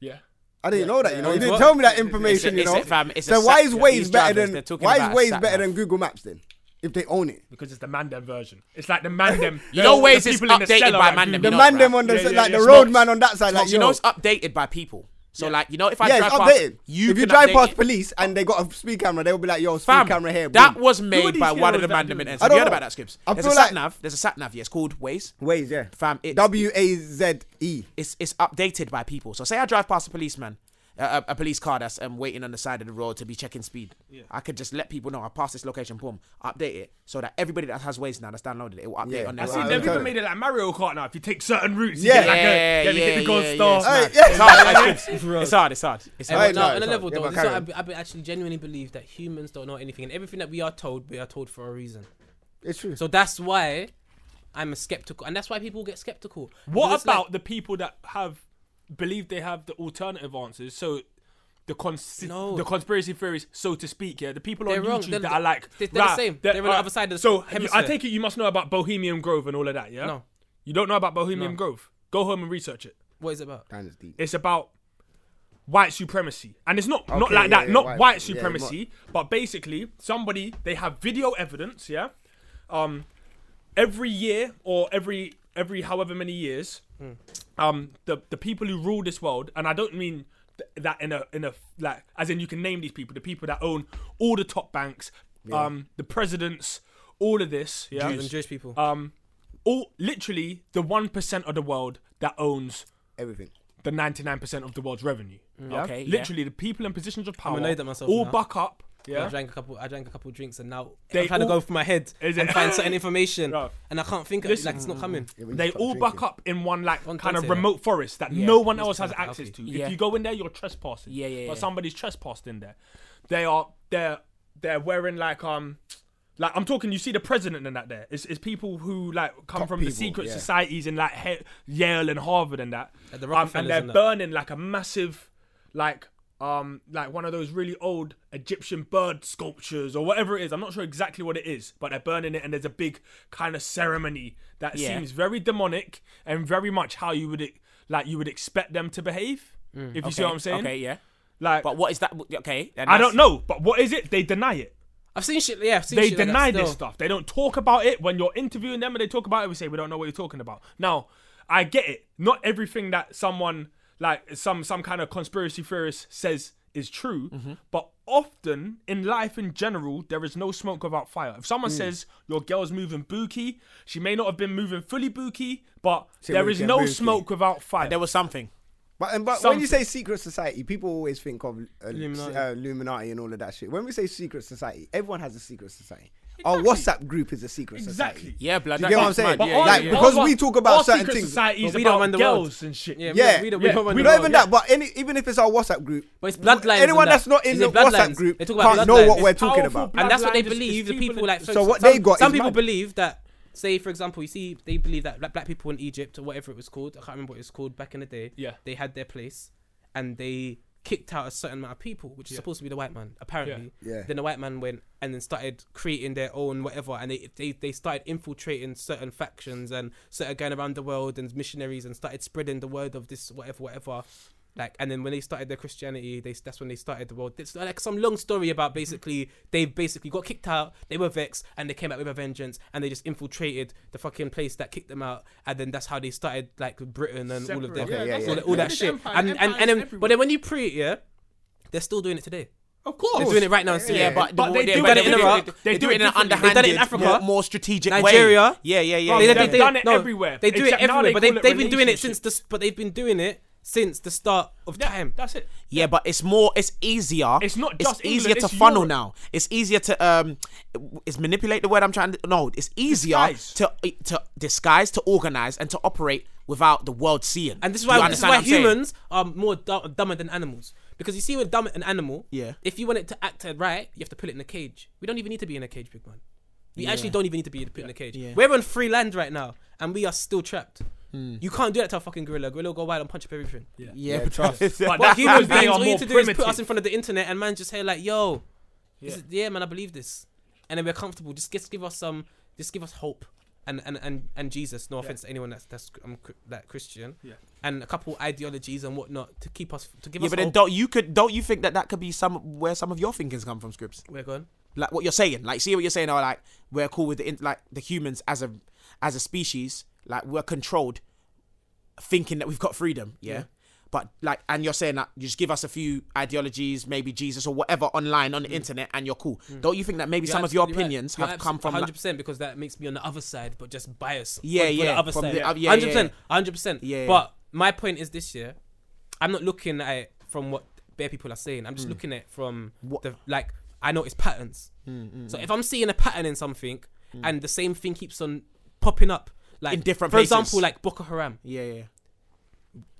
F: Yeah.
D: I didn't know that. You know, you
F: it's
D: didn't
F: what-
D: tell me that
C: It's a-
D: information.
C: it's
D: you know,
C: a- fam, it's a
D: so why
C: sat-
D: is
C: yeah,
D: Waze
C: these
D: better
C: drivers,
D: than
C: they're talking
D: why is
C: about a
D: Waze
C: sat
D: better
C: nav.
D: than Google Maps then? If they own it,
F: Because it's the man them version. It's like the man them.
C: You know Waze is updated by man
F: Mandem.
C: them,
D: the
C: you know,
D: man them
C: right?
D: on the
F: Yeah,
D: s-
F: yeah,
D: like
F: yeah.
D: the
F: Smokes.
D: road man on that side,
C: Smokes,
D: like
C: you
D: yo,
C: know it's updated by people So like you know, if I
D: yeah,
C: drive
D: it's
C: past,
D: updated.
C: you
D: if you
C: can
D: drive
C: update
D: past
C: it.
D: police and they got a speed camera, they'll be like, "Yo, speed
C: Fam,
D: camera here."
C: That
D: boom.
C: was
F: Who are
C: made
F: these
C: by one of
F: heroes
C: the
F: that
C: man
F: do
C: in
F: it?
C: NC.
D: I
C: Have
D: don't
C: you heard
D: know.
C: about that, Skips?
D: I
C: There's a
D: feel
C: sat
D: like-
C: nav. There's a sat nav. Yeah, it's called Waze.
D: Waze, yeah.
C: Fam, it's,
D: W A Z E.
C: it's it's updated by people. So say I drive past a policeman, a, a, a police car that's um, waiting on the side of the road to be checking speed. I could just let people know I passed this location. Boom, update it so that everybody that has Waze now that's downloaded it will update
D: Yeah.
C: on their.
D: I Wow,
F: I see
D: I'm
F: they've
D: telling
F: even made it like Mario Kart now. If you take certain routes,
D: Yeah.
F: you get like
C: Yeah,
F: a, yeah, you
C: yeah,
F: hit the gold
C: yeah,
F: star.
C: yeah,
D: Hey,
C: it's
D: yeah.
C: mad. It's hard, like, it's- It's hard. It's hard. It's
D: Hey,
C: hard.
D: no,
E: no, on a
D: sorry.
E: level
D: Yeah,
E: though,
D: but
E: this
D: carry
E: is
D: on.
E: what I, I actually genuinely believe that humans don't know anything, and everything that we are told, we are told for a reason.
D: It's true.
E: So that's why I'm a skeptical, and that's why people get skeptical. Because
F: What
E: it's like-
F: about the people that have believe they have the alternative answers? So the cons-
E: No.
F: the conspiracy theories, so to speak. Yeah, the people
E: They're
F: on
E: wrong.
F: YouTube
E: They're-
F: that are like
E: they're- they're the
F: "Right,
E: same. They're on the
F: alright."
E: other side of the
F: So you, I
E: hemisphere.
F: take it you must know about Bohemian Grove and all of that. Yeah,
E: No.
F: you don't know about Bohemian
E: No.
F: Grove. Go home and research it.
E: What is it about?
D: Kind of deep.
F: It's about white supremacy, and it's not not
D: Okay,
F: like
D: yeah,
F: that,
D: yeah,
F: not
D: white-
F: white,
D: yeah, not-
F: supremacy, but basically somebody they have video evidence. Yeah, um, every year or every every however many years,
D: Hmm.
F: um, the the people who rule this world, and I don't mean th- that in a in a like as in you can name these people, the people that own all the top banks, um, the presidents, all of this, yeah,
E: Jews. Jewish people.
F: um, all literally the one percent of the world that owns
D: Everything.
F: the 99% of the world's revenue. Yeah?
C: Okay, yeah.
F: Literally, the people in positions of power
E: annoyed at myself
F: all
E: now.
F: buck up.
E: I
F: Yeah.
E: drank a couple. I drank a couple drinks, and now
F: They
E: I'm trying to
F: all-
E: go through my head
F: Is
E: and
F: it?
E: find certain information,
F: Bro.
E: and I can't think. of it.
F: Listen.
E: Like it's not coming.
D: Yeah, when you
F: They
D: stop
F: all
D: drinking.
F: buck up in one like
E: Don't-
F: kind
E: don't say
F: of
E: that.
F: remote forest that
E: Yeah,
F: no one
E: that's
F: else has
E: kinda healthy.
F: access to.
C: Yeah.
F: If you go in there, you're trespassing.
C: Yeah, yeah, yeah.
F: But somebody's trespassed in there. They are they're they're wearing like um like I'm talking. You see the president and that there. It's, it's people who like come
D: Top
F: from the
D: people,
F: secret
D: yeah.
F: societies in like he- Yale and Harvard and that.
E: Like the
F: um, and
E: Rockefellers
F: they're
E: and that.
F: burning like a massive like um like one of those really old Egyptian bird sculptures or whatever it is. I'm not sure exactly what it is, but they're burning it and there's a big kind of ceremony that
C: Yeah.
F: seems very demonic and very much how you would e- like you would expect them to behave. If you see what I'm saying?
C: Okay, yeah.
F: Like
C: But what is that? Okay, and
F: I don't
C: that's-
F: know, but what is it? They deny it.
E: I've seen shit. Yeah, I've seen
F: They
E: shit like that
F: deny this
E: still.
F: stuff. They don't talk about it when you're interviewing them and they talk about it. We say we don't know what you're talking about. Now, I get it. Not everything that someone like some some kind of conspiracy theorist says is true, but often in life in general, there is no smoke without fire. If someone says your girl's moving bookie, she may not have been moving fully bookie, but there is
D: moving
F: no
D: bookie.
F: smoke without fire.
C: There was something.
D: But, and, but when you say secret society, people always think of uh, Illuminati.
E: Illuminati.
D: Uh, Illuminati and all of that shit. When we say secret society, everyone has a secret society. Our WhatsApp group is a secret
F: exactly.
D: society.
C: Yeah, blood.
D: Do you get what I'm saying?
F: But
C: Yeah,
F: our-
D: like
C: yeah, yeah.
D: because
F: our-
D: we talk about
F: our
D: certain
F: secret
D: things.
F: societies
E: But we don't
F: about
E: run the world.
F: girls and shit.
E: Yeah,
D: Yeah,
E: we don't.
F: yeah.
E: We don't.
F: We
E: We
D: Not
E: don't.
D: even that, but any, even if it's our WhatsApp group,
E: But it's bloodlines
D: anyone
E: and that.
D: that's not in
E: Is
D: the
E: it
D: WhatsApp
E: bloodlines?
D: group
E: They
D: can't
E: talk about
D: know what
E: bloodlines.
D: we're
F: It's
D: talking
F: powerful
D: about.
F: blood-
E: and that's what
F: bloodline
E: they
F: just-
E: believe.
F: it's
E: The
F: people
E: people like
F: that-
E: for
D: So
E: ex-
D: what
E: some,
D: they got is
E: Some people
D: mad.
E: believe that. Say for example, you see, they believe that black, black people in Egypt or whatever it was called. I can't remember what it was called back in the day.
F: Yeah.
E: They had their place, and they kicked out a certain amount of people, which is supposed to be the white man, apparently.
D: Yeah. Yeah.
E: Then the white man went and then started creating their own whatever, and they they, they started infiltrating certain factions and started going around the world and missionaries and started spreading the word of this whatever whatever. Like and then when they started their Christianity, they that's when they started the world. It's like some long story about basically they basically got kicked out, they were vexed, and they came out with a vengeance, and they just infiltrated the fucking place that kicked them out, and then that's how they started like Britain and all of
F: Separate.
E: them,
D: Okay, yeah,
E: all,
D: yeah.
E: that- all that
F: British
E: shit.
F: Empire,
E: and and
F: empires
E: and then, but
F: everywhere.
E: then when you pre it, yeah, they're still doing it today.
F: Of course.
E: They're doing it right now. still.
C: Yeah, but,
F: But
C: the-
F: they do
C: but
E: it in
C: they
E: Iraq.
C: They,
F: They
C: they do
F: do
C: it in an
F: it differently.
C: underhanded,
E: They've done it in Africa.
C: more, more strategic way.
E: Nigeria.
C: Yeah, yeah, yeah.
E: they,
F: Bro,
C: yeah.
E: they-
F: they've
E: they-
F: done it
E: no,
F: everywhere,
E: They do it
F: except now
E: everywhere,
F: they
E: but they,
F: call it
E: they've been doing it
F: relationship.
E: since the. s- But they've been doing it since the start of
F: Yeah,
E: time.
F: That's it.
C: Yeah, but it's more. It's easier.
F: It's not just
C: It's easier
F: England,
C: to
F: it's
C: funnel
F: Europe.
C: now. It's easier to um, is manipulate the word I'm trying to. No, it's easier
F: Disguise.
C: to to disguise, to organize, and to operate without the world seeing.
E: And this is
C: Do you
E: why, this is
C: understand
E: why
C: what I'm saying?
E: humans are more du- dumber than animals. Because you see, with dumb an animal,
C: Yeah.
E: if you want it to act right, you have to put it in a cage. We don't even need to be in a cage, big man. We actually don't even need to be put in a cage. We're on free land right now, and we are still trapped. You can't do that to a fucking gorilla. Gorilla will go wild and punch up everything.
C: Yeah, but that's-
F: But
E: But
F: that's
E: human beings,
F: because they are
E: all you
F: more
E: need to do is
F: primitive.
E: put us in front of the internet, and man, just say like, "Yo, yeah, is, yeah man, I believe this," and then we're comfortable. Just, just give us some, just give us hope, and and and, and Jesus. No offense to anyone that's that's um, cr- that Christian,
F: Yeah.
E: and a couple ideologies and whatnot to keep us to give
C: yeah,
E: us.
C: but then
E: hope.
C: don't you could don't you think that that could be some where some of your thinkings come from, scripts?
E: we're gone.
C: like what you're saying like see what you're saying or like we're cool with the in- like the humans as a as a species like we're controlled thinking that we've got freedom yeah, But like, and you're saying that you just give us a few ideologies, maybe Jesus or whatever, online on the internet, and you're cool. Don't you think that maybe some of your opinions have come from?
E: hundred
C: Like,
E: percent because that makes me on the other side, but just biased.
C: Yeah,
E: for- for
C: yeah,
E: The other
C: from
E: side.
C: the oth- yeah, yeah,
E: Hundred percent. Hundred percent.
C: Yeah, yeah.
E: But my point is this year, I'm not looking at it from what bare people are saying. I'm just looking at it from
C: Hmm. What- Hmm,
E: the like I notice patterns. so if I'm seeing a pattern in something and the same thing keeps on popping up, like
C: In different
E: for
C: places.
E: example, like Boko Haram.
C: yeah, yeah,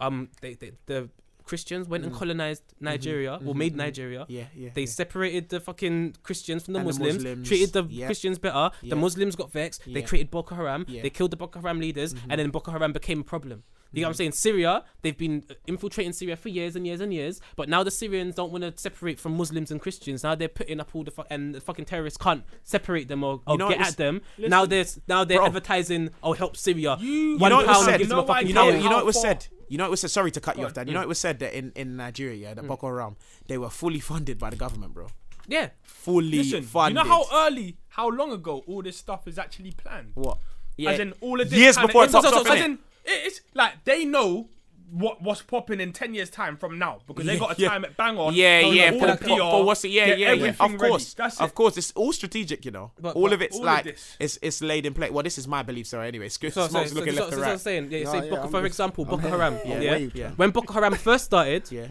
E: Um, they, they the Christians went and
C: Hmm.
E: colonized
C: Mm-hmm.
E: Nigeria or made Nigeria.
C: yeah, yeah.
E: They separated the fucking Christians from the,
C: And the
E: Muslims,
C: Muslims,
E: treated the
C: yeah.
E: Christians better.
C: Yeah.
E: The Muslims got vexed. They
C: Yeah.
E: created Boko Haram.
C: Yeah. Mm-hmm.
E: They killed the Boko Haram leaders, and then Boko Haram became a problem. You know what I'm saying? Syria, they've been uh, infiltrating Syria for years and years and years, but now the Syrians don't want to separate from Muslims and Christians. Now they're putting up all the fu- and the fucking terrorists can't separate them or, or
C: know
E: get
C: what,
E: at them. now they're now they're
C: Bro.
E: advertising, oh help Syria.
F: You-
C: you
E: One
C: know what was
E: pound
C: said?
E: gives
F: You
E: them
F: know
E: a
F: why-
E: fucking
C: you know,
F: Yeah,
E: pound.
C: you know
F: how
C: it was
F: far?
C: said. You know it was said. Sorry to cut you
F: on.
C: off, Dad. You know it was said that in in Nigeria, yeah, that Boko Haram they were fully funded by the government, bro.
E: yeah.
C: Fully
F: Listen,
C: funded.
F: you know how early, how long ago all this stuff is actually planned?
C: what? Yeah.
F: As in all of this
C: Years
F: kinda
C: before it
F: info-
C: pops
F: so-
C: up,
F: so- As
C: innit?
F: in it's like they know what what's popping in ten years time from now because they got a
C: yeah.
F: time at bang on.
C: yeah,
F: so
C: yeah,
F: all
C: for,
F: the
C: for, for what's it? Yeah,
F: get
C: yeah, yeah.
F: everything
C: Of
F: ready.
C: course,
F: That's
C: of
F: it.
C: course, it's all strategic, you know.
E: But-
C: all
E: but
C: of it's
F: all of
C: like
F: this.
C: it's it's laid in place. Well, this is my belief, sorry. Anyway, Scoop
E: So, so,
C: Smoke's
E: so,
C: looking
E: so,
C: left
E: so,
C: to
E: so I'm
C: right.
E: saying, yeah,
D: No,
E: say
D: yeah,
E: Boko,
D: I'm
E: for
D: just-
E: example,
D: I'm
E: Boko
D: here.
E: Haram.
D: I'm
E: yeah.
D: waved,
C: yeah.
E: When Boko Haram first started,
C: Yeah,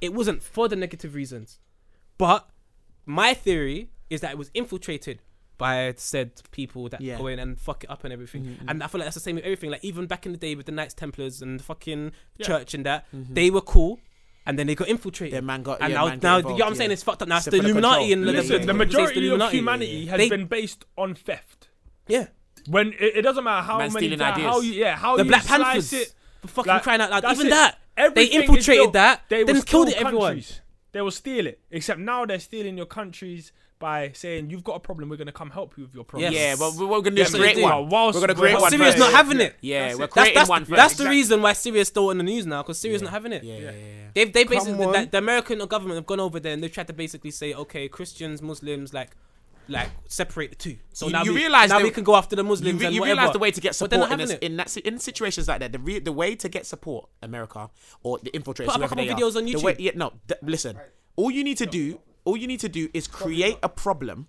E: it wasn't for the negative reasons. But my theory is that it was infiltrated by said people that
C: Yeah. Mm-hmm.
E: go in and fuck it up and everything. And I feel like that's the same with everything. Like even back in the day with the Knights Templars and the fucking church and that, they were cool. And then they got infiltrated.
C: Mm-hmm. Their man got-
E: and
C: yeah,
E: now,
C: man got
E: now you
C: involved,
E: know what I'm saying?
C: yeah.
E: It's fucked up. Now it's the
C: Similar
E: Illuminati
C: control.
E: and
C: Yeah,
F: Listen,
C: yeah,
F: the
C: yeah.
F: majority of humanity has
E: They-
F: been based on theft.
E: Yeah.
F: When it, it doesn't matter how
C: Man
F: many
C: stealing
F: times,
C: ideas.
F: how you, yeah, how
E: The
F: you
E: Black
F: slice
E: Panthers.
F: it,
E: For fucking
F: like,
E: crying out loud.
F: that's
E: Even
F: it.
E: that. They
F: Everything is
E: infiltrated
F: built.
E: that.
F: They
E: then
F: will
E: killed
F: steal
E: it, everyone.
F: countries. They will steal it. Except now they're stealing your countries by saying you've got a problem. We're gonna come help you with your problem.
E: Yes.
C: yeah. But we- we're gonna do
F: Yeah,
C: a
F: but
C: great
F: they do.
C: one.
F: Whilst-
C: We're gonna create
F: whilst
C: one.
E: Syria's
C: first.
E: not having it.
C: Yeah, we're
E: That's,
C: creating
E: that's,
C: one. first.
E: that's the reason why Syria's still on the news now because Syria's not having it.
C: Yeah, yeah, yeah. yeah.
E: They've they basically
D: on.
E: the, the American government have gone over there and they've tried to basically say, okay, Christians, Muslims, like, like separate the two. So
C: You-
E: now
C: you
E: we,
C: realise
E: now
C: they-
E: we can go after the
C: You,
E: Muslims
C: re-
E: and
C: you
E: whatever.
C: realize the way to get
E: But they're not
C: support in, this,
E: having it.
C: in that si- in situations like that, the re- the way to get support, America or the infiltrators,
E: Put up a
C: whoever
E: couple
C: they are,
E: videos on
C: the way-
E: YouTube.
C: yeah, no, th- listen. All you need to do, all you need to do, is create a problem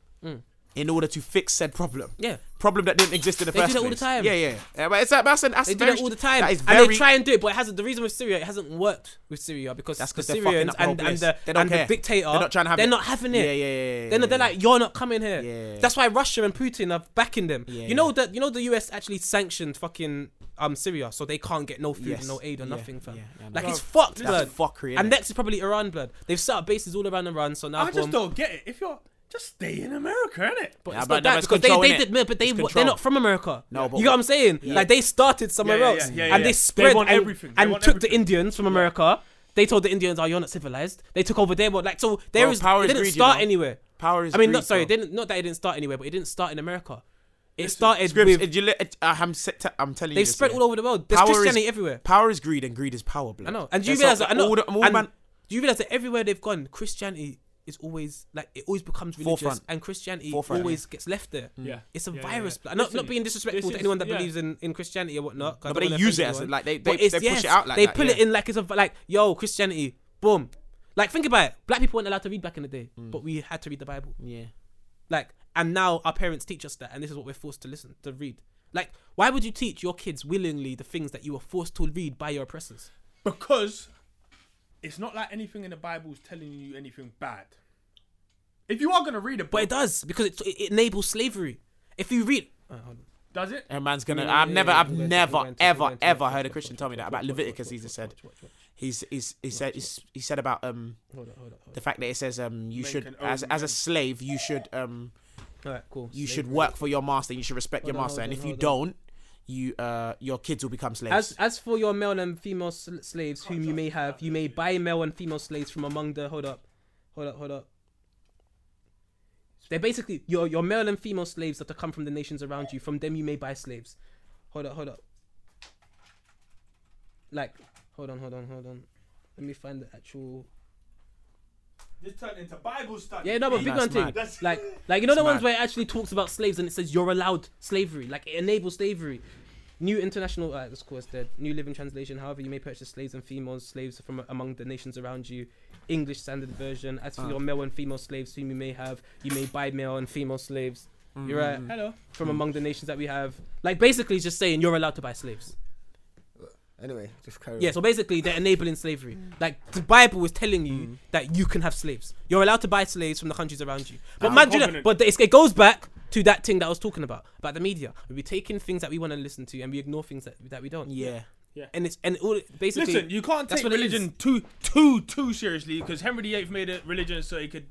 C: in order to fix said problem.
E: Mm. Yeah.
C: problem that didn't exist in the
E: They do
C: first
E: that all
C: place.
E: the time.
C: Yeah, yeah. yeah but it's that, that's an, that's
E: They do
C: very
E: that all the
C: str-
E: time,
C: That is
E: and they
C: very
E: try and do it, but it hasn't. The reason with Syria, it hasn't worked with Syria because
C: That's
E: the
C: 'cause they're fucking
E: Syrians
C: up the whole
E: and, and
C: place.
E: the
C: They don't
E: and the
C: care.
E: dictator,
C: They're not trying to have
E: they're
C: it.
E: not having it.
C: Yeah, yeah, yeah, yeah,
E: They're, not, they're
C: yeah.
E: like, you're not coming here.
C: Yeah.
E: That's why Russia and Putin are backing them.
C: Yeah,
E: you know
C: yeah.
E: that you know the US actually sanctioned fucking um Syria, so they can't get no food,
C: Yes.
E: no aid, or
C: Yeah,
E: nothing, fam.
C: yeah, I know.
E: like it's
C: Bro,
E: fucked, blood.
C: that's fuckery.
E: And
C: innit?
E: next is probably Iran, blood. They've set up bases all around Iran, so now
F: I just
E: bomb-
F: don't get it. If you're just stay in America, innit? But
C: Yeah,
E: It's
C: but
E: not that,
C: it's
E: because
C: control,
E: they, they
C: innit?
E: did, no, but they
C: It's
E: they're
C: control.
E: not from America.
C: No, but-
E: you know what I'm saying? Like they started somewhere
F: Yeah, yeah,
E: else,
F: yeah, yeah,
E: and
F: yeah.
E: they
F: They
E: spread
F: want
E: and,
F: everything. They
E: and
F: want
E: took the
F: everything.
E: Indians from America. They told the Indians, "Oh, you're not civilized." They took over their world. Like so, there
C: Bro,
E: is
C: power
E: it
C: is
E: didn't
C: greed, you
E: start
C: know.
E: anywhere.
C: Power is
E: I mean,
C: greed,
E: not sorry, it
C: bro.
E: didn't not that it didn't start anywhere, but it didn't start in America. It started
C: Scripts,
E: with
C: uh, you li- uh, I'm, se- t- I'm telling you.
E: they
C: this,
E: spread
C: yeah.
E: all over the world. There's
C: Power is-
E: Christianity everywhere.
C: Power is greed, and greed is power. Blood.
E: I know. And do you
C: That's
E: realize
C: all-
E: that? I know.
C: all the- all
E: and
C: man-
E: do you realize that everywhere they've gone, Christianity is always like it always becomes religious,
C: Forefront.
E: and Christianity
C: Forefront, Mm.
E: always gets left there.
F: Yeah.
E: it's a
F: Yeah, yeah,
E: virus.
F: yeah.
E: I'm Not not
F: Listen,
E: being disrespectful
F: this
E: to
F: is-
E: anyone that
F: yeah.
E: believes in, in Christianity or whatnot. 'cause I
C: No, Mm. but
E: don't
C: they
E: wanna
C: use
E: offend
C: it as a-
E: anyone.
C: like, they-
E: But
C: they-
E: it's-
C: they push it
E: yes,
C: out like
E: they
C: that,
E: pull it
C: yeah.
E: in like it's a like yo Christianity boom. Like think about it. Black people weren't allowed to read back in the day,
C: Mm.
E: but we had to read the Bible.
C: Yeah.
E: Like, and now our parents teach us that, and this is what we're forced to listen to read. Like, why would you teach your kids willingly the things that you were forced to read by your oppressors?
F: because it's not like anything in the Bible is telling you anything bad. If you are gonna read a book,
E: But it does because it, it enables slavery. If you read, uh, hold on.
F: does it?
C: And man's gonna.
E: No, no,
C: I've
E: no,
C: never,
E: no,
C: I've
E: we're going to- we're
C: never,
E: going to- we're
C: ever,
E: going to-
C: ever heard a
E: watch,
C: Christian
E: watch,
C: tell me that
E: watch,
C: about
E: watch,
C: Leviticus.
E: watch,
C: He just said
E: watch, watch, watch.
C: he's he's he said he's, he said about um
E: hold on, hold on, hold
C: the fact that it says um you
F: Men
C: should
F: can own
C: as as a
F: men.
C: slave you should um
E: on. All right, cool.
C: you
E: Slavery.
C: should work for your master. You should respect your
E: Hold on,
C: master. And
E: hold
C: if
E: on,
C: you
E: hold
C: don't, you uh your kids will become
E: As
C: slaves.
E: as for your male and female sl- slaves whom you may have, you may buy male and female slaves from among the. Hold up, hold up, hold up. They're basically your your male and female slaves that are come from the nations around you. From them you may buy slaves. Hold up, hold up. Like, hold on, hold on, hold on. Let me find the actual.
F: This turned into Bible study.
E: Yeah, no, but big
C: that's
E: one thing.
C: mad.
F: That's-
E: Like, like you know the ones
C: mad.
E: where it actually talks about slaves and it says you're allowed slavery. Like it enables slavery. New international, uh, of course, the New Living Translation. However, you may purchase slaves and females, slaves from uh, among the nations around you. English Standard Version. As for your male and female slaves, whom you may have, you may buy male and female slaves. You're right. Hello. From among the nations that we have, like basically just saying you're allowed to buy slaves.
D: Anyway, just carry
E: Yeah. So basically, they're enabling slavery.
D: Mm.
E: Like the Bible is telling you that you can have slaves. You're allowed to buy slaves from the countries around you. But
F: Ah,
E: man, do you know,
F: covenant.
E: but it's- it goes back to that thing that I was talking about about the media. We taking things that we want to listen to and we ignore things that, that we don't.
C: Yeah.
E: And it's and all basically.
F: Listen, you can't
E: that's
F: take
E: what it
F: religion too too too seriously because Henry VIII made it religion so he could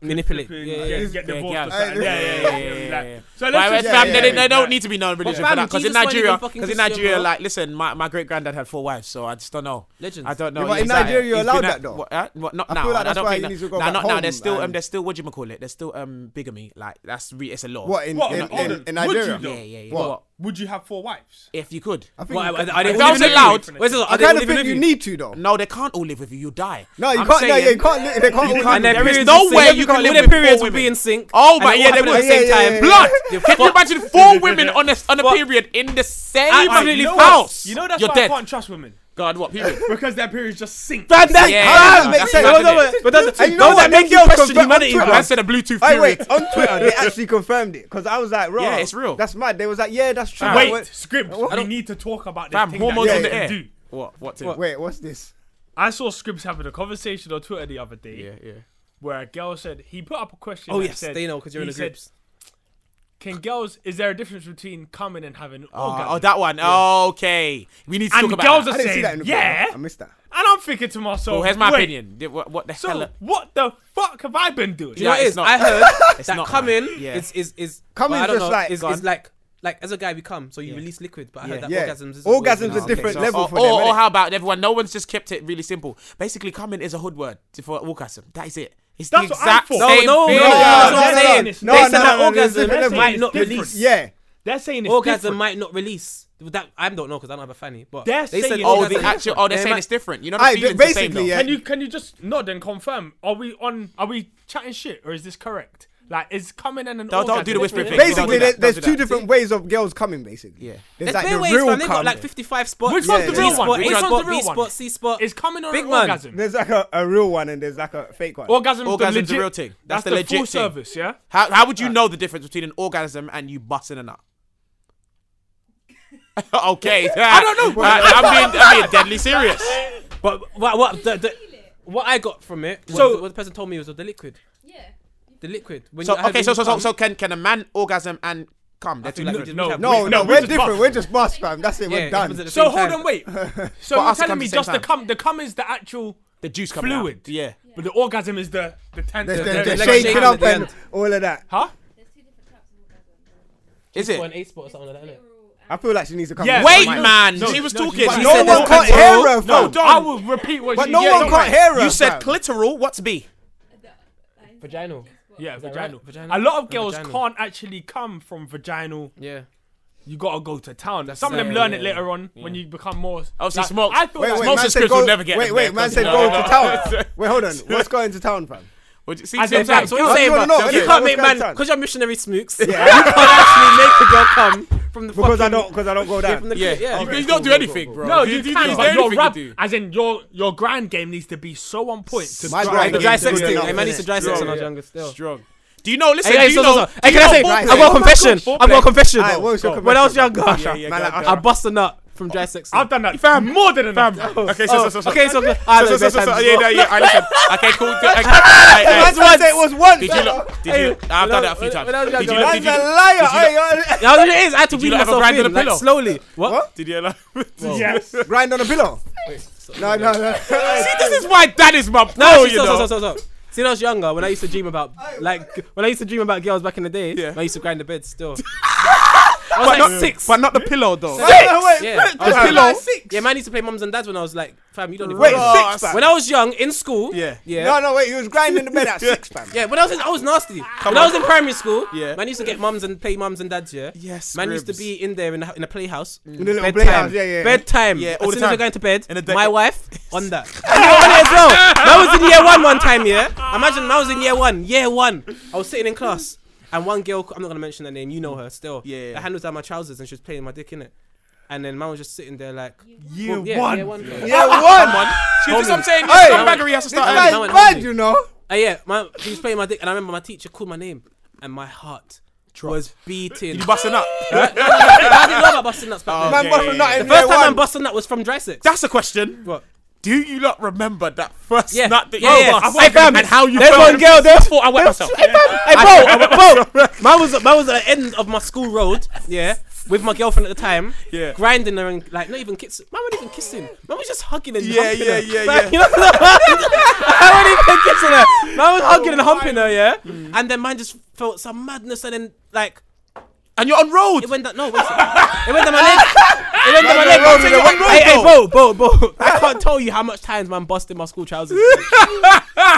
E: manipulate.
F: flipping
E: Yeah, yeah,
F: get,
E: yeah.
F: get
C: Yeah,
F: divorced.
C: yeah,
F: or
D: yeah,
F: something.
D: yeah,
F: Yeah, yeah,
C: yeah,
F: yeah,
C: yeah, yeah.
F: yeah. yeah. So
C: Right,
F: let's
C: well,
F: just
C: fam,
D: yeah,
C: they,
D: yeah.
C: they don't need to be known religion for
E: fam,
C: that because in
E: Jesus wasn't even
C: Nigeria,
E: fucking
C: because in
E: Christian,
C: Nigeria,
E: bro.
C: like, listen, my, my great granddad had four wives, so I just don't know.
E: Legends.
C: I don't know.
D: Yeah, but in
C: exactly.
D: Nigeria, you're
C: He's
D: allowed
C: been
D: that,
C: at-
D: though.
C: what- uh, what- not
D: I
C: now.
D: feel
C: and
D: like
C: I
D: that's
C: don't
D: why
C: think
D: he
C: that-
D: needs to go
C: nah,
D: back
C: not now.
D: home
C: There's still um,
D: and-
C: there's still what do you call it? There's still um bigamy. Like that's re- it's a law.
D: What in
F: What,
D: in,
F: hold on,
D: in,
F: would
D: in
F: you
D: Nigeria?
F: though?
C: Yeah, yeah, yeah.
D: What?
C: What?
F: Would you have four wives?
C: If you could,
D: I think
E: Well,
D: you
E: I,
D: can-
E: I, I,
C: if
E: if
C: I
E: I
C: was allowed-
E: allowed, where's
D: I kind of think you need to though.
C: no, they can't all live with you. You die.
D: No, you
C: I'm
D: can't. no, yeah, you
C: saying-
D: can't. li- They can't. all
C: can't-
D: live
E: And their
C: there
D: together.
C: is
E: periods
C: no
E: will be
C: way
E: synced.
C: you can
E: all
C: live
E: their
C: with four
E: periods will be
C: women.
E: in sync.
C: Oh
E: and
C: my,
E: it all
C: yeah, they
E: happen
C: will
E: at
C: at
E: the
D: yeah,
C: same
D: yeah,
C: time.
D: yeah,
C: Blood.
D: yeah.
C: Can you imagine four women on a on a period in the same
E: Absolutely
C: house?
E: false.
F: You know that's
C: You're
F: why
C: dead.
F: I can't trust women
C: God, what period?
F: because their periods just sink.
D: Fam, that-
C: Yeah,
D: how does that
C: yeah,
D: make
C: that's
D: sense?
C: exactly
D: No, no,
C: it.
D: but that's-
E: And
D: you
E: you
D: know
E: know
D: what?
E: that
D: Them
E: makes
D: girls
E: you question
D: confirm on
E: humanity,
D: Twitter.
E: bro.
C: I said a Bluetooth
D: Hey,
C: period.
D: wait, on Twitter they actually confirmed it because I was like, "Raw,
C: Yeah, it's real.
D: That's mad." They was like, "Yeah, that's
E: Ah,
D: true."
F: Wait,
D: Wait,
F: Scribs,
D: I
F: we
D: don't-
F: need to talk about this
C: Fam,
F: thing
C: hormones
F: that
D: in
F: they
D: the
F: can
C: air.
F: do.
C: What? What? Tim?
D: wait, what's this?
F: I saw Scribs having a conversation on Twitter the other day
C: Yeah, yeah.
F: where a girl said he put up a question.
E: Oh
F: that
E: yes,
F: said,
E: they know because you're in
F: he
E: the
F: said,
E: groups.
F: Can girls? Is there a difference between coming and having an
C: Oh,
F: orgasm?
C: oh, that one. Okay, we need to
F: And
C: talk about.
F: girls
C: that.
F: are
D: I didn't see
F: saying,
D: that in the
F: yeah,
D: I missed that.
F: and I'm thinking to myself,
C: Well, here's my
F: wait,
C: opinion. Did- What, what the
F: So
C: hell?
F: what the fuck have I been doing?
E: You know
C: Yeah,
E: what it
C: it's
E: is?
C: not-
E: I heard that
C: not,
E: coming
C: man. Yeah.
E: is is is
D: Coming
E: well, I
D: is
E: don't
D: just
E: know,
D: like-
E: is,
D: Go
E: is
D: on.
E: like like as a guy we come, so you release liquid. But I heard that
D: Yeah.
E: orgasms is
D: Orgasms
E: orgasm.
D: is different level
C: or,
D: for
C: or,
D: them,
C: or
D: innit?
C: how about everyone? No one's just kept it really simple. Basically, coming is a hood word for orgasm. That is it. It's
F: That's
C: the
F: what I
C: exact
F: thought.
C: same
E: No, no,
C: thing.
E: no,
D: that's no, what
E: that's what
D: I'm
E: I'm
D: no, saying.
E: saying.
D: no, They no,
E: They said
D: said no, that
E: that
D: no, orgasm there's a
E: orgasm
D: different
E: might not
F: level.
E: release.
D: Yeah,
F: They're saying it's
E: Orgasm
F: different.
E: might not release. That I don't know because I don't have a fanny. But
F: They're
E: they said
F: saying
C: Oh,
E: orgasm.
C: the
F: orgasm.
C: actual. Oh, they're
E: They
C: saying
E: might-
C: it's different. You know, the
D: I
C: feeling's the
D: basically
C: same, though.
D: yeah.
F: Can you can you just nod and confirm? Are we on? Are we chatting shit or is this correct? Like, is coming in an
C: Don't- don't
F: orgasm
C: do the whispering
F: different?
C: thing. Don't
D: Basically,
C: do
D: there,
C: that,
D: there's
C: don't do
D: two
C: that.
D: different ways of girls coming. Basically,
C: Yeah.
D: there's
E: There's
D: like the
E: bare ways,
D: real
E: fam. They got
D: cum.
E: like 55 spots.
F: Which one's
D: the
E: B
D: real
E: spot,
F: one?
E: A
F: Which one's
E: spot,
F: the
E: B
F: real
E: spot,
F: one?
E: C spot.
F: Is coming or
E: Big
F: an
E: man.
F: orgasm?
D: There's like a, a real one and there's like a fake one.
F: Orgasm's,
C: Orgasm's
F: the
C: the
F: legit,
C: real thing. That's
F: That's,
C: the
F: the,
C: legit thing.
F: full service, yeah.
C: How, how would you know the difference between an orgasm and you busting a nut? okay. I Uh,
F: don't know.
C: I'm, being, I'm being deadly serious.
E: But what what the, the, what I got from it? Was
F: So-
E: so what the person told me was the liquid.
H: Yeah.
E: The liquid. When
C: So
E: you- I heard
C: okay,
E: when
C: so
E: you
C: so so,
E: come-
C: so can can a man orgasm and come? They're two
E: feel like
C: different.
E: we
F: No,
E: didn't have-
D: no,
F: we-
D: no,
F: no,
D: we're,
F: we just
D: different.
F: bust.
D: We're just bust, fam. That's it.
E: Yeah,
D: We're
E: it
D: done.
E: happens at the
F: So
E: same
F: hold
E: time.
F: on, wait. So
C: But
F: you're
C: us it
F: telling
C: comes
F: me
C: the same
F: just the
C: time.
F: cum, the cum is the actual,
C: The juice coming out.
F: fluid,
C: Yeah.
F: but the orgasm is the the ten.
D: There's
F: the-
D: the,
E: they're-
D: the
E: they're
D: shaking
E: shaking
D: up
E: at the
D: and
E: end.
D: all of that.
F: huh?
H: There's two different types of orgasm.
C: Is
E: Or an
C: it?
E: A spot or something like that. innit?
H: Literal
D: I
H: and
D: feel like she needs to come.
F: Yeah.
D: back.
C: Wait,
F: No,
C: man.
F: no,
C: she was
F: no,
C: talking.
F: but
C: She
D: no
C: said
D: one
C: there's clitoral.
D: can't hear her,
F: No,
D: fam.
F: don't. I will repeat what
D: But
F: she
D: no
F: yeah,
D: one can't hear her.
C: You said
D: fam.
C: clitoral. What's B?
H: the, like,
E: Vaginal.
F: Yeah,
E: that
F: vaginal.
E: right? Vaginal?
F: A lot of
E: Yeah,
F: girls
E: vaginal.
F: can't actually come from vaginal.
E: Yeah.
F: You gotta go to town. Some of them
E: yeah,
F: learn
E: yeah,
F: it later on when you become more.
C: Oh, she
F: like,
C: smokes.
F: I thought
D: Wait,
F: that-
D: wait,
C: Most
D: man
C: of
D: said
C: Scribs
D: go,
C: would never get
D: Wait,
C: them
D: wait,
C: there,
D: man
C: cause-
D: said
C: No,
D: go
C: no,
D: to town. wait, hold on. What's going to town, fam?
C: Would you see?
F: I
C: see what
F: said
C: I'm
F: that.
E: So
C: saying?
D: What
E: what you're saying,
D: do you wanna
E: bro,
D: know,
E: you
D: innit?
E: can't
D: What's
E: make
D: going
E: man
D: on?
E: because you're missionary smooks. you can't actually make the girl come from the
D: Because I
E: fucking-
D: don't, because I don't go
E: from
D: down.
E: the
C: Yeah.
E: clit, yeah.
C: You, you don't do anything, bro.
F: No,
C: If
F: you,
C: do-
F: can,
C: is
F: but
C: there
F: your
C: anything you
F: rub,
C: do?
F: as in your your grind game needs to be so on point. To
D: My
F: drive
D: grind
F: the
D: game
E: dry
D: is
E: sex
D: good
E: thing.
D: enough.
E: Hey, man, I used to dry sex
F: Strong,
E: when I was
F: yeah.
E: younger still.
C: Strong. Do you know? Listen.
E: Hey,
C: do
E: so,
C: you
E: so,
C: know?
E: so. Hey,
C: do you
E: can I say?
C: know
D: Right,
E: I've
C: foreplay?
D: yeah.
E: got a confession.
F: Foreplay.
E: I've got a confession.
D: Alright, what was your
E: When I was
D: confession,
E: younger,
C: yeah,
D: Man,
C: go,
D: like,
C: go.
E: I bust a nut from dry sex.
F: I've done that more than enough.
C: Okay, so,
E: Oh,
C: so, so, so.
E: okay, so
C: So, so,
E: I don't know.
C: so, so,
E: sometimes-
C: yeah, yeah, yeah. I listen. Okay, cool. Okay, hey, hey.
D: That's why I said it was once.
C: Did you look? Did you? I've done that a few
E: When I-
C: times.
E: when I was
C: Did you
E: younger,
C: look? Did
D: That's a
C: you?
D: liar. Hey,
E: That's what it is. I had to
C: you
E: wean
C: not have a
E: myself
C: grind on
E: in
C: a
E: like,
C: pillow?
E: slowly. What?
C: Did you allow?
F: Yes.
D: yo. Grind on a pillow. No, no, no.
C: See, this is why dad is my
E: No,
C: bro,
E: see,
C: you
E: so,
C: know.
E: so, so, so, so. See, when I was younger, when I used to dream about, like, g- when I used to dream about girls back in the day,
C: Yeah.
E: I used to grind the bed still. I was like six.
C: But not the pillow, though.
D: Wait,
E: yeah,
D: wait,
E: I was
D: wait,
E: like
D: wait,
E: Yeah, man, I used to play mums and dads when I was like, fam, you don't even.
D: Wait,
E: know.
D: six, fam.
E: When I was young in school.
C: Yeah.
E: Yeah.
D: No, no, wait. He was grinding the bed at six, fam.
E: Yeah, when I was in, I was nasty. when I was in primary school,
C: Yeah.
E: man used to get mums and play mums and dads. Yeah,
C: Yes,
E: Man used to
C: scribs.
E: be in there in a, in a playhouse. In
D: the little playhouse, yeah, yeah.
E: Bedtime.
C: Yeah,
E: as
C: all the
E: soon as
C: time.
E: we're going to bed,
C: In a deck-
E: my wife on that. And you know, on it as well. Man was in year one one time. Yeah, imagine man was in year one. Year one, I was sitting in class, and one girl, I'm not gonna mention her name. You know her still.
C: Yeah, yeah.
E: Her hand was down my trousers, and she was playing my dick in it. And then man was just sitting there like,
F: Year
E: yeah,
F: one.
E: year one. Yeah.
D: Yeah, what?
G: That's what I'm saying.
D: Hey.
G: Scumbaggery has to
D: This
G: start
E: Hey.
G: early.
E: No
D: guy's
E: one
D: bad,
E: knows.
D: you know.
E: Uh, yeah, my, he was playing my dick, and I remember my teacher called my name, and my heart was beating.
G: You busting up.
E: I didn't know about busting nuts back
G: Oh,
D: Man,
E: then.
D: bust from that in
E: First
D: year
E: time I'm
D: one.
E: busting nut was from Dry Six.
C: That's a question.
E: What?
C: Do you not remember that first
E: Yeah.
C: nut that
E: Yeah,
C: you
E: yeah.
C: bust?
E: Hey, fam,
C: and how you
E: there's
C: felt?
E: one girl,
C: I
E: there's-
C: thought I wet myself.
E: Hey, bro, I- bro, man was man was at the end of my school road, yeah, with my girlfriend at the time,
G: Yeah.
E: grinding her and like not even kissing. Man wasn't even kissing. Man was just hugging and
G: Yeah,
E: humping
G: yeah,
E: her.
G: yeah,
E: Like,
G: yeah.
E: You know what I wasn't even kissing her. Man
G: Oh
E: was hugging and humping her, yeah. And then man just felt some madness, and then like
C: And you're on road.
E: it went down. No, wait, a second. it went down my leg. It went down my leg.
D: road with the
E: Hey, hey, bro, bro, bro. I can't tell you how much times man busted my school trousers.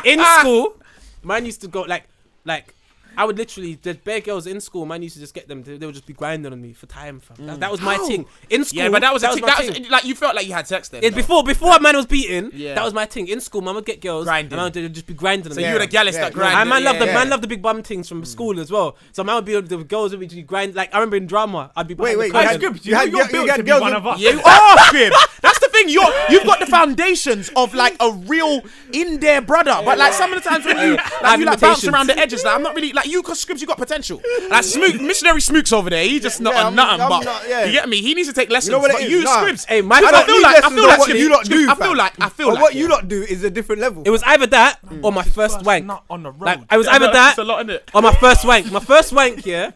E: in school, man used to go like, like. I would literally, the bare girls in school, man used to just get them. They, they would just be grinding on me for time, fam. That, that was my thing in school.
C: Yeah, but that was a thing-
E: my
C: that
E: thing.
C: was like you felt like you had sex then.
E: Yeah,
C: though.
E: before before a man was beaten.
C: Yeah.
E: that was my thing in school. Man would get girls,
C: Grinding.
E: and man would just be grinding. So
C: you were the gallus
D: Yeah,
C: that
D: yeah.
C: grind.
E: and man loved the
D: yeah.
E: man loved the big bum things from school as well. So man would be the girls would be grind. Like I remember in drama, I'd be
D: Wait,
E: behind the
D: wait,
E: curtain.
F: That's good. You, had, you're
D: you
F: built
D: had
F: to be
D: girls
F: one
D: in-
F: of us.
C: Yeah, you are, Crib. That's the thing. You're you've got the foundations of like a real in there brother. But like some of the times when you like
E: Have
C: you like bounce
E: limitations.
C: around the edges, like I'm not really like you cause Scribs, you got potential. Like Smook, missionary Smook's over there. He just not
D: yeah,
C: a
D: I'm-
C: nothing.
D: I'm
C: But
D: not- yeah.
C: you get me. He needs to take lessons.
D: what it
C: but
D: is?
C: you
D: Nah.
C: Scribs,
E: Hey, my
C: I
E: don't
C: don't
D: These
C: feel like I
D: lessons
C: feel
D: are
C: like
D: what you lot do,
C: I
D: fam.
C: feel like I feel
D: But
C: like
D: what
C: yeah.
D: you lot do is a different level.
E: It was either that
D: Mm.
E: or my first
F: First
E: wank.
F: nut on the road.
E: Like I was
C: Yeah,
E: either
C: no,
E: that
C: it's a lot, innit?
E: or my first wank. My first wank, yeah,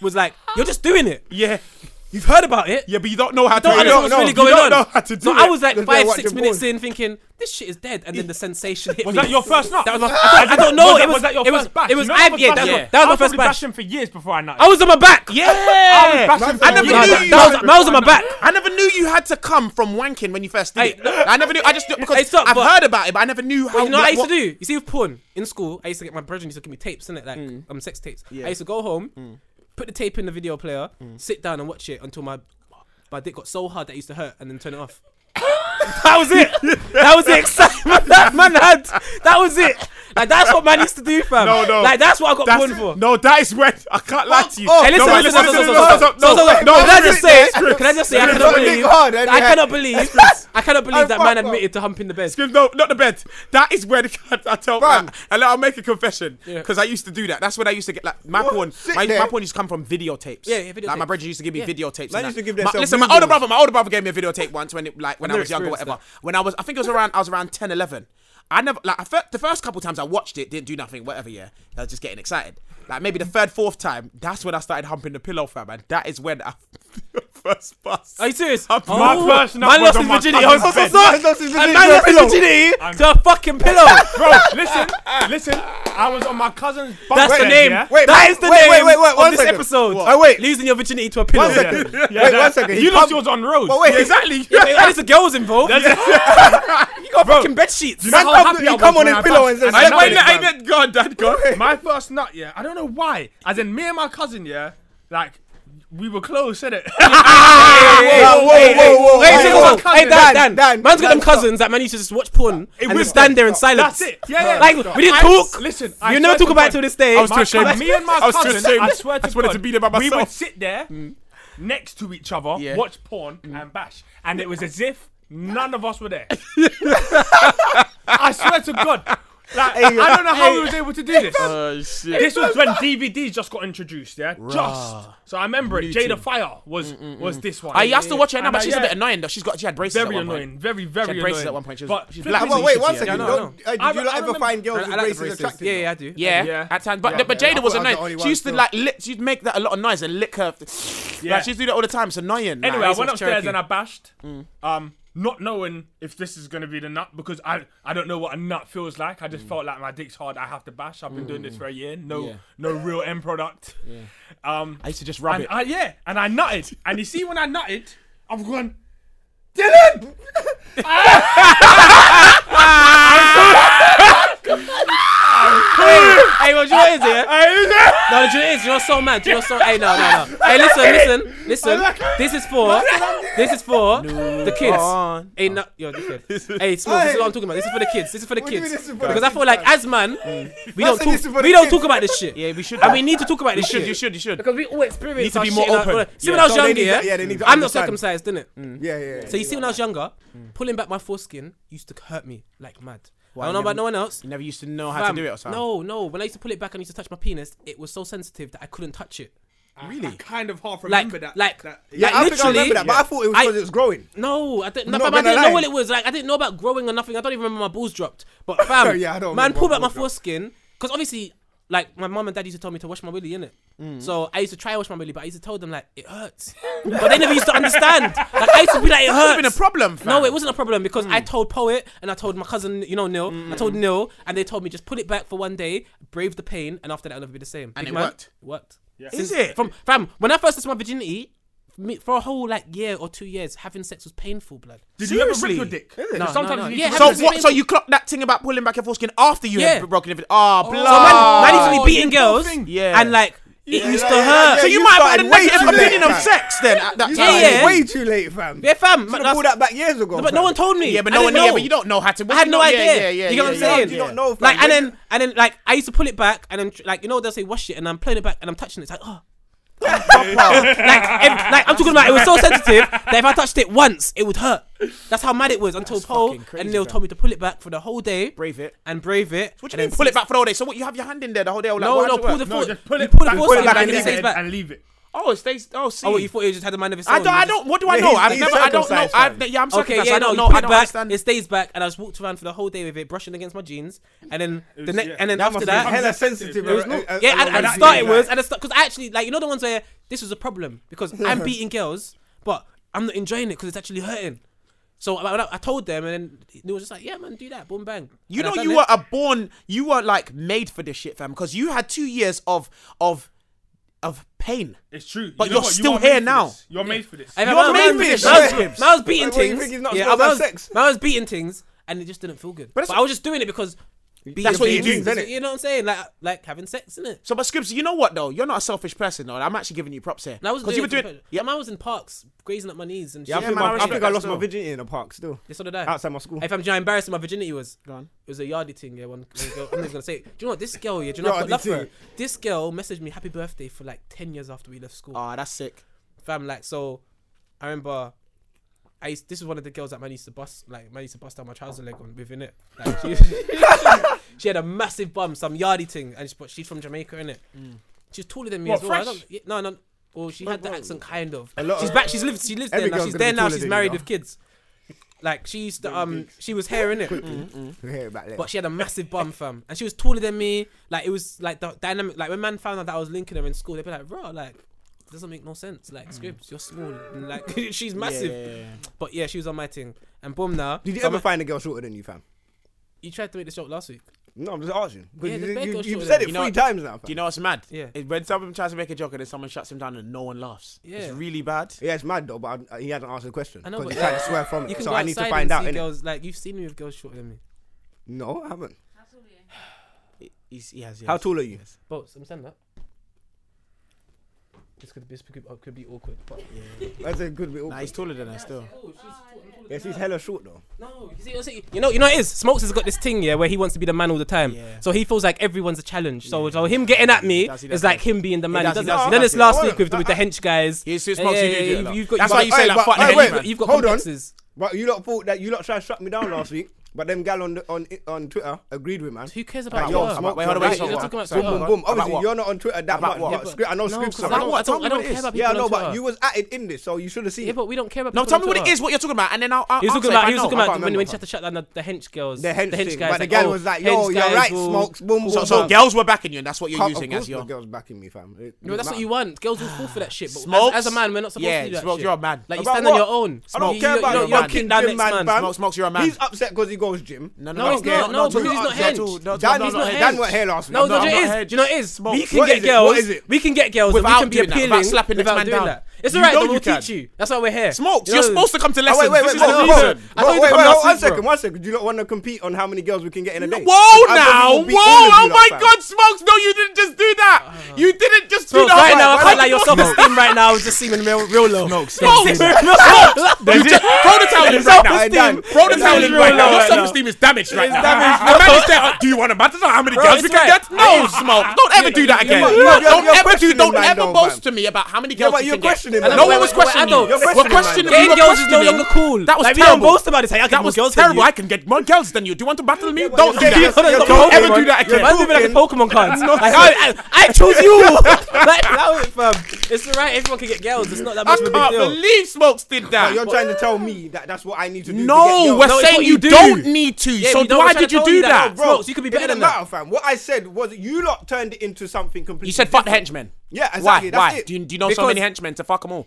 E: was like you're just doing it.
C: Mm. Yeah,
E: You've heard about it.
C: yeah, but you don't know how to.
E: Don't
C: do it.
E: understand what's really
C: You
E: going
C: don't
E: on.
C: know how to do
E: so
C: it.
E: I was like
D: That's why I
E: five,
D: watch
E: six
D: your
E: minutes
D: porn.
E: in, thinking this shit is dead, and then the sensation hit
F: Was
E: me.
F: that your first nut?
E: That was my. I don't, I don't know.
F: Was
E: it
F: that,
E: was,
F: was that your
E: it
F: first
E: was,
F: bash?
E: It was.
F: You know, I
E: I, yeah, that
F: bashing-
E: was, that
F: I
E: was my first
F: probably
E: bash.
F: bashing for years before I nutted.
E: I was on my back.
C: Yeah,
F: I was bashing
C: I
F: for
C: never
F: years.
C: knew you.
E: That was, that was on my back.
C: I never knew you had to come from wanking when you first did
E: Hey,
C: it.
E: look-
C: I never knew. I just because
E: Hey, stop,
C: I've
E: but-
C: heard about it, but I never knew how.
E: Well, you know what I used
C: what-
E: to do? You see, with porn in school, I used to get my brethren used to give me tapes, innit? Like um, sex tapes. I used to go home, put the tape in the video player, sit down and watch it until my my dick got so hard that it used to hurt, and then turn it off. that was it. That was the excitement that man had. That was it. Like that's what man used to do, fam.
C: No, no.
E: Like that's what I got
C: That's-
E: porn for.
C: No, that is when I can't lie to you.
D: Oh,
E: Hey, listen,
C: no,
E: listen, listen, listen,
C: no,
E: listen,
C: no, no,
E: listen, listen.
C: no,
E: Can I just
C: listen.
E: say? Can I just say? I
D: Scripts.
E: cannot
D: Scripts.
E: believe.
D: Hard, and
E: I
D: yeah.
E: cannot believe. I cannot believe that
D: fuck
E: man
D: up.
E: admitted to humping the bed.
C: Scrib, No, not the bed. That is when I tell
D: Fam.
C: that. And I'll make a confession
E: Yeah.
C: because I used to do that. That's when I used to get like my
D: What?
C: porn.
D: Sit
C: My,
D: there.
C: my porn used to come from videotapes.
E: Yeah, yeah, videotapes.
C: Like my brother used to give me videotapes. and
D: used
C: that.
D: to give
C: My-
D: themselves
C: Listen, my older
D: videos.
C: brother, my older brother gave me a videotape once when it like when I
E: never
C: was younger,
E: experienced
C: whatever. When I was, I think it was around, I was around 10, 11. I never like I felt, the first couple times I watched it didn't do nothing, whatever. Yeah, I was just getting excited. Like maybe the third, fourth time, that's when I started humping the pillow, fam, and that is when I first bust.
E: Are you serious?
F: My first nut
E: man
F: was
E: lost
F: on
E: his
F: my
E: virginity.
F: cousin's
E: I'm so, so
F: bed.
E: sorry.
D: Man lost his
E: And
D: virginity
E: man
D: to a
E: lost his
D: pillow.
E: virginity to a fucking pillow.
F: Bro, listen, listen. I was on my cousin's.
E: That's the
F: bed,
E: name.
F: yeah?
D: Wait,
E: that
D: wait,
E: is the
D: wait,
E: name
D: wait, wait, wait,
E: of
D: one
E: this
D: second.
E: episode.
D: What? Oh, wait.
E: Losing your virginity to a pillow.
D: One second.
F: Yeah,
D: wait,
F: that-
D: one second. He
F: You lost
D: pub-
F: yours on road.
D: But wait,
C: Exactly.
E: Yeah, but at least the girls involved. you got fucking bed sheets.
D: Man
F: how
D: come-
F: happy
D: he
F: I was
D: come on
F: when
D: his
F: I
D: pillow
F: passed.
D: and says,
F: And I
D: "Let
F: know
D: me
F: it-
D: live,
F: I
D: man."
C: ain't gone, dad, gone.
F: My first nut, yeah. I don't know why. As in, me and my cousin, yeah, like we were close, innit?
D: Whoa, whoa, whoa, whoa,
E: Hey,
D: whoa,
E: hey,
D: whoa.
E: hey, hey, Dan, Dan,
D: Dan, Dan,
E: man's got
D: Dan,
E: them cousins that man used to just watch porn and
F: was-
E: just stand there in silence.
F: That's it. Yeah, yeah.
E: Like,
F: Stop.
E: we didn't
F: I-
E: talk.
F: Listen,
E: You never
F: swear
E: talk about
F: God.
E: it to this day.
C: I was too
F: My-
C: ashamed.
F: Me and my
C: I was too
F: cousin,
C: ashamed.
F: I swear to
C: I just wanted
F: God,
C: to be there by
F: We would
C: myself. Mm.
F: sit there next to each other, watch porn and bash, and it was as if none of us were there. I swear to God. Like, I don't know how we was able to do this.
C: uh,
F: This was when DVDs just got introduced, yeah. Just so I remember it. Jada Fire was
C: Mm,
F: was this one.
C: I used to watch her now,
F: And
C: but
F: I-
C: she's a
F: yeah,
C: bit annoying though. She's got she had braces.
F: Very
C: at one
F: annoying.
C: Point.
F: Very very
C: had
F: annoying.
C: braces at one point. She was-
F: but
C: she was black.
D: Oh, wait, one
C: Yeah,
D: second.
C: no,
D: Don't- hey,
F: I-
D: Did you
F: I
D: lot ever
F: remember-
D: find girls
E: I
D: with
E: like the
D: braces
E: braces.
D: attractive?
E: Yeah, yeah, I do.
C: Yeah,
F: Yeah.
C: at times. But, but
D: yeah.
C: Jada was
D: I thought I was the
C: annoying.
D: only
C: She
D: one
C: used to
D: still.
C: like lick, she'd make that a lot of noise and lick her.
F: Yeah.
C: Like she'd do that all the time. It's annoying. like,
F: Anyway, I
C: it's
F: went
C: just
F: upstairs
C: jerky.
F: and I bashed, um, not knowing if this is gonna be the nut because I I don't know what a nut feels like. I just felt like my dick's hard. I have to bash. I've been doing this for a year. No no real end product. Um,
C: I used to just rub
F: and
C: it.
F: I, yeah, and I nutted. And you see when I nutted, I've gone, Dylan.
E: Hey, well, do you know what it is, yeah? No, do you know what it is? You're so mad. You're so. Hey, no, no, no. Hey, listen, listen, listen. This is for. This is for the kids. Hey, no, yo, this kid. Hey, small. This is what I'm talking about. This is for the kids. This is for the
D: What do you
E: kids.
D: mean this is for the
E: Because I
D: kids,
E: feel like as man, we don't
D: said
E: talk.
D: this is for the
E: We don't
D: kids.
E: talk about this shit.
C: Yeah, we should.
E: And we need to talk about this shit.
C: You should. You should.
E: Because we all experience.
C: Need to
E: our
C: be
E: shit
C: more
E: in our-
C: open.
E: See when I was
D: No, they
E: younger,
D: need
E: yeah.
D: to- yeah, they need to
E: I'm not
D: understand.
E: circumcised, didn't it?
D: Yeah, yeah. yeah.
E: So you see, when I was younger, pulling back my foreskin used to hurt me like mad. I don't know about no one else.
C: You never used to know how
E: Fam,
C: to do it or something.
E: No, no. When I used to pull it back and I used to touch my penis, it was so sensitive that I couldn't touch it.
F: Really? I kind of half
E: Like,
F: remember that.
E: like,
F: that,
E: yeah,
D: I
E: like
D: think I
E: literally.
D: remember that, but I thought it was
E: I-
D: because it was growing.
E: No, I didn't. No,
D: not
E: fam, I
D: gonna
E: didn't know
D: lie.
E: what it was like. I didn't know about growing or nothing. I don't even remember my balls dropped. But fam,
D: Yeah, I don't
E: man,
D: remember
E: pull
D: my
E: back my
D: balls dropped.
E: foreskin because obviously, like my mum and dad used to tell me to wash my willy in it.
D: Mm.
E: So I used to try to wash my willy, but I used to tell them like it hurts. but they never used to understand. Like I used to be like it hurts.
C: been a problem, fam. Mm.
E: No, it wasn't a problem because I told poet and I told my cousin, you know, Neil. I told Neil, and they told me just put it back for one day, brave the pain, and after that it'll never be the same.
C: And
E: Big
C: it
E: man,
C: worked.
E: It worked.
C: Is it?
E: From fam, when I first lost my virginity, me, for a whole like year or two years, having sex was painful, blood.
F: Did you ever rip
C: Seriously?
F: your dick?
E: No, no,
F: Sometimes
E: no.
F: you
E: Yeah,
F: need to
E: have
F: rip
C: So
E: It's
C: what? So
E: painful.
C: you clocked that thing about pulling back your foreskin after you
E: Yeah.
C: had broken it. Oh, blood.
E: So man, man
C: Oh,
E: used to be beating girls,
F: thing.
C: Yeah.
E: and like it
D: Yeah,
E: used
D: yeah,
E: to
D: yeah,
E: hurt.
D: yeah,
E: so
C: so
E: you,
C: you,
D: you
C: might have had a
D: started way
C: negative
D: too late,
C: opinion of
D: man.
C: sex then at that
E: Yeah,
C: time.
D: It's
E: yeah.
D: Way too late, fam.
E: yeah, fam.
D: Should
E: that's-
D: have pulled that back years ago.
E: but no
D: fam.
E: one told me.
C: Yeah, but
E: I
C: no one.
E: didn't
C: Yeah,
E: know.
C: but you don't know how to.
E: I had no
C: you don't-
E: idea.
C: Yeah, yeah, yeah.
E: you get what
C: yeah,
E: I'm
C: yeah.
E: saying?
D: You don't know, fam.
E: Like,
D: When-
E: and then, and then, like, I used to pull it back, and then, tr- like, you know, they'll say, wash it, and I'm playing it back, and I'm touching it. It's like, oh. like, ev- like, I'm talking about, it was so sensitive that if I touched it once, it would hurt. That's how mad it was until Paul
C: fucking crazy,
E: and Neil
C: fam.
E: told me to pull it back for the whole day.
C: Brave it.
E: And brave it.
C: What do
E: and
C: you
E: then
C: mean? Pull it
E: six-
C: back for the whole day. So what? You have your hand in there the whole day? Or like,
E: No,
C: what
E: no,
C: how does it
E: pull
C: work?
E: the foot.
F: No, just pull
E: you
F: it
E: pull the
F: back,
E: force
F: back
E: back
F: in
E: and it
F: the
E: stays
F: head
E: back.
F: and leave it.
C: Oh, it stays. Oh, see.
E: Oh, what, you thought it just had a mind of its own?
C: I don't.
E: You
C: I
E: just-
C: don't. What do I
D: Yeah,
C: know?
D: he's-
C: I've
D: he's
C: never. I don't know.
D: circumcised,
C: I've.
D: fam.
C: Yeah, I'm
E: Okay,
C: circumcised.
E: yeah,
C: I
E: no,
C: don't
E: you
C: know.
E: put
C: I
E: it
C: don't
E: back.
C: understand.
E: It stays back, and I just walked around for the whole day with it, brushing against my jeans, and then the
F: was-
E: next,
F: yeah.
E: and then
F: That
E: after
F: must
E: that,
F: be
D: hella
F: Yeah,
D: sensitive.
F: it was
D: uh,
F: not-
D: uh,
E: yeah,
D: uh,
E: and, and
D: that
E: the start
D: year,
E: it was,
D: like-
E: and because actually, like you know the ones where this was a problem because I'm beating girls, but I'm not enjoying it because it's actually hurting. So I, I- I told them, and then they were just like, "Yeah, man, do that, boom, bang."
C: You
E: And I've
C: know,
E: done
C: you
E: it.
C: were a born. You were like made for this shit, fam. Because you had two years of of of pain.
F: It's true.
C: But
F: You know
C: you're
F: what? You
C: still
F: are made
C: here
F: for
C: now.
F: this. You're made for this.
E: And I
C: You're
E: was-
C: made
E: man-
C: for this,
E: man-
C: shit.
E: man, I was beating
D: Like, what, you
E: things.
D: think he's not
E: yeah, I
D: supposed to
E: was,
D: have sex?
E: man, I was beating things, and it just didn't feel good. But,
C: that's-
E: I was just doing it because beating
D: what you
E: things,
D: do, innit?
E: You know what I'm saying? Like, like having sex, isn't it?
C: So, but Scribs, you know what though? You're not a selfish person, though. I'm actually giving you props here.
E: And I was
C: because you were
E: doing it for
C: doing.
E: pleasure.
C: Yeah,
E: yeah, man, I was in parks grazing up my knees and
D: Yeah, I
E: shit.
D: think
C: man, I
D: my- I
C: respect
D: think I
C: that
D: lost my
C: still.
D: virginity in the park still.
E: Yeah, so did I.
D: Outside my school.
E: If I'm trying embarrassing my virginity was.
C: Go on.
E: It was a yardie thing, yeah. One, one girl, I'm not even gonna say it. Do you know what? This girl, yeah, do you know
D: Yardie
E: what? Love for her.
D: ting.
E: This girl messaged me happy birthday for like 10 years after we left school.
D: Ah.
C: Oh, that's sick.
E: Fam, like, so I remember. I used, this is one of the girls that man used to bust, like man used to bust down my trouser leg on within it. Like, she, she had a massive bum, some yardie thing, and she, but she's from Jamaica, innit?
D: Mm.
E: She's taller than me
F: What,
E: as well. I
F: fresh?
E: don't- yeah, no, no. Well, she had the accent kind of.
D: lot
E: she's
D: of-
E: back. She's lived. She lives there
D: Every
E: now.
D: girl's
E: She's
D: gonna
E: there
D: be
E: now.
D: taller
E: She's
D: than you
E: married
D: now.
E: with kids. Like she used to um, she was here, innit?
D: We'll hear it back later.
E: But she had a massive bum, fam, and she was taller than me. Like it was like the dynamic. Like when man found out that I was linking her in school, they'd be like, "Bro, like it doesn't make no sense.
D: Mm.
E: Like Scribs, you're small, and, like she's massive." But yeah, she was on my thing, and boom now.
D: Did you
E: so
D: ever
E: I'm-
D: find a girl shorter than you, fam?
E: you tried to make this joke last week.
D: No, I'm just asking. 'Cause
E: Yeah, the
D: you-
E: bare
D: you-
E: girl's
D: You've
E: shorter
D: said
E: than
D: it
E: you.
D: three times now,
C: Do you
D: fam.
C: know what's mad?
E: Yeah.
C: Is when someone tries to make a joke and then someone shuts him down and no one laughs.
E: Yeah.
C: It's really bad.
D: Yeah, it's mad though, but I- he hasn't answered the question.
E: I know,
D: 'Cause
E: but
D: he tried to swear from
E: You
D: it,
E: can
D: so
E: go
D: I need to
E: outside
D: find
E: and
D: out.
E: see
D: innit?
E: girls like you've seen me with girls shorter than me.
D: No, I haven't.
H: How tall are you?
C: He's, he has. Yes.
D: How tall are you?
E: Boats, understand that? This could this could, uh, could be awkward. But
D: That's a good bit.
C: Nah,
D: awkward.
C: he's taller than us still.
D: Yeah, she's hella short though.
E: No, you see, you see- you know, you know what it is. Smokes has got this thing, yeah, where he wants to be the man all the time.
C: Yeah.
E: So he feels like everyone's a challenge. So, so him getting at me
C: does, he
E: is
C: does,
E: like
C: he
E: him being the man. He
C: does, he
E: doesn't-
C: does, he
E: Done
C: does,
E: this
C: he
E: last
D: does.
E: week with the, with the hench guys.
C: Yeah, see, Smokes, you do do it a lot. That's why
E: got-
C: you say, like, fuck the
D: hey,
C: hench
D: wait,
C: man.
E: You've got
D: hold
E: complexes.
D: on. But you lot thought that you lot tried to shut me down last week, but them gal on the, on on Twitter agreed with man.
E: Who cares about
D: Like, yo,
E: work?
D: smoke,
C: wait, hold on,
E: Right,
C: wait, so
E: you're
C: what?
E: talking about
C: So
E: Twitter.
D: Boom, boom. Obviously,
C: what?
D: you're not on Twitter that
C: About
D: much.
C: what?
D: Yeah, but Scrib- I know
E: No,
D: scripts.
E: 'cause
D: are
E: I
D: on
E: don't,
D: Twitter.
E: I don't, I
C: Tell
E: don't
C: me what it
E: care
C: is.
E: about people
D: Yeah, I
E: on
D: know, but
E: Twitter.
D: you was at it in this, so you should have seen.
E: Yeah, but we don't care about
C: No,
E: people
C: tell
E: on
C: me what it
E: Twitter.
C: is. What you're talking about, and then I'll. I'll
E: He was
C: answer
E: talking
C: if
E: about,
C: I
E: he was
C: know.
E: talking
D: I
E: about
D: can't
E: when, when
D: remember,
E: she had to shut down the, the hench girls.
D: The hench thing,
E: guys.
D: but the guy
E: oh,
D: was like,
E: hench
D: yo, you're
E: guys
D: right,
E: will-
D: smokes, boom, boom.
C: So, so
D: boom.
C: girls were backing you, and that's what you're
D: Of
C: using
D: course
C: as
D: the
C: your.
D: girls backing me, fam. It
E: No, that's what you want. Girls will fall for that shit. But as-
C: Smokes?
E: as, a man, we're not supposed
C: Yeah,
E: to do that
C: Smokes,
E: shit.
C: you're a man.
E: Like you
D: About
E: stand on
D: what?
E: your own.
D: I don't
E: You-
D: care
E: you-
D: about your
E: you don't- you don't
D: man.
E: kick down
D: Gym
E: next
D: man,
E: man.
D: fam.
C: Smokes, Smokes, you're a man.
D: He's upset because he goes gym.
C: No,
E: No, it's not. No, because he's not hench.
D: Dan
E: no,
D: is
E: no,
D: not
E: no,
D: Dan
E: hench.
D: weren't here last week.
E: No, no,
C: I'm
E: do you
C: not
E: know what it is?
C: hedged.
E: Do you know what it is? We can
D: What
E: get
D: is it?
E: girls.
D: What is it?
E: We can get girls. and
C: Without
E: we can be
C: doing that,
E: appealing
C: without slapping next
E: without
C: man
E: doing
C: down.
E: that. It's
C: You
E: alright.
C: know
E: though, We'll
C: you can.
E: teach you. That's why we're here.
C: Smokes,
E: You
C: you're
E: know-
C: supposed to come to
D: Oh,
C: lessons.
D: wait, wait,
C: This
D: wait,
C: is
D: wait,
C: the
D: whoa,
C: reason. I
D: whoa,
C: thought you
D: wait,
C: come
D: wait,
C: last week,
D: one
C: bro.
D: second, one second. Do you not want to compete on how many girls we can get in a day?
C: Whoa
D: I thought we
C: now,
D: would
C: whoa!
D: beat all of you
C: Oh
D: lot,
C: my
D: fam.
C: God, Smokes! No, you didn't just do
D: Uh.
C: that. You didn't just do
E: Smokes,
C: that.
E: right now, I
D: why
E: can't
D: did
E: lie. Your
D: you-
E: self-esteem right now is just seeming real, real low. Smokes,
C: Smokes, You just- throw the towel in right now.
D: Alright, done.
C: Throw the
E: It's
C: towel in
E: real
C: right now.
E: low
C: Your
E: right now.
C: self-esteem is damaged right now.
D: damaged.
C: The man is there. "Oh, Do you want to matter? How many girls we
E: it's
C: can
E: right.
C: get? No, smoke. Don't ever do that again.
D: you- you- you're
C: Don't ever do.
D: questioning
C: Don't
D: mine
C: ever
D: though,
C: boast
D: fam.
C: to me about how many girls
D: but
C: you
D: you're
C: can get.
D: questioning
C: No
D: mine.
C: one was
D: We're- we're
C: questioning you.
E: adults.
D: You're
C: We're
D: questioning mine
C: questioning
D: though.
C: you.
E: Getting
C: We're
E: girls is no
C: questioning
E: longer
C: you.
E: cool.
C: That was
E: like, We
C: terrible.
E: don't boast about it. Like, I get
C: That
E: more
C: was
E: girls
C: terrible.
E: Than
C: I
E: you.
C: can get more girls than you. Do you want to battle me?
D: but
C: Don't do
D: you're
C: that.
D: talking- you're
C: Don't ever
D: talking-
C: do that
D: you're
C: again.
E: I'm living like a Pokemon card. like, I, I, I chose you. like, that was, fam. It's alright. Everyone can get girls. It's not that
C: I
E: much of a big
C: can't
E: deal.
C: believe Smokes did
D: Like,
C: that.
D: You're trying to tell me that that's what I need to do. to get
C: No,
D: girls.
C: we're
E: No, it's
C: saying
E: what
C: you
E: you do.
C: don't need to.
E: Yeah,
C: So
E: we don't-
C: why
E: we're trying
C: did
E: to
C: you
E: tell you
C: do
E: that.
C: that?
E: No, bro. Smokes, you could be
D: it
E: better
D: didn't
E: than that.
D: matter, fam. What I said was you lot turned it into something completely.
C: You said fuck the
D: different.
C: henchmen.
D: Yeah,
C: Why?
D: exactly. That's
C: Why?
D: it.
C: Do you, do you know so
E: Because-
C: many henchmen to fuck them all?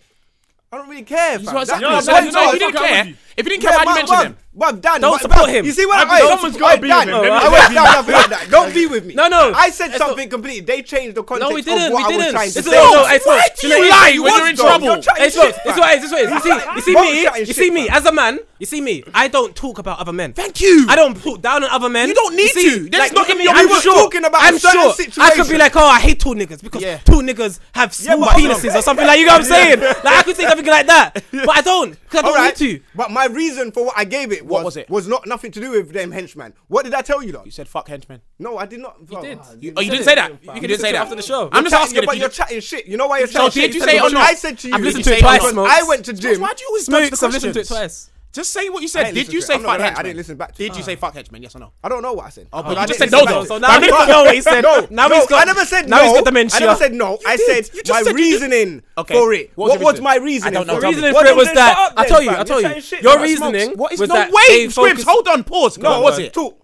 D: I don't really care. Fam.
C: That's
D: That-
C: what I'm
D: that's
C: saying.
D: what
C: No, no,
D: it was.
C: if you didn't
F: fuck
C: care,
F: him.
C: if you didn't care, why did you mention him?
D: But Dan,
E: Don't
D: but,
E: support
D: bruv,
E: him.
D: You see what
F: Bruv,
D: I
F: someone's gotta be with him. Let me
D: I
F: let
D: went
F: me
D: down.
F: be.
D: I went down. Don't be with me.
E: No, no.
D: I said
E: It's
D: something completely. They changed the context.
E: No, we didn't.
D: Of what
E: we
D: I was
E: didn't.
D: trying
E: It's
D: to
E: all-
D: say.
E: no, it's all-
C: Why do
E: know
C: you
E: what
C: lie
E: it is?
C: when you're in
D: though. You're
C: trouble?
D: trying
E: Hey, it's
D: shit,
E: what it's
D: fam.
E: what it is. It's what it is. You see, you see
D: Both
E: me.
D: chatting
E: You
D: shit,
E: see me
D: fam.
E: as a man. You see me. I don't talk about other men.
C: Thank you.
E: I don't talk down on other men.
C: You don't need
E: see,
C: to. That's not
E: look at
C: in
E: me,
C: your-
E: I'm
C: we were
E: sure.
D: talking about
E: I'm
D: a certain
E: sure. I could be
D: situation.
E: like, oh, I hate tall niggas because
C: Yeah.
E: tall niggas have small
D: but-
E: penises or something. Like you know what I'm saying? Like I could say something like that, but I don't because I don't
D: Alright,
E: need to.
D: But my reason for what I gave it was,
C: was it?
D: not nothing to do with them henchmen. What did I tell you, though?
C: You said fuck henchmen.
D: No, I did not. You
E: did.
D: You,
C: Oh, you
E: said
C: didn't say
E: it.
C: that.
E: You
C: You
E: can
C: didn't
E: listen
C: say
E: to it
C: that.
E: after the show.
C: I'm just asking
D: but
C: if
D: you're
C: you.
D: chatting shit. You know why you're
C: So
D: chatting
C: did
D: shit?
C: you say it or
D: Because
C: not?
D: I said to you.
E: I've listened
C: Did
E: to
C: you
E: it
C: say
E: twice,
C: it or
E: Smokes.
D: I went to gym.
C: Why do you always answer
E: Smokes,
C: the
E: I've listened to it
C: questions?
E: twice.
C: Just say what you
D: I
C: said.
D: didn't
C: Did you
D: listen to it.
C: say
D: I'm not
C: fuck
D: gonna lie, I
C: henchmen?
D: didn't listen back to it.
C: Did you say fuck henchmen? Yes or no?
D: I don't know what I said.
C: Oh,
D: I
C: but you just
D: didn't
C: said no. though.
D: listen back
E: So
D: to it.
E: now
C: But
E: he's
C: I
E: got
C: mean-
E: no. He said
D: No,
E: now
D: no,
E: he's got.
D: I never said
E: now
D: no.
E: he's got dementia.
D: I never said no. I
C: did.
D: said
C: You just
D: my
C: said you did.
D: reasoning
C: Okay.
D: for it.
C: What was
D: What
C: your
D: was
C: reason?
D: my
C: I
D: reasoning
C: don't know.
D: for
C: Tell
D: it?
C: me.
E: reasoning
D: Well,
E: for it
D: then
E: was
D: shut
E: that.
D: up
E: I
D: then,
E: tell you.
D: fam.
E: I tell
D: You're
E: you.
D: chatting shit.
E: Your
D: Right, Smokes,
E: reasoning
C: What is
E: was
C: no
E: that.
C: way?
E: they
C: Scripts,
E: focused-
C: hold on, pause.
D: No,
C: What was it?
D: Talk.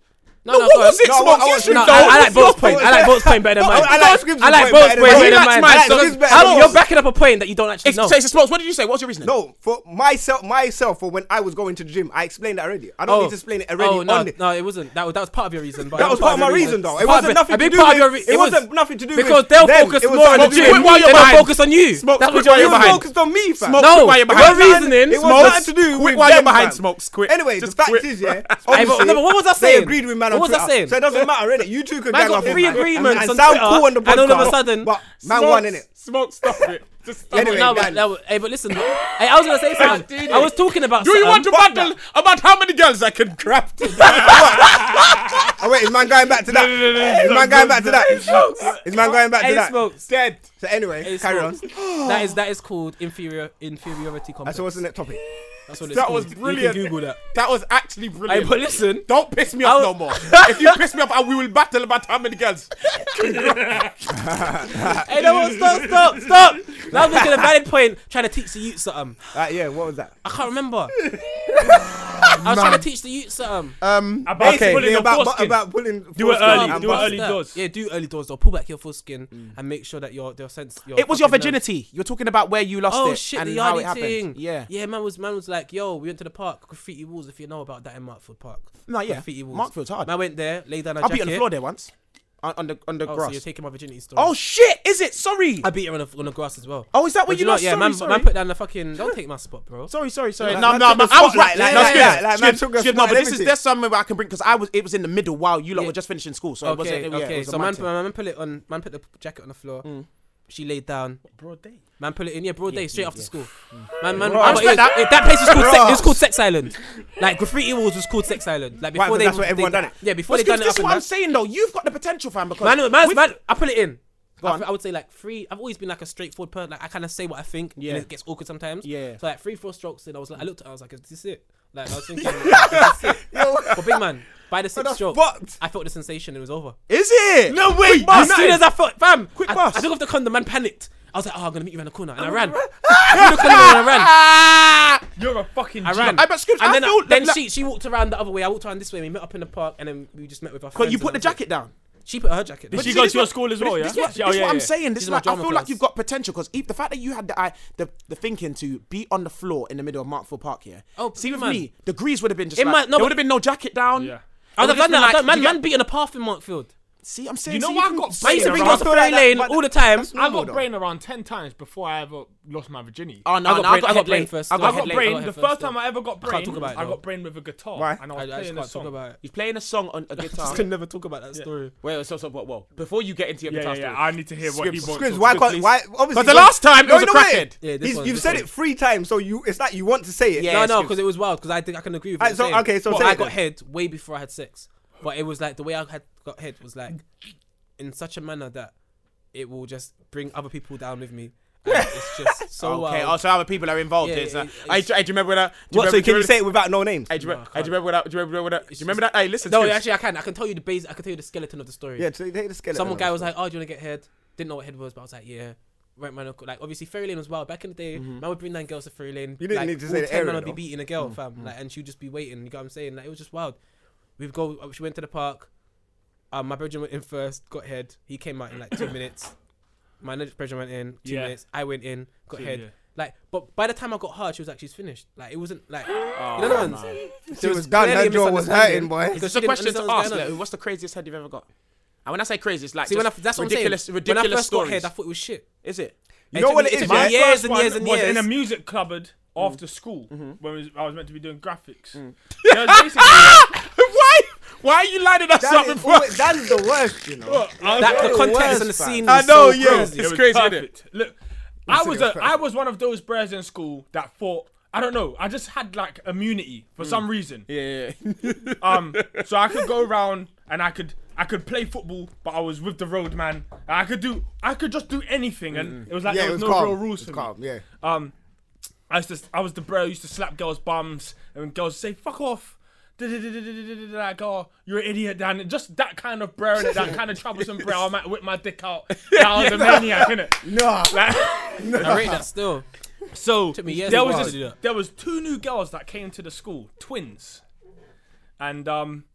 E: No, no,
C: what
E: go on.
C: was it?
D: No,
C: Smokes,
D: I
C: you
D: was-
C: should
E: No,
C: know.
E: I, I like Bo's
D: Smokes'
E: point.
D: point.
E: I like Bo's point better than
D: No,
E: mine.
D: I like Scribbs'
E: I like
D: point
E: Bo's
D: better than mine.
E: point better than
C: Relax,
E: mine.
C: man.
E: So,
D: Scribbs' better
E: how-
D: than
E: you're
D: mine.
E: backing up a point that you don't actually
C: Ex-
E: know.
C: so, so, Smokes, what did you say? What was your reasoning?
D: No, for myself, myself, for when I was going to the gym, I explained that already. I don't need to explain it already.
E: Oh, no,
D: on it.
E: no, it wasn't. That, was- that was part of your reason. But
D: That was part of my
E: your
D: reason, though. It
E: Part of
D: wasn't nothing
E: a
D: to
E: big
D: do
E: part of
D: with-
E: your re-
D: it wasn't
E: was.
D: nothing to do
E: because
D: with
E: they'll
D: them.
E: focus
D: It was
E: more on the
D: something to do
E: gym.
D: with me.
E: They don't focus on you.
C: Smokes,
E: That's
C: quit
E: what
C: while
D: They
E: your
C: you're
D: was
E: reason.
C: behind.
D: focused on me, fam.
C: Smokes,
E: No,
C: quit while you're
E: your
C: behind.
E: reasoning-
D: It was
C: Smokes,
D: nothing to do
C: quit
D: with
C: while you're
D: them,
C: behind.
D: fam.
C: Smokes, quit.
D: Anyway,
C: Just
D: the fact
C: quit.
D: is, yeah.
E: Hey, but-
D: obviously,
E: no, but what was I
D: They
E: saying?
D: agreed with man on
E: What was I
D: Twitter,
E: saying?
D: so it doesn't matter, innit? You two could
E: Man
D: gang
E: got
D: off on
E: three
D: man and-
E: agreements
D: and,
E: on
D: sound
E: Twitter,
D: cool on the podcast.
E: and all of a sudden-
D: but man won, innit?
F: Smoke, stop it. Just stop
D: Anyway,
E: no,
D: Dan.
E: but, no, hey, but listen, hey, I was gonna say something. I was talking about.
C: Do you want to
E: something.
C: battle about how many girls I can grab?
D: Oh wait, is man going back to that? Is man going back to that? Is man going back to
E: Hey,
D: that?
E: smokes.
F: dead.
D: So anyway,
E: Hey,
D: carry on.
E: Smokes. That is that is called inferior inferiority complex.
D: So what's the next topic?
E: That's what it's
F: That
E: called.
F: was brilliant.
E: You can Google that.
C: That was actually
E: Hey,
C: brilliant.
E: but listen,
C: Don't piss me
E: I
C: off
E: was-
C: no more. if you piss me off, I, we will battle about how many girls.
E: hey, no, stop, stop, stop. Now I'm making a valid point, trying to teach the youth something.
D: Uh, yeah, what was that?
E: I can't remember. I was trying to teach the youth something.
D: Um,
F: About
D: okay,
F: pulling
D: yeah,
F: the
D: about,
F: foreskin.
D: about pulling.
F: Do it
D: foreskin
F: early,
D: and
F: do it
D: bust-
F: early doors.
E: Yeah, do early doors. Though. Pull back your foreskin and make sure that your your sense. Your
C: Mm. It was your
E: fucking nerves-
C: virginity. You're talking about where you lost
E: Oh
C: it
E: shit,
C: and
E: the
C: how it
E: yardie
C: happened.
E: thing.
C: Yeah.
E: yeah. Man was man was like, yo, we went to the park, graffiti walls. If you know about that in Markfield Park.
C: No, yeah.
E: graffiti walls.
C: Markfield's hard.
E: Man went there, lay down a
C: I
E: jacket.
C: beat on the floor there once. On, on the on the
E: Oh, so
C: grass.
E: you're taking my virginity story.
C: oh shit! Is it? Sorry.
E: I beat her on the, on the grass as well.
C: oh, is that
E: But
C: what you
E: know
C: lost?
E: what? Yeah,
C: sorry,
E: man,
C: sorry.
E: man put down the fucking. Don't take my spot, bro.
C: Sorry, sorry, sorry.
D: Like,
C: no,
D: man
C: no,
D: took
C: man,
D: the
C: I was
D: spotlight,
C: right.
D: like,
C: no,
D: like,
C: Skid,
D: like, like, man
C: Skid,
D: took a
C: Skid, no,
D: spotlight,
C: but this is
D: everything.
C: there's something where I can bring because I was it was in the middle while you lot
E: Yeah.
C: were just finishing school, so it
E: Okay,
C: wasn't. Yeah,
E: okay.
C: it was
E: so
C: a
E: man,
C: mad
E: put,
C: thing.
E: man put it on. Man put the jacket on the floor. She laid down.
F: Broad day.
E: Man, pull it in. Yeah, broad day, straight after school. Man, man,
C: Mm. I
E: but
C: respect
E: it-
C: that.
E: it- that place was called, sex,
D: Bruh.
E: it was called Sex Island. Like graffiti walls was called Sex Island. Like before
D: but
E: they,
D: that's what
E: they-
D: everyone done it.
E: Yeah, before
C: But
E: they done it
C: this
E: up
C: is
E: in
C: what I'm
E: that.
C: saying though. You've got the potential, fam. Because
E: Man, man,
C: with-
E: man, I pull it in. I,
C: on.
E: I would say like three. I've always been like a straightforward person. Like I kind of say what I think. Yeah.
C: Yeah.
E: And it gets awkward sometimes.
C: Yeah.
E: So like three, four strokes in, I was like, I looked at, her, I was like, is this it? Like I was thinking, is this it? But big man, by the sixth
D: that's
E: stroke,
D: fucked.
E: I felt the sensation. It was over.
C: is it?
F: No way.
E: As soon as I felt, fam, quick I,
C: pass.
E: I took off the condom. Man panicked. I was like, oh, I'm gonna meet you around the corner, and I ran. I took the condom and I ran.
F: You're a fucking.
E: I
F: G.
E: ran.
C: I bet Scripps,
E: and
C: I
E: then,
C: feel-
E: then
C: like-
E: she she walked around the other way. I walked around this way. We met up in the park, and then we just met with our friends.
C: But you
E: and
C: put the
E: that was
C: jacket down.
E: it. She put her jacket.
F: Did
E: down.
F: she
C: see,
F: go
C: this
F: to your
C: what-
F: school as
C: This-
F: well? Yeah.
C: This, what-
F: Yeah,
C: this
F: yeah,
C: what I'm
F: yeah.
C: saying. This
E: She's
C: is
E: my
C: like, I
E: drama
C: feel like
E: class.
C: you've got potential because the fact that you had the, I, the the thinking to be on the floor in the middle of Markville Park here.
E: Oh,
C: see with
E: man.
C: me, the grease would have been just.
E: It
C: like,
E: might- no,
C: there
E: but-
C: would have been no jacket down.
F: Yeah.
E: I would
C: It would've
E: have done that.
C: just
E: I've
C: been
E: done- man,
C: like,
E: man beat on a path in Montfield.
G: See, I'm saying.
F: You know
G: see,
F: why
G: can
F: I've got
E: I used to
F: brain
E: bring
F: around-
E: up story lane
G: but-
E: all the time.
F: I got brain around ten times before I ever lost my virginity.
C: Oh no,
E: I
C: no,
E: got brain-
C: I
E: I
C: got
E: got
C: brain
E: brain first.
C: I
E: I
C: got
E: got
C: head
E: brain
C: late.
E: I
F: brain.
E: got
F: The
E: head
F: first
E: first,
F: time I ever got brain,
E: can't talk about it,
F: I
E: though.
F: got brain with a guitar.
D: Why?
F: And I
E: I, I
F: was
E: just
F: playing a
E: can't talk
F: song.
E: about it.
C: He's playing a song on a guitar.
E: I can never talk about that story.
C: Wait, wait, so, so, whoa, whoa. Before you get into your
F: Yeah, yeah,
C: guitar
F: yeah.
C: story.
F: I need to hear what he
D: Scribs,
F: wants.
D: Scribs, why can't? Why? Obviously,
C: But the last time, it
D: No,
C: was
D: you
C: a
D: know what?
C: crackhead.
E: Yeah, this
D: He's-
E: one,
D: You've
E: this
D: said
E: one.
D: it three times, so you it's like you want to say it.
C: Yeah,
E: No, no,
C: excuse-
E: because it was wild. Because I think I can agree with.
D: Alright,
E: you
D: so- okay, so
E: but
D: say
E: I
D: it
E: got
D: then.
E: head way before I had sex, but it was like the way I had got head was like in such a manner that it will just bring other people down with me. And it's just so
C: Okay,
E: wild.
C: also other people are involved.
E: Yeah,
C: it's, uh,
E: it-
C: I,
E: it's-
C: I, do you remember when I... Do you
D: What?
C: remember,
D: So can you
C: do
D: say it without no names?
C: Hey, do you,
E: No, I
C: remember- hey,
E: can't.
C: do you remember when I... Do you remember when I... Do you remember that? Hey, listen.
E: No,
C: Scribs.
E: actually, I can. I can tell you the base. I can tell you the skeleton of the story.
D: Yeah, so take the skeleton.
E: Someone
D: out.
E: guy was like, "Oh, do you want to get head?" Didn't know what head was, but I was like, "Yeah." Right, man. Like obviously, Fairy Lane was wild. Back in the day, man would bring nine girls to Fairy Lane.
D: Mm-hmm. You didn't
E: like,
D: need to
E: all
D: say the
E: 10
D: area,
E: man would be
D: though. Mm-hmm.
E: beating a girl, fam, like, and she'd just be waiting. You know what I'm saying? Like it was just wild. We would go. uh, She went to the park. Um, my brother went in first, got head. He came out in like two minutes. My next brother went in two
F: Yeah.
E: minutes. I went in, got
F: Two,
E: head.
F: yeah.
E: Like, but by the time I got hard, she was like, she's finished. Like it wasn't like you know the
D: Oh,
E: ones.
D: she was done.
E: clearly
D: Her
E: a
D: jaw was hurting,
E: misunderstanding.
D: boy.
E: It's-
C: There's a
E: She didn't
C: question to
E: understand what's
C: ask.
E: going on.
C: Like, what's the craziest head you've ever got? And when I say crazy, it's like
E: See, when I,
C: just
E: that's what
C: ridiculous,
E: I'm saying.
C: ridiculous
E: when I first
C: stories.
E: got head, I thought it was shit.
C: is it?
D: You know what it
E: took
D: is,
E: me
D: yeah?
E: years and
F: one
E: years and
F: was
E: years.
F: in a music cupboard after school when we was- I was meant to be doing graphics. There was basically-
C: Why? Why are you lining us
D: That
C: up?
D: is
C: before-
D: always- that is the worst, you know.
E: That the
D: the
E: context
D: worst,
E: and the
D: fam.
E: scene.
C: I
E: was
C: know,
E: so
C: yeah.
E: crazy.
C: It's
F: was
C: crazy, innit?
F: perfect. Look, I
D: it
F: was
D: was
F: a, I was one of those bears in school that thought I don't know. I just had like immunity for some reason.
C: Mm. Yeah, yeah, yeah.
F: Um, so I could go around and I could I could play football, but I was with the road man. I could do I could just do anything, and it was like
D: Yeah,
F: there
D: it
F: was,
D: was
F: no
D: calm.
F: real
D: It
F: rules
D: was
F: for
D: calm,
F: me.
D: yeah.
F: Um, I used to I was the bro who used to slap girls' bums, and when girls say "fuck off." Like, oh, you're an idiot, Dan. Just that kind of bro, innit? that kind of troublesome bro. I might whip my dick out. Now I was a maniac, innit?
D: No,
E: I rate that still.
F: So
E: me years
F: there
E: and
F: was
E: years
F: this-
E: to do that.
F: there was two new girls that came to the school, twins, and um,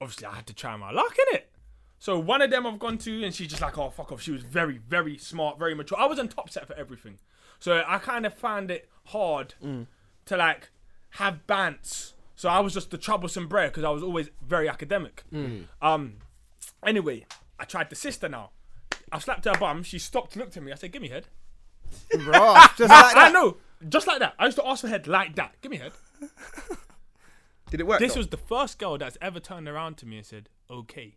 F: obviously I had to try my luck in it. So one of them I've gone to, and she's just like, oh fuck off. She was very, very smart, very mature. I was on top set for everything, so I kind of found it hard
E: Mm.
F: to like have bants. So I was just the troublesome brer because I was always very academic.
E: Mm.
F: Um, anyway, I tried the sister now. I slapped her bum. She stopped, looked at me. I said, "Give me head."
D: bro. Just like that.
F: I know, just like that. I used to ask for head like that. Give me head.
D: Did it work?
F: This
D: though?
F: was the first girl that's ever turned around to me and said, "Okay."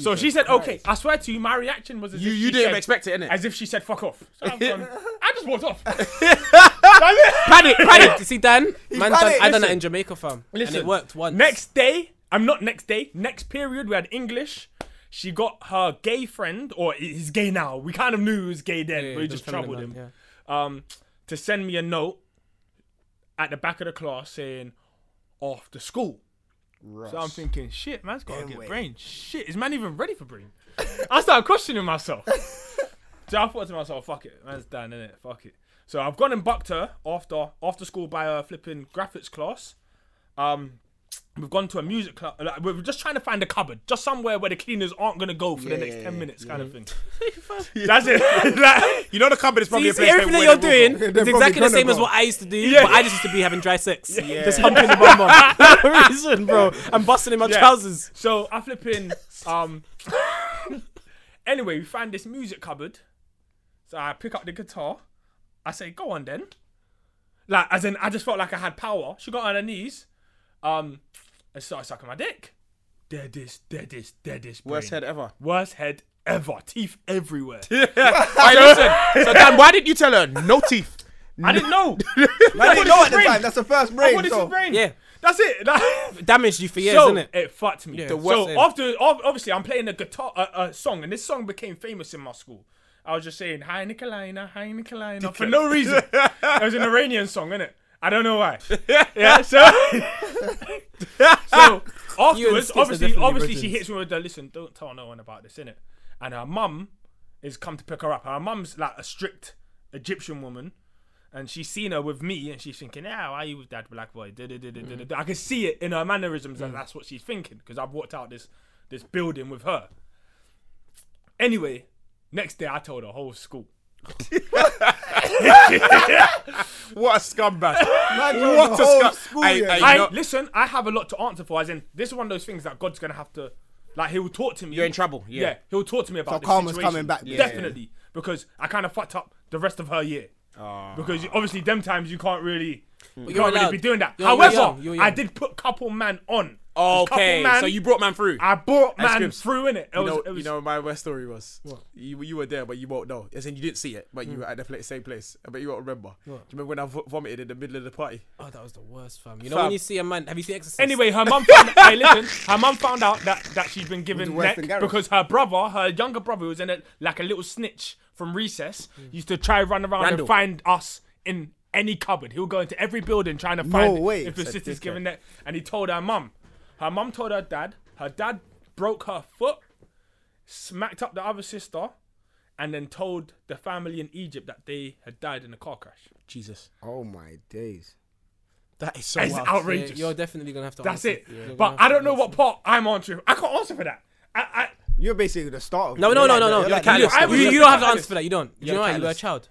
F: So she said, "Okay." I swear to you, my reaction was as
C: You-
F: if
C: you
F: she
C: didn't
F: said-
C: expect it, innit?
F: As if she said, "Fuck off." So I've gone- I just walked off.
E: Panic, panic. You see, Dan, man, done,
D: panicked,
E: I done that
D: listen.
E: in Jamaica, fam.
F: Listen,
E: and it worked once.
F: Next day, I'm not next day. Next period, we had English. She got her gay friend, or he- he's gay now. We kind of knew he was gay then,
E: Yeah,
F: but we
E: the
F: just
E: feminine
F: troubled
E: man,
F: him. um, to send me a note at the back of the class saying after school. So I'm thinking, shit, man's gotta get
D: way.
F: brain. Shit, is man even ready for brain? I started questioning myself. so I thought to myself, fuck it, man's done, innit? Fuck it. So I've gone and bucked her after after school by her flipping graphics class. Um, we've gone to a music club. Like, we're just trying to find a cupboard, just somewhere where the cleaners aren't gonna go for the next ten minutes, kind of thing. That's it. Like,
C: You know the company's probably
E: You
C: a
E: see,
C: place
E: everything that
C: where
E: you're
C: they will
E: doing
C: go.
E: is exactly
D: probably
E: the same
D: gonna
E: as
D: go.
E: what I used to do, but I just used to be having dry sex. Just humping the bum bum. no reason, bro. I'm busting in my
F: Yeah.
E: trousers.
F: So I flip in. Um. anyway, we find this music cupboard. So I pick up the guitar. I say, "Go on, then." Like, as in, I just felt like I had power. She got on her knees, um, and started sucking my dick. Deadest, deadest, deadest. Brain.
C: Worst head ever.
F: Worst head ever. Teeth everywhere.
C: Hey, listen. So Dan, why didn't you tell her no teeth?
F: I didn't know.
D: I didn't know at the
F: brain.
D: time. That's the first
F: I
D: brain.
F: wanted
D: so-
F: his brain.
E: Yeah.
F: That's it. Like-
E: Damaged you for years,
F: so
E: innit?
F: fucked me.
E: The
F: so
E: worst thing.
F: after, ob- obviously, I'm playing a guitar, a, a song, and this song became famous in my school. I was just saying "Hi Nikolina, Hi Nikolina" for no reason. it was an Iranian song, innit? I don't know why. yeah. So, so afterwards,
E: skits are
F: obviously,
E: definitely
F: obviously, she
E: virgins.
F: hits me with the "Listen, don't tell no one about this," innit? And her mum is come to pick her up. Her mum's like a strict Egyptian woman and she's seen her with me, and she's thinking, "Yeah, why you with that black boy?" Da, da, da, da, da,
E: Mm.
F: da, da. I can see it in her mannerisms that that's what she's thinking because I've walked out this this building with her. Anyway, next day I told the whole school.
C: What a scumbag.
D: Man,
C: What
D: the
C: a
D: whole
C: scu-
D: school
C: I-
D: year.
C: I- You
F: I
C: know-
F: listen. I have a lot to answer for. As in, this is one of those things that God's gonna have to Like he'll talk to me.
C: You're in trouble, yeah.
F: he'll talk to me about.
D: So
F: this
D: karma's
F: situation.
D: coming back, yeah.
F: Definitely, because I kind of fucked up the rest of her year. Because you- obviously, them times you can't really. You
E: you're
F: can't really
E: allowed.
F: be doing that.
E: You're- you're
F: However,
E: young, you're
F: I
E: young.
F: did put couple man on. 'Cause couple
C: Okay,
F: man,
C: so you brought man through.
F: I brought
C: Ice
F: man
C: Cubes.
F: through in it.
G: You
F: was,
G: know,
F: it was,
G: you know, my worst story was you, you were there, but you won't know. As in, you didn't see it, but
E: Hmm.
G: you were at the pla- same place. But you won't remember. Do you remember when I vo- vomited in the middle of the party?
E: Oh, that was the worst, fam. You know when you see a man, have you seen Exorcist?
F: Anyway, her mum found. hey, listen, her mum found out that, that she'd been given
D: worse
F: neck
D: than Gareth.
F: because her brother, her younger brother, who was in it like a little snitch from recess, used to try run around
C: Randall.
F: and find us in any cupboard. He'll go into every building trying to find
D: way.
F: if his
D: Said
F: sister's
D: dickhead.
F: given neck. And he told her mum. Her mum told her dad. Her dad broke her foot, smacked up the other sister, and then told the family in Egypt that they had died in a car crash.
C: Jesus,
D: Oh my days.
C: that is so
F: It's
C: wild.
E: Yeah,
F: outrageous.
E: you're definitely gonna have to.
F: That's
E: answer.
F: it.
E: Yeah, you're
F: but
E: gonna
F: I
E: have to
F: don't know
E: answer.
F: what part I'm answering. I can't answer for that. I,
D: You're basically the start of
E: No,
D: it.
E: no,
D: You're
E: no,
D: like
E: no,
D: the-
E: no.
D: you're
E: You,
D: like the-
F: Catalyst. I
E: you,
F: was
E: you
F: like
E: don't have to
F: catalyst.
E: answer for that. You don't. You
C: You're
E: know why? You were a
C: catalyst.
E: child.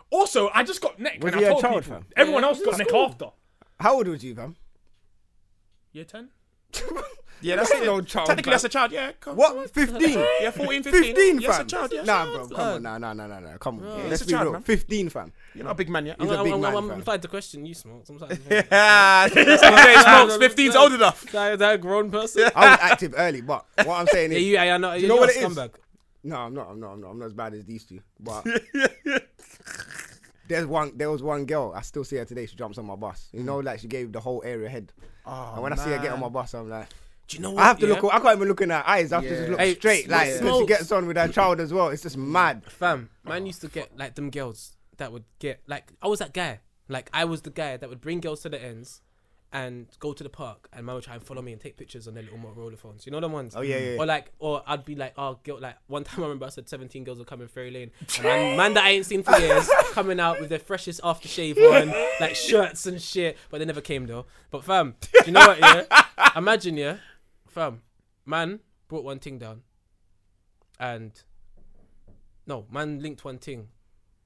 F: I also I just got neck
D: Was
F: and
D: he
F: I
D: a
F: told
D: child,
F: people.
D: fam?
F: Everyone
E: Yeah,
F: else got neck after.
D: How old was you, fam?
F: Year ten.
G: Yeah, that's
D: ain't
G: it.
D: no child,
G: Technically,
D: man.
G: that's a child. Yeah, come on.
D: What? 15?
G: Yeah, 14, 15.
D: 15,
G: Yes,
D: fam.
G: a child. Yes,
D: nah, bro, come
E: lad.
D: on, nah, nah, nah, nah, nah, come on.
G: it's
D: Let's
G: a
D: be
G: child,
D: real.
G: man.
D: 15, fam.
G: You're not a big man yet.
D: He's a
E: I'm-
D: big
E: I'm-
D: man,
E: I'm
D: fam.
E: implied the question. You smoke sometimes.
G: Ah, that's what I'm saying, smokes. 15's old enough.
E: That, that grown person.
D: I was active early, but what I'm saying
E: Yeah,
D: is,
E: you, yeah, I know. You
D: know
E: know
D: what
E: what
D: it is?
E: scumbag.
D: no, I'm not, I'm not, I'm not, I'm not as bad as these two. But there's one, there was one girl. I still see her today. She jumps on my bus. You know, like she gave the whole area head. and when I see her get on my bus, I'm like,
E: Do you know what?
D: Oh, I have to
E: yeah?
D: look. I can't even look in her eyes. I have to just look
E: Hey,
D: straight.
E: what
D: Like 'cause she
E: smokes?
D: gets on with her child as well. It's just mad.
E: Fam, man used to get like them girls that would get like I was that guy. Like I was the guy that would bring girls to the ends and go to the park and man would try and follow me and take pictures on their little Motorola phones. You know the ones? Oh
D: yeah, yeah, yeah.
E: Or like or I'd be like, oh girl like one time I remember I said seventeen girls were coming Ferry Lane. And man, man that I ain't seen for years coming out with their freshest aftershave on, like shirts and shit. But they never came though. But fam, do you know what, yeah? Imagine, yeah, fam, man brought one thing down and no, man linked one thing.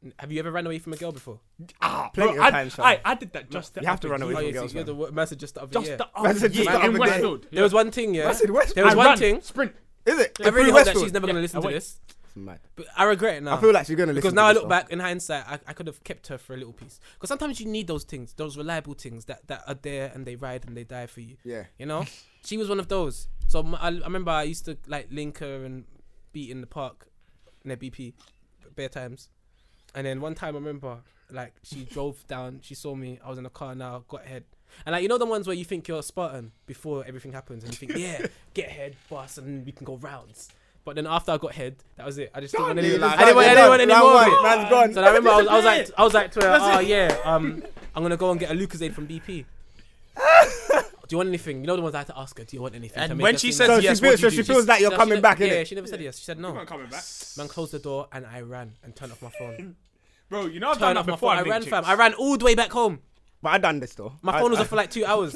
E: N- Have you ever ran away from a girl before?
F: Ah,
D: Plenty
F: bro,
D: of
F: I,
D: times, fam.
F: I, I did that just.
D: You have to run away
E: Oh,
D: from
E: yeah,
D: girls.
E: so you're
D: man.
E: the wo- message just the other
F: Just
E: year.
F: the
D: That's
F: other
D: just
F: year
D: the other
F: in
D: day.
F: Westfield.
E: There was one thing, yeah.
D: That's in Westfield.
E: There was
F: I
E: one
F: ran,
E: thing.
F: Sprint.
D: Is it?
E: I really
D: Through
E: hope that
D: Westfield?
E: she's never gonna listen to
F: wait.
E: this.
D: It's mad.
E: But I regret it now.
D: I feel like she's gonna listen
E: because
D: to
E: now I
D: this, though.
E: look back in hindsight, I, I could have kept her for a little piece. Because sometimes you need those things, those reliable things that, that are there and they ride and they die for you.
D: Yeah.
E: You know, she was one of those. So m- I, I remember I used to like link her and be in the park, in their BP, bare times. And then one time I remember, like she drove down, she saw me, I was in a car now, got head. And like you know the ones where you think you're a Spartan before everything happens, and you think yeah, get head, bus, and we can go rounds. But then after I got head, that was it. I just didn't want any,
D: you just
E: I didn't want, I
D: like,
E: didn't want any
D: round
E: more. of
D: one,
E: it.
D: man's gone.
E: So I remember I was, I was like, I was like to her, oh yeah, um, I'm gonna go and get a Lucasade from BP. Do you want anything? You know the ones I had to ask her. Do you want anything? to
C: And
E: make
C: when
E: her
C: she
E: feel
C: says
D: So
E: nice?
D: she
C: yes, what
D: feels,
C: do
D: so
C: you
D: she
C: do?
D: feels like you're
E: No, she
D: coming
E: ne-
D: back,
E: Yeah,
D: innit?
E: she never said yes. She said no.
F: I'm coming back,
E: Man closed the door and I ran and turned off my phone.
F: bro. You know I've done
E: Turned
F: that
E: off my
F: before.
E: phone. I
F: I've
E: ran,
F: linked
E: fam.
F: chicks.
E: I ran all the way back home.
D: But I done this though.
E: My phone was off for like two hours.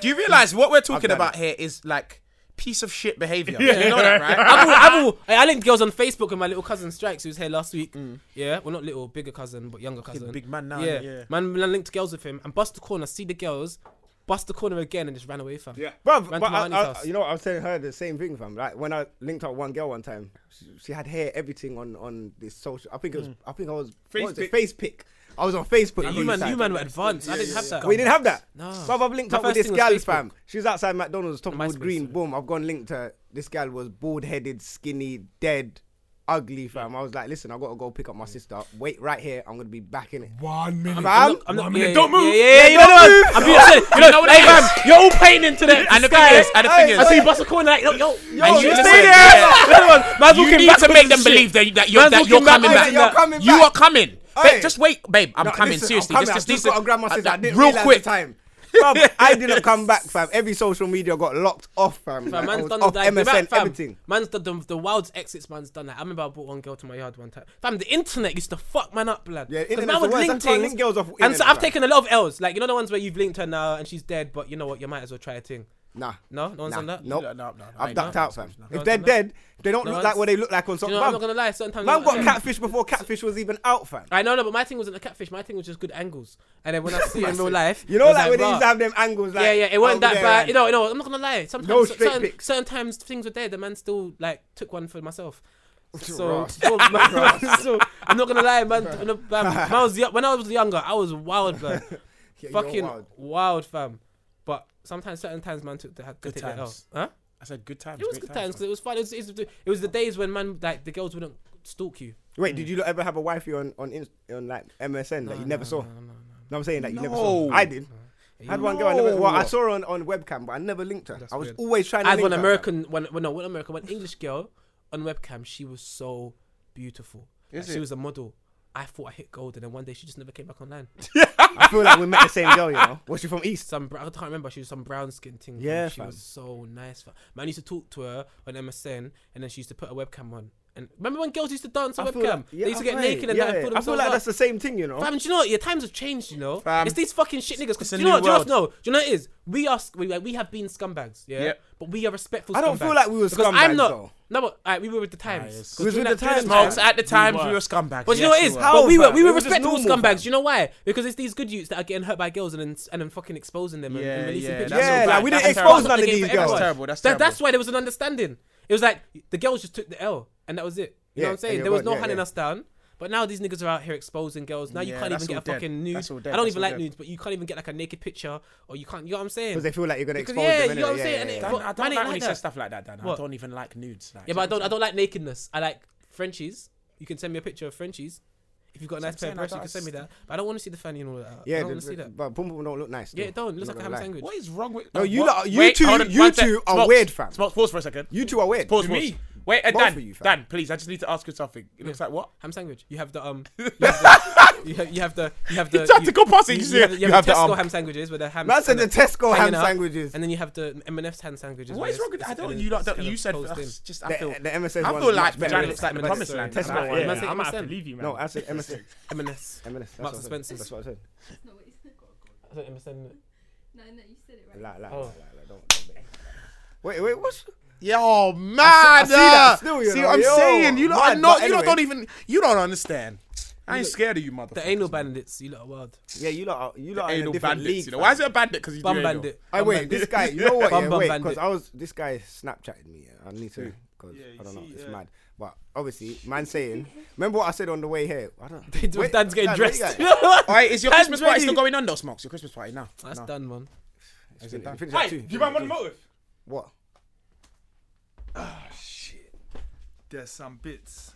C: Do you realize what we're talking
D: done
C: about here is like piece of shit behavior? You know that, right?
E: I've all, I've all, I I linked girls on Facebook with my little cousin Strikes, who was here last week.
C: Mm.
E: Yeah, well, not little, bigger cousin, but younger cousin.
C: big man now,
E: Yeah.
C: yeah.
E: Man, man linked girls with him and bust the corner, see the girls, bust the corner again, and just ran away, fam.
F: Yeah.
D: Bruv,
E: Ran to
D: but
E: my
D: I,
E: auntie's
D: I-
E: house.
D: you know, I was telling her the same thing, fam. Like when I linked up one girl one time, she, she had hair, everything on on this social. I think it was, I think I was what was it? Facebook. I was on Facebook.
E: You
D: all the
E: man,
D: time.
E: you man were advanced. I didn't have that.
D: We didn't have that.
E: No.
D: Bruv, I've linked
E: My
D: up with
E: first
D: this
E: thing was
D: gal,
E: Facebook.
D: fam. She was outside McDonald's, top
E: MySpace,
D: wood green.
E: sorry.
D: Boom, I've gone linked her. This gal was bald headed, skinny, dead, ugly, fam. I was like, listen, I gotta go pick up my sister. Wait right here. I'm gonna be back in it.
F: One minute.
D: Fam,
E: I'm not,
F: One
E: yeah,
F: minute. Don't
E: Yeah,
F: move.
E: yeah, yeah. You know what? I'm being upset. You know, hey, man, you're all painting today.
C: And the thing is, and the thing
E: I
C: is,
E: see you bust the corner like, yo, yo, yo.
C: and
E: you
C: you
E: just
C: listen, yeah.
E: Man's
C: You
E: walking
C: need
E: back
C: to make them
E: shit.
C: believe that, that you're, that
E: Man's
C: you're
E: walking back
C: coming
E: with
C: back.
D: that. You're coming
C: You
D: back.
C: are coming.
D: Hey.
C: Babe, just wait, babe. I'm
D: No,
C: coming.
D: listen,
C: Seriously,
D: I'm coming.
C: this, this,
D: I just
C: this,
D: got a grandma
C: uh,
D: says
C: uh,
D: I didn't
C: real
D: realize
C: quick.
D: the time. Bruv, I didn't come back, fam. Every social media got locked off, fam.
E: Fam,
D: Like, I
E: man's
D: was
E: done
D: off
E: the like, the
D: MSN,
E: back, fam.
D: everything.
E: Man's done the, the wild's exits. Man's done that. I remember I brought one girl to my yard one time. Fam, the internet used to fuck man up, lad.
D: Yeah,
E: 'Cause
D: internet's
E: man
D: the
E: would
D: worst. I
E: link
D: can't
E: things,
D: link girls off
E: and so
D: internet,
E: I've
D: fam.
E: taken a lot of L's. Like you know the ones where you've linked her now and she's dead, but you know what? You might as well try a thing.
D: Nah.
E: No, no one's
D: nah.
E: done that.
D: Nope.
G: No, no, no.
D: I've ducked out, fam.
E: No,
D: If they're
E: no.
D: dead, they don't
E: No,
D: look
E: it's-
D: like what they look like on
E: Do
D: something.
E: you know, I'm not gonna lie. Sometimes
D: Man got catfish before catfish was even out, fam.
E: I know, no, but my thing wasn't the catfish. My thing was just good angles. And then when I see it in real life,
D: You know,
E: it was
D: like, when they
E: "Rah."
D: used to have them angles, like
E: yeah, yeah, it wasn't
D: over
E: that
D: there,
E: bad.
D: and-
E: You know, you know, I'm not gonna lie. Sometimes
D: No
E: cer-
D: straight
E: certain,
D: pics.
E: certain times things were there. The man still like took one for myself. So,
D: Ross.
E: so, man- man- so I'm not gonna lie, man. you know, man, when I was yo- when I was younger, I was wild, man.
D: Yeah, you're
E: Fucking
D: wild.
E: wild. fam. But sometimes, certain times, man took the had to
G: Good
E: take the L.
G: times.
E: Huh?
G: I said good times.
E: It was
G: great
E: good times 'cause it was fun. It was, it was the- it was the days when man like the girls wouldn't stalk you.
D: Wait, did you lot ever have a wifey on on Inst- on like MSN that you never saw? Mm. No, I'm saying that you never saw.
G: No.
D: I did. I had one girl. I never, well, I
G: No.
D: saw her on, on webcam, but I never linked her.
E: That's
D: I was
E: weird.
D: always trying to.
E: I had
D: link
E: one
D: her, fam.
E: American, one well, no, one American, one English girl on webcam. She was so beautiful. Like, she was a model. I thought I hit gold, and then one day she just never came back online.
D: I feel like we met the same girl, you know. Was she from East?
E: Some br- I can't remember. She was some brown skin thing. fam.
D: Yeah,
E: she
D: fam.
E: was so nice. fam. Man I used to talk to her on MSN, and then she used to put her webcam on. And remember when girls used to dance on
D: I feel
E: webcam?
D: like- yeah,
E: they used to
D: I feel
E: get
D: like-
E: naked and
D: yeah,
E: like,
D: yeah.
E: pull
D: I feel
E: themselves
D: like
E: up.
D: that's the same thing, you know.
E: Fam, do you know what? Your times have changed, you know.
D: Fam.
E: It's these fucking shit niggas. 'cause
C: It's a
E: do you know what?
C: new
E: Do you know what?
C: world.
E: No, do you know what it is? We are sc- we, like, we have been scumbags, yeah.
G: Yep.
E: But we are respectful.
D: I don't feel
E: scumbags.
D: like we were
E: Because
D: scumbags,
E: I'm not.
D: though.
E: No, but alright, we were with the times.
C: it's-
E: 'Cause
D: We was
E: during
D: with the
E: that- during that
D: times,
E: time-
C: Folks, at the time we
F: were.
C: were scumbags.
E: But you know
C: Yes,
E: what it is?
C: we were.
D: How,
E: uh, but we were
D: fam?
E: we were
D: It was just
E: respectful
D: normal, fam.
E: scumbags. You know why? Because it's these good youths that are getting hurt by girls and then, and then fucking exposing them and,
G: Yeah,
E: and releasing
G: yeah,
E: pictures.
G: that's
D: yeah,
G: so
D: like
G: bad.
D: we
G: That's
D: didn't
G: terrible.
D: expose none of
E: That's
D: these
E: terrible.
D: girls.
G: That's terrible, that's
E: That- that's
G: terrible.
E: why there was an understanding. It was like the girls just took the L and that was it. You
D: Yeah,
E: know what I'm saying?
D: and
E: There was
D: it
E: no
D: was- yeah,
E: handing
D: yeah.
E: us down. But now these niggas are out here exposing girls. Now you
G: Yeah,
E: can't
G: that's
E: even get a
G: all dead.
E: fucking nude. I
G: That's all
E: don't
G: dead, that's
E: even
G: all
E: like
G: dead.
E: nudes, but you can't even get like a naked picture or you can't. You know what I'm saying?
D: Because they feel like you're gonna
E: Because-
D: expose
E: yeah,
D: them.
E: you
D: innit?
E: know what I'm
D: Yeah,
E: saying.
D: yeah,
E: And
D: yeah.
E: it-
C: Dan,
E: but
C: I
E: man
C: don't
E: ain't
C: like when he
E: that.
C: says stuff like that, Dan.
E: What?
C: I don't even like nudes. Like,
E: Yeah, but I don't. I don't like nakedness. I like Frenchies. You can send me a picture of Frenchies. If you've got a nice
C: That's what
E: pair
C: I'm saying,
E: of breasts,
C: I
E: you can
C: don't-
E: send me that. But I don't want to see the fanny and all of that. I
D: Yeah,
E: don't want
D: the-
E: to see that.
D: but boom boom don't look nice.
E: Yeah,
D: though.
E: it don't. It looks
D: Not
E: like a
D: gonna lie.
E: ham sandwich.
C: What is wrong with
D: No, you
C: what-
D: lot- you
C: Wait,
D: two-
C: hold on,
D: you
C: one sec.
D: two are
C: Smokes,
D: weird, fam.
C: Smokes, pause for a second.
D: You two are weird.
C: Pause,
D: You
C: pause.
F: me?
C: Wait, uh,
D: Both
C: Dan,
D: of you, fam.
C: Dan, please, I just need to ask you something. It looks like what?
E: Ham sandwich. You have the um. You have, you have, you have the you have the.
C: He tried
E: you,
C: to go past it,
E: You,
C: you
E: you
C: see
E: have,
C: it.
E: you
C: You
E: have the
C: have
E: Tesco
C: the, um,
E: ham sandwiches with the ham.
D: Man said
E: and
D: the Tesco ham
E: hanging out,
D: sandwiches.
E: And then you have the M&F's hand sandwiches.
C: What
E: where
C: is wrong with
E: it's-
C: I
E: it's
C: don't.
E: kinda-
C: You lot
E: it's
C: don't.
E: kinda
C: You said
E: closed in.
C: that's just. I
D: The-
C: feel.
D: the MSN
C: I
D: one's
C: feel
D: much
C: like
D: better.
C: vagina looks like the
E: Tesco
C: promised land.
D: one.
C: Like,
E: Yeah,
C: yeah.
E: man.
F: I might have to
E: understand.
F: leave you, man.
D: No, I said MSN.
E: M&S.
D: MSN. that's
E: Marks
D: what I
E: and
D: said.
E: Spencer's.
D: That's what I said.
H: That's not what you said.
E: I said MSN.
H: No, no, you said it right.
D: Like, like,
E: Oh.
D: like, like, don't- don't be- Wait, wait, what's?
G: Yo, man. I
D: see that still, you
G: see
D: know,
G: what I'm
D: yo,
G: saying? You lot, are
D: man,
G: not,
D: but
G: you lot
D: anyway.
G: don't even. You don't understand. I ain't scared of you, motherfucker.
E: The anal bandits. You lot are wild.
D: Yeah, you lot, are, you lot are in a
G: Anal
D: different
G: bandits.
D: league.
G: you know?
D: fam.
G: Why is it a bandit? Because he's
E: Bum
G: doing anal.
E: bandit.
D: I
E: Bum
D: wait,
E: bandit.
D: this guy. You know what?
E: Bum
D: Yeah,
E: bum
D: wait,
E: bandit.
D: because I was this guy Snapchatted me. Yeah. I need to because I don't know. it's mad. But obviously, man saying. Remember what I said on the way here? I don't. wait,
E: Dan's getting
D: Dan, where you
E: dressed.
D: going?
C: All right, is your
E: Dan's
C: Christmas party
E: ready.
C: still going on though, Smokes? Your Christmas party now?
E: That's
C: No.
E: done, man.
D: It's been- finish that
F: Hey,
D: too.
F: do you mind one motive?
D: What?
F: Shit. There's some bits.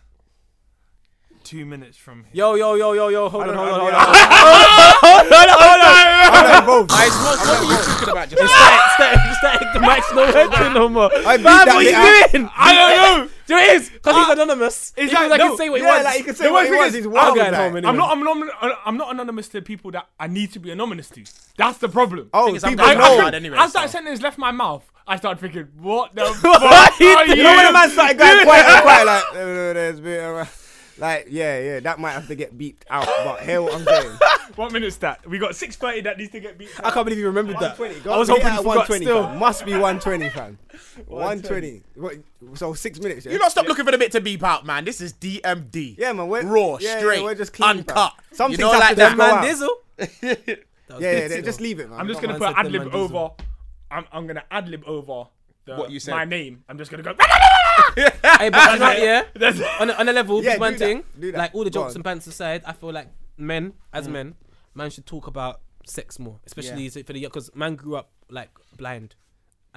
F: Two minutes from here.
E: Yo, yo, yo, yo, yo. Hold on,
D: don't
E: hold
D: know,
E: on,
D: I'm
E: hold
D: not-
E: on.
D: I'm not involved.
C: Hey, Smokes, what were you talking about? Just
E: Static, static. The mic's not working no more.
D: I beat that
E: Man, what
D: bit
E: are
D: out.
E: you doing? I don't know. Do it is because he's anonymous. He's
F: like,
E: like,
F: no.
E: can say what he
D: Yeah,
E: wants.
D: like, he can say
E: The
D: what
E: one
D: he
E: thing
D: wants,
E: is,
D: he's
E: I'm
D: wild,
E: going
D: like.
E: home anyway.
F: I'm not. I'm not. I'm not anonymous to people that I need to be anonymous to. That's the problem.
D: Oh,
C: is, I'm
D: people
F: I,
C: going
D: know.
C: out
F: I,
C: anyway,
F: as
C: so-
F: that sentence left my mouth, I started thinking, "What the fuck are you?"
D: You know when a man started going quiet, quiet, like, uh, there's been, uh, like, yeah, yeah, that might have to get beeped out. But hear what I'm saying.
F: What minute's that? We got six thirty. That needs to get beat.
E: I can't believe you remembered that.
D: I
E: was hoping you forgot still.
D: Must be 120, fam. 120. Wait, so six minutes. Yeah?
C: You lot stop looking for the bit to beep out, man. This is DMD.
D: yeah, man. We're,
C: Raw,
D: yeah, yeah,
C: straight,
D: we're just clean, fam.
C: uncut.
D: Some
C: You
D: things
C: know,
D: have
C: like
D: to
C: that
D: just
E: That
D: go
E: man
D: out.
E: Dizzle. That was
D: Yeah,
E: good,
D: yeah,
E: you know.
D: just leave it, man.
F: I'm just
D: Don't
F: gonna
E: man
F: put
E: said
F: ad
E: them
F: lib
E: man
F: over. I'm, I'm gonna ad lib over the,
C: What you said.
F: My name. I'm just gonna go.
E: Hey, but you know what, yeah.
F: That's-
E: on a, on a level,
D: Yeah,
E: big man
D: do that,
E: thing.
D: do that.
E: Like all the
D: Go
E: jokes
D: on. Mm.
E: and bants aside, I feel like men, as men, man should talk about sex more, especially
C: Yeah.
E: is it for the young, because man grew up like blind.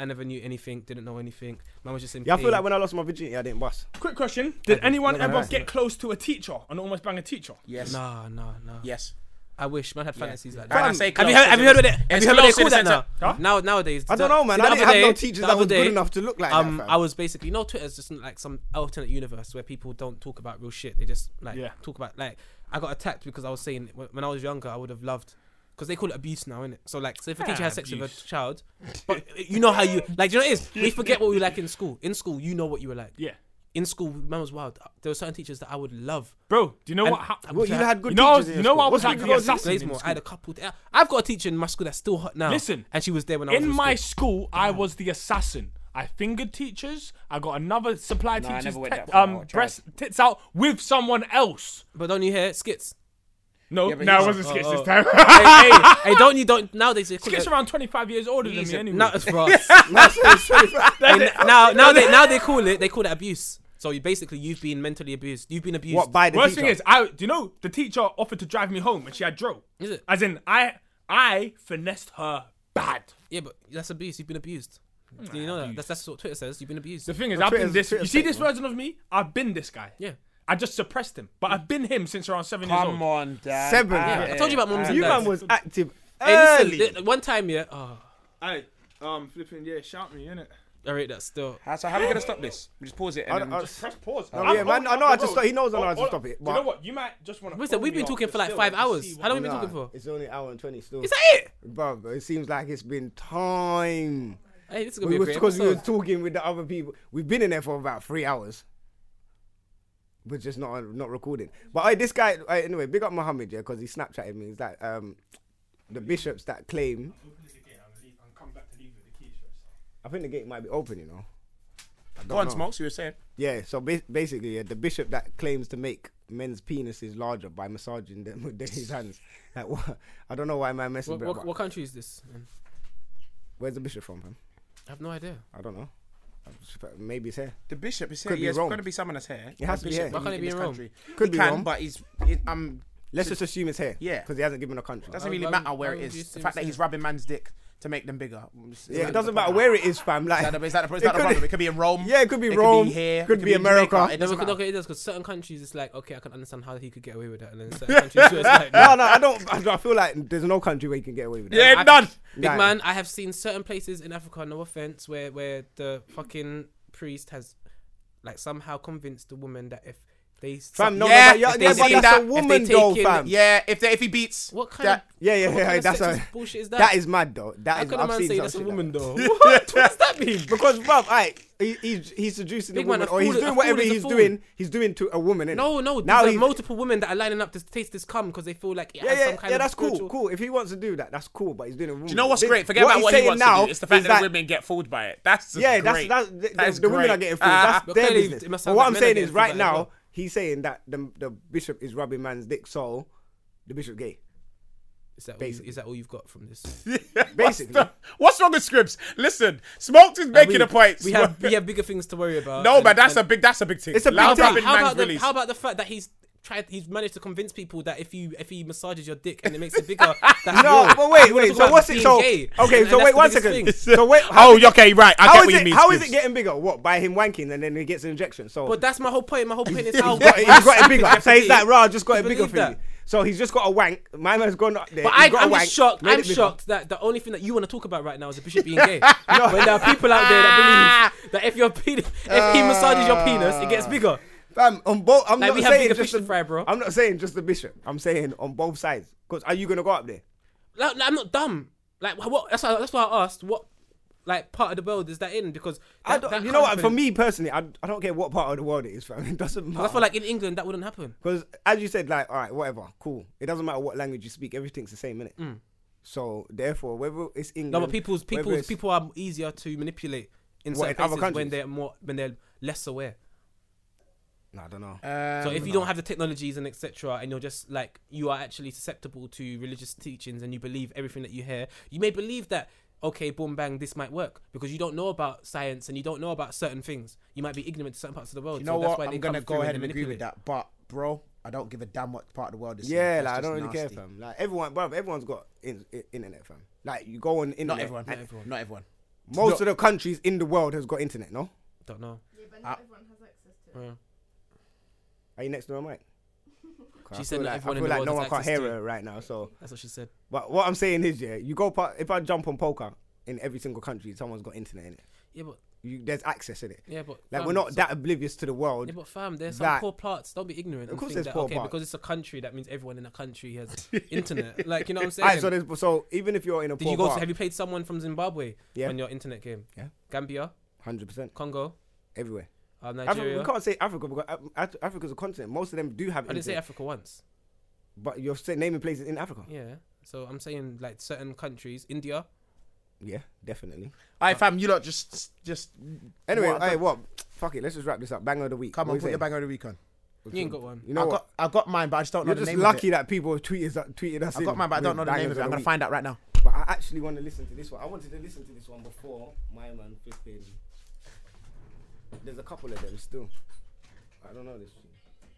E: I never knew anything, didn't know anything. Man was just in
D: Yeah, I
E: pain.
D: feel like when I lost my virginity, I didn't bust.
F: Quick question: Did anyone
D: no, no,
F: ever
D: no.
F: get close to a teacher and almost bang a teacher?
C: Yes.
E: Nah, nah, nah.
C: Yes.
E: I wish man had fantasies like
C: When I
E: that.
C: say
E: Have
C: close,
E: you heard? Have you heard what they? Have
C: it's
E: you heard what they
C: close in
E: call
C: the
E: that now?
C: sense
E: Now nowadays,
D: I don't know, man.
E: See, the
D: I didn't
E: other
D: have no
E: day-
D: teachers
E: the
D: that
E: other
D: was good
E: day,
D: enough to look like
E: um,
D: that. fam.
E: I was basically no Twitter's just like some alternate universe where people don't talk about real shit. They just like
F: Yeah.
E: talk about like I got attacked because I was saying when when I was younger I would have loved because they call it abuse now, innit? So like, so if a teacher
F: Ah,
E: has sex with a
F: abuse.
E: child, but you know how you like. Do you know what it is? We forget what we were like in school. In school, you know what you were like.
F: Yeah.
E: in school, man was wild. There were certain teachers that I would love.
F: Bro, do you know
E: And-
F: what happened?
D: Well, you had good
F: You know, I was,
D: teachers in
F: you know
D: your
F: what I
D: school.
F: was
D: What
F: like the assassin in
E: Glazemore, I
F: school?
E: had a couple. I've got a teacher in my school that's still hot now.
F: Listen,
E: and she was there when I was
F: In
E: in
F: my
E: school.
F: school, I was the assassin. I fingered teachers. I got another supply
C: I
F: teacher's
C: never went
F: te-
C: that far, I
F: um,
C: tried.
F: breast tits out with someone else.
E: But don't you hear skits?
F: No,
C: but
F: no,
C: he's-
F: it wasn't skits
E: oh.
F: this time.
E: hey, hey, hey, don't you don't nowadays? they call
F: skits
E: it-
F: around 25 years older than
C: He's
F: me
C: a-
F: anyway.
E: Now it's for us. And now, now they now they call it they call it abuse. So you basically you've been mentally abused. You've been abused.
D: What by the
F: Worst
D: teacher?
F: thing is, I do you know the teacher offered to drive me home and she had drove.
E: Is it?
F: As in, I I finessed her bad.
E: Yeah, but that's abuse. You've been abused. Do you know that? That's, that's what Twitter says. You've been abused.
F: The thing is, I've been
D: Twitter's-
F: this. You
D: Twitter's
F: see
D: fake,
F: this
D: man.
F: version of me? I've been this guy.
E: Yeah.
F: I just suppressed him, but I've been him since around seven years
C: Come
F: old.
C: on, Dad.
D: Seven.
C: Ah,
E: I told you about mums and
D: You
E: dads.
D: man was active
E: Hey, listen,
D: early.
E: th- one time, yeah. Oh,
F: Hey, um, flipping yeah, shout me in it.
E: I rate that still.
C: How- So how are we gonna stop this? We just pause it and
D: I-
C: then
D: I-
C: just-
F: Press pause.
D: No, yeah, man, I know how to stop- he knows I know how to stop it,
F: You
D: but-
F: know what? You might just want to.
E: Listen, we've been talking for like five hours. How long have we been talking for?
D: It's only hour and twenty still.
E: Is that it?
D: Bruv, it seems like it's been time.
E: Hey, this is gonna
D: We
E: be a
D: was
E: great
D: because we were
E: episode.
D: talking with the other people. We've been in there for about three hours. We're just not not recording. But hey, this guy hey, anyway, big up Muhammad, yeah, because he Snapchatted me. Is that um the bishops that claim I think the gate might be open, you know.
C: Go on, Smokes. You were saying.
D: Yeah, so ba- basically, yeah, the bishop that claims to make men's penises larger by massaging them with his hands. Like, what? I don't know why my message.
E: What, what, what country is this?
D: Where's the bishop from, man?
E: I have no idea.
D: I don't know. Maybe it's here.
C: The bishop is here.
D: Could be
C: Yes,
D: wrong.
C: going to be someone that's here.
D: It has
C: A
D: to be
C: bishop
D: here. Why
C: in-
E: can't it
C: in
E: be
C: this
E: wrong?
C: country.
D: Could
C: he
D: be
C: can,
D: wrong.
C: but he's. It, um,
D: Let's just assume it's here.
C: Yeah.
D: because he hasn't given a country.
C: doesn't
E: Why-
C: really
E: why-
C: matter where
E: why
C: it
E: would you
C: is. The
E: assume
C: fact
E: it's
C: that he's
E: here?
C: rubbing man's dick to make them bigger.
D: yeah, it doesn't matter where it is, fam. Like,
C: Is that the, is that the, is
D: it
C: that the
D: could-
C: problem? It could be in Rome.
D: Yeah, it could be
C: it
D: Rome.
C: Could be here.
D: Could
C: it
D: be
C: in Jamaica,
D: America.
C: It
E: No,
C: doesn't
E: but
C: matter.
E: okay, it does because certain countries it's like okay, I can understand how he could get away with that, and then certain countries it's like
D: no, no, I don't. I, I feel like there's no country where you can get away with that.
F: Yeah,
E: I-
F: none.
E: Big
D: Nah.
E: man, I have seen certain places in Africa, no offense, where where the fucking priest has like somehow convinced the woman that if they
D: Fam, no,
C: Yeah,
D: no, but,
C: if
D: yeah, yeah,
C: they
D: but
C: see
D: that's
C: that,
D: a
C: if
D: woman
E: they
D: though,
E: take in-
D: fam.
C: Yeah, if they, if he beats.
E: what kind
C: that-
E: of
D: yeah, yeah,
E: what
D: yeah,
E: kind of
D: that's
E: sexist
D: a-
E: bullshit is that?
D: that is mad though. That
E: how
D: is.
E: can a
D: I've
E: man
D: seen
E: say
D: some
E: that's a
D: shit like
E: woman
D: that.
E: though? what does that mean?
D: Because, bruv, I he, he's he's seducing
E: Big
D: a
E: man,
D: woman,
E: a
D: or he's
E: fool is- a
D: doing
E: fool
D: whatever
E: is a
D: he's
E: fool.
D: doing. He's doing to a woman. Innit?
E: No, no.
D: Now
E: there's
D: he-
E: multiple women that are lining up to taste this cum because they feel like it
D: Yeah,
E: has
D: yeah,
E: some kind
D: yeah.
E: of
D: That's cool,
E: spiritual-
D: cool. If he wants to do that, that's cool. But he's doing a woman.
C: Do you know what's
D: This-
C: great? Forget about
D: he's
C: what he
D: saying
C: wants
D: now
C: to do. It's the fact
D: is
C: that, the women get fooled by it. That's just
D: Yeah,
C: great.
D: that's that's the,
C: That is
D: the, the women
C: great.
D: are getting fooled.
C: Ah,
D: that's
E: But
D: their
E: clearly
D: business.
E: it must
D: But
E: sound
D: what
E: like
D: I'm
E: men are
D: saying
E: getting
D: is,
E: fooled by
D: right
E: it as
D: now,
E: well.
D: he's saying that the the bishop is rubbing man's dick, so the bishop gay.
E: Is that, all you,
D: Basically.
E: is that all you've got from this?
D: Basically,
C: What's wrong with scripts? Listen, Smokes is making
E: We-
C: a point.
E: We have we have bigger things to worry about.
C: no,
E: and-
C: but that's
E: and-
C: a big that's a big thing.
D: It's a big
C: Loud
D: thing.
C: rapping
E: how
C: man's
E: about, the,
C: release.
E: how about the fact that he's tried? He's managed to convince people that if you if he massages your dick and it makes it bigger. that's
D: no,
E: wrong.
D: but wait,
E: wanna
D: wait.
E: talk
D: So
E: about
D: what's it?
E: being
D: So
E: gay.
D: okay,
E: And
D: so
E: that's
D: wait
E: the
D: one
E: biggest
D: second.
E: thing.
D: So wait,
C: oh, you're okay, right. I
D: How
C: get
D: is
C: what you
D: it?
C: mean.
D: How is it
C: Scribs.
D: getting bigger? What by him wanking and then he gets an injection? So
E: But that's my whole point. My whole point is how
D: he's got, it- he's got it bigger.
E: Jeff
D: So he's
E: Bezos.
D: like, "Raw, I just got it
E: You
D: bigger
E: believe
D: for
E: that?
D: you." So he's just got a wank. My man's gone up there.
E: But
D: he's
E: I,
D: got a
E: I'm
D: wank,
E: just shocked.
D: made
E: I'm
D: it bigger.
E: shocked that the only thing that you want to talk about right now is the bishop being gay. But there are people out there that believe that if your penis, if he massages your penis, it
D: Ah.
E: gets bigger.
D: Fam, on both. I'm
E: Like,
D: not
E: we have
D: saying
E: bigger
D: just
E: fish
D: the
E: to fry, bro.
D: I'm not saying just the bishop. I'm saying on both sides. Because are you gonna go up there?
E: Like, like, I'm not dumb. Like what? That's why. That's why I asked what. Like part of the world is that in because that,
D: I don't,
E: that
D: you know what?
E: can't
D: For
E: happen.
D: me personally, I, I don't care what part of the world it is, fam. It doesn't matter.
E: I feel like in England that wouldn't happen.
D: Because as you said, like, all right, whatever, cool. It doesn't matter what language you speak, everything's the same, innit? So therefore, whether it's English,
E: Mm. No, but people's people's people are easier to manipulate in
D: What,
E: certain
D: in other
E: places when
D: countries?
E: they're more when they're less aware.
D: No, I don't
C: Uh,
D: know.
E: so if you
D: Um,
E: don't have the technologies and etc., and you're just like you are actually susceptible to religious teachings and you believe everything that you hear, you may believe that okay, boom, bang, this might work because you don't know about science and you don't know about certain things. You might be ignorant to certain parts of the world.
C: You
E: so
C: know
E: That's
C: what?
E: why they
C: I'm gonna
E: come
C: go
E: through
C: ahead and
E: they
C: agree with
E: manipulate.
C: that. But bro, I don't give a damn what part of the world is.
D: yeah,
C: in.
D: like
C: That's
D: I don't
C: just
D: really care,
C: nasty.
D: fam. Like everyone, bruv, everyone's got in, in, internet, fam. Like you go on internet.
C: Not everyone. Not
D: and
C: everyone. Not everyone.
D: Most of the countries in the world has got internet. No,
E: Don't know.
H: Yeah, but not everyone has access to it.
D: are you next to my mic? 'Cause
E: She
D: I
E: said
D: feel
E: not
D: like, I
E: everyone in
D: feel
E: the
D: like
E: world
D: no
E: has
D: one can
E: access
D: hear
E: to it.
D: her right now. So,
E: That's what she said.
D: but what I'm saying is, yeah, you go. Part, if I jump on poker in every single country, someone's got internet in it.
E: Yeah, but
D: You, there's access in it.
E: yeah, but
D: Like
E: fam,
D: we're not
E: so-
D: that oblivious to the world.
E: Yeah, but fam, there's some
D: that-
E: poor parts. Don't be ignorant.
D: Of
E: and
D: course
E: think
D: there's
E: that,
D: poor
E: okay,
D: parts.
E: Because it's a country, that means everyone in a country has internet. Like, you know what I'm saying?
D: Alright, so there's, so even if you're in a
E: Did
D: poor
E: you go?
D: part,
E: have you played someone from Zimbabwe
D: Yeah.
E: on your internet game?
D: Yeah.
E: Gambia,
D: hundred percent
E: Congo.
D: everywhere.
E: uh,
D: Africa,
E: Nigeria.
D: we can't say Africa because Af- Af- Africa's a continent. Most of them do have.
E: I didn't say
D: internet,
E: Africa once.
D: but you're saying naming places in Africa.
E: Yeah. So I'm saying like certain countries, India.
D: Yeah, definitely.
C: All right, fam, you lot just just
D: Anyway,
C: What?
D: hey, what? Fuck it. Let's just wrap this up. Bang of the week.
C: come
D: What
C: on,
D: you
C: put your
D: saying?
C: bang on the weekend.
E: You ain't got one.
D: You know
C: I
D: what?
C: got I got mine, but I just don't know
D: You're
C: the
D: just
C: name.
D: lucky
C: Of
D: that people tweeted us, tweeted us.
C: it. I got
D: in
C: mine, but I
D: with
C: don't know the name
D: bangers
C: of it. I'm
D: the
C: gonna
D: week.
C: find out right now.
D: But I actually want to listen to this one. I wanted to listen to this one before my man flipping. There's a couple of them still. I don't know this one.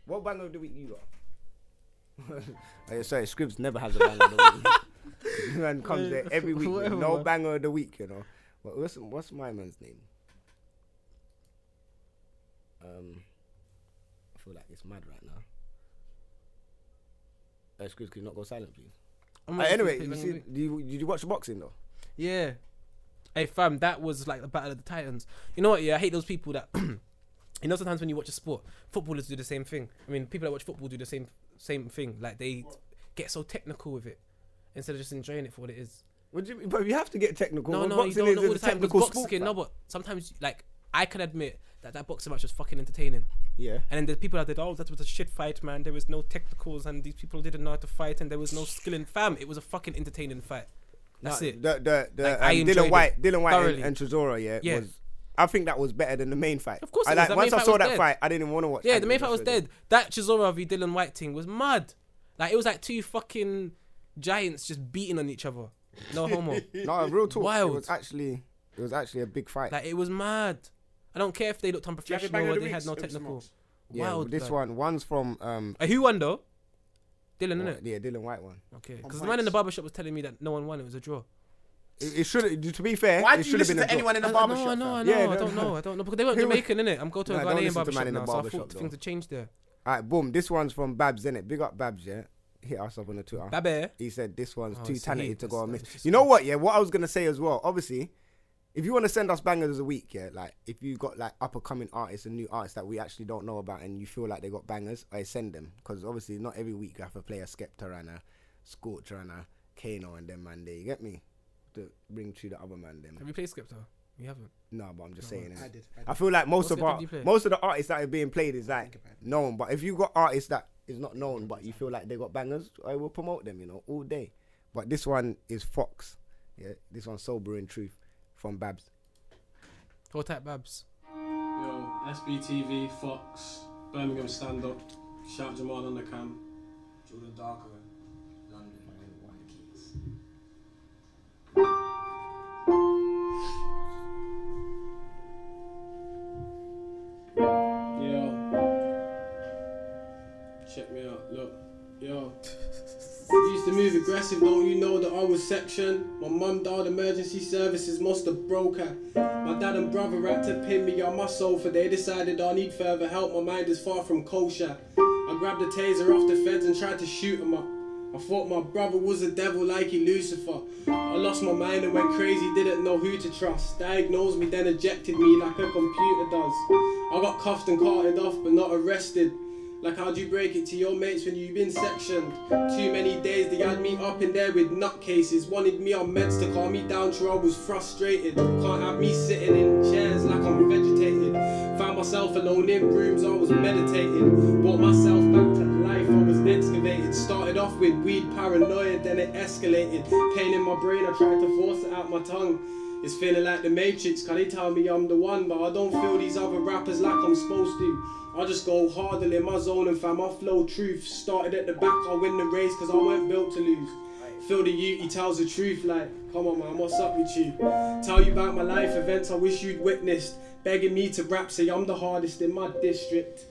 D: What bang of the week you got? oh, sorry, Scribs never has a bang of the week. man comes there every week with no bang of the week, you know. What, what's, what's my man's name? Um, I feel like it's mad right now. Uh, Scribs, can you not go silent, please?
E: I'm
D: Uh,
E: not
D: anyway,
E: sure if
D: you
E: it's
D: see,
E: banging.
D: did you, did you watch the boxing though?
E: Yeah. Hey fam, that was like the battle of the titans. You know what? Yeah, I hate those people that. you know, sometimes when you watch a sport, footballers do the same thing. I mean, people that watch football do the same same thing. Like they get so technical with it instead of just enjoying it for what it is.
D: Would you, but you have to get technical.
E: No,
D: Well,
E: no, you don't know all
D: a
E: the time. Because boxing, no, but sometimes like I can admit that that boxing match was fucking entertaining.
D: yeah.
E: And then there's people that did, oh, that was a shit fight, man. There was no technicals, and these people didn't know how to fight, and there was no skill in fam. It was a fucking entertaining fight. That's
D: No,
E: it.
D: The, the, the,
E: Like,
D: um,
E: I enjoyed
D: Dylan
E: it
D: White, Dylan White and,
E: thoroughly.
D: and Chisora, yeah,
E: Yeah.
D: was. I think that was better than the main fight.
E: Of course
D: I
E: it was.
D: like
E: That
D: once
E: main
D: I
E: fight
D: saw
E: was
D: that
E: dead.
D: fight, I didn't even want to watch.
E: Yeah,
D: I
E: the main
D: just
E: fight was
D: read it.
E: dead. That Chisora v Dylan White thing was mad. Like it was like two fucking giants just beating on each other. No homo.
D: No, real talk. It
E: Wild.
D: was actually, it was actually a big fight.
E: like it was mad. I don't care if they looked
G: Do you have your
E: unprofessional
G: banger
E: or
G: of the
E: they had
G: weeks,
E: no
G: Mr.
E: technical.
G: Marks?
D: yeah,
E: Wild.
D: this
E: blood.
D: one, one's from um,
E: Uh, who won though? Dylan,
D: yeah,
E: innit?
D: Dylan White one.
E: Okay. Because the man in the barbershop was telling me that no one won. It was a draw.
D: It, it should, to be fair,
C: Why do
D: it
C: you
D: should have
C: listen
D: been. a
C: to
D: draw.
C: anyone in the
E: I, no, I
C: barbershop?
E: know, I
C: fam?
E: know.
D: Yeah,
E: I
D: no,
E: don't
D: no.
E: know. I don't know. Because they weren't
D: Who was-
E: Jamaican, innit? I'm going to
D: No,
E: a
D: don't
E: Ghanaian
D: listen to man
E: barbershop
D: in the
E: now, so I
D: barbershop,
E: thought things
D: though.
E: had changed there.
D: All right, boom. This one's from Babs, innit? Big up Babs, yeah. Hit us up on the Twitter.
E: Babe.
D: He said this one's
E: Oh,
D: too
E: see,
D: talented to
E: that's-
D: go on
E: that's
D: miss.
E: just
D: You know
E: good.
D: what? Yeah, what I was gonna say as well. Obviously, if you want to send us bangers a week, yeah, like if you got like up and coming artists and new artists that we actually don't know about, and you feel like they got bangers, I send them because obviously not every week you have to play a Skepta and a Scorcher and a Kano and them man. There, you get me? To bring to the other man, them.
E: Have you played Skepta? We haven't.
D: No, but I'm just saying. innit?
G: I did. I
D: I feel like most
E: What
D: of
E: script
D: our,
E: did you play?
D: most of the artists that are being played is like
G: about it.
D: known. But if you got artists that is not known, but you feel like they got bangers, I will promote them, you know, all day. But this one is Fox. Yeah, this one's sober in truth from Babs.
E: Four type Babs.
I: Yo, SBTV, Fox, Birmingham Stand Up, shout Jamal on the cam, Jordan Darker, London, my little white kids. Yo, check me out, look, yo. Used to move aggressive, don't you know that I was section? My mum died, emergency services must have broke her. My dad and brother had to pin me on my sofa. They decided I need further help, my mind is far from kosher. I grabbed a taser off the feds and tried to shoot him up. I thought my brother was a devil like he Lucifer. I lost my mind and went crazy, didn't know who to trust. Diagnosed me, then ejected me like a computer does. I got cuffed and carted off, but not arrested. Like how'd you break it to your mates when you've been sectioned? Too many days they had me up in there with nutcases. Wanted me on meds to calm me down, sure I was frustrated. Can't have me sitting in chairs like I'm vegetated. Found myself alone in rooms, I was meditating. Brought myself back to life, I was excavated. Started off with weed paranoia, then it escalated. Pain in my brain, I tried to force it out my tongue. It's feeling like the Matrix, can they tell me I'm the one? But I don't feel these other rappers like I'm supposed to. I just go harder in my zone and fam, I flow truth. Started at the back, I win the race, cause I weren't built to lose. Feel the youth, he tells the truth, like, come on man, what's up with you? Tell you about my life events I wish you'd witnessed. Begging me to rap, say I'm the hardest in my district.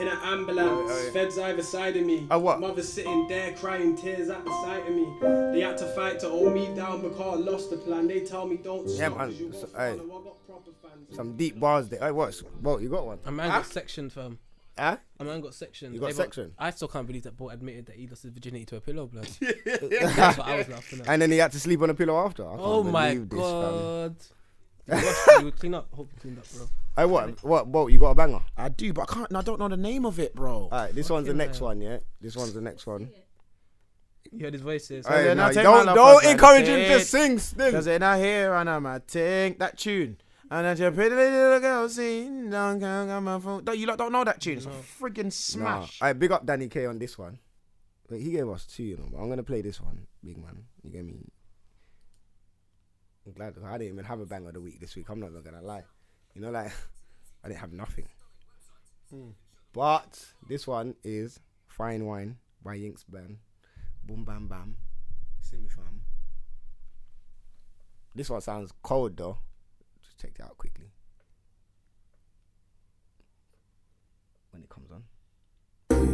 I: In an ambulance, feds either side of me.
D: Oh, what?
I: Mother sitting there crying tears at the sight of me. They had to fight to hold me down because I lost the plan. They tell me don't
D: Yeah,
I: stop
D: man,
I: 'cause you
D: so-
I: won't
D: aye.
I: follow. I got proper fans.
D: Some deep bars there. I watch. Well, you got one.
E: A man got sectioned, fam.
D: Huh?
E: A man got sectioned.
D: You got
E: Hey, but
D: sectioned?
E: I still can't believe that boy admitted that he lost his virginity to a pillow, blood. That's what I was laughing at.
D: And then he had to sleep on a pillow after. I can't
E: Oh my
D: believe this, fam.
E: god. You washed- you would clean up. Hope you cleaned up, bro.
D: Hey, what? What? Bolt, you got a banger?
C: I do, but I can't. I don't know the name of it, bro.
D: All right, this one's the
E: Fucking
D: next
E: hell.
D: one, yeah. This one's the next one.
E: You heard his voices.
D: Hey,
C: then
D: no,
C: I take my
D: don't
C: love
D: don't
C: for
D: encourage him to
C: granted.
D: sing. sing.
C: Cause in I hear and I'm a ting that tune. And that's your pretty little girl seen. Don't come on my phone. Don't, you lot don't know that tune. It's a friggin' smash.
D: All right, big up Danny K on this one. Wait, he gave us two, you know, but I'm gonna play this one, big man. You get me? I'm glad I didn't even have a bang of the week this week. I'm not even gonna lie. You know, like I didn't have nothing. But this one is Fine Wine by Yinks Band. Boom bam bam. See me fam. This one sounds cold though. Just check it out quickly. When it comes on.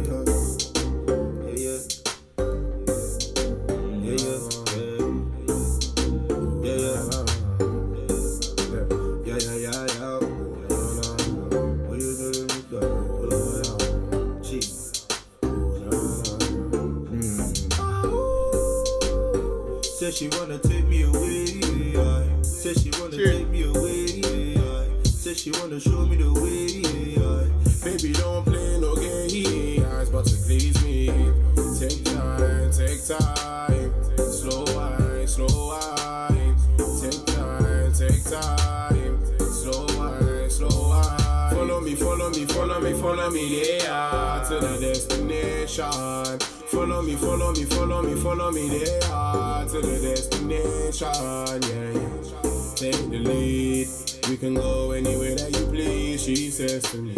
J: Said she wanna take me away. I said she wanna take me away. I said she wanna show me the way. I baby don't play no games, but to please me, take time, take time, slow wine, slow wine, take time, take time, slow wine, slow wine. Follow me, follow me, follow me, follow me, yeah, to the destination. Follow me, follow me, follow me, follow me there to the destination. Yeah, yeah. Take the lead. We can go anywhere that you please. She says to me,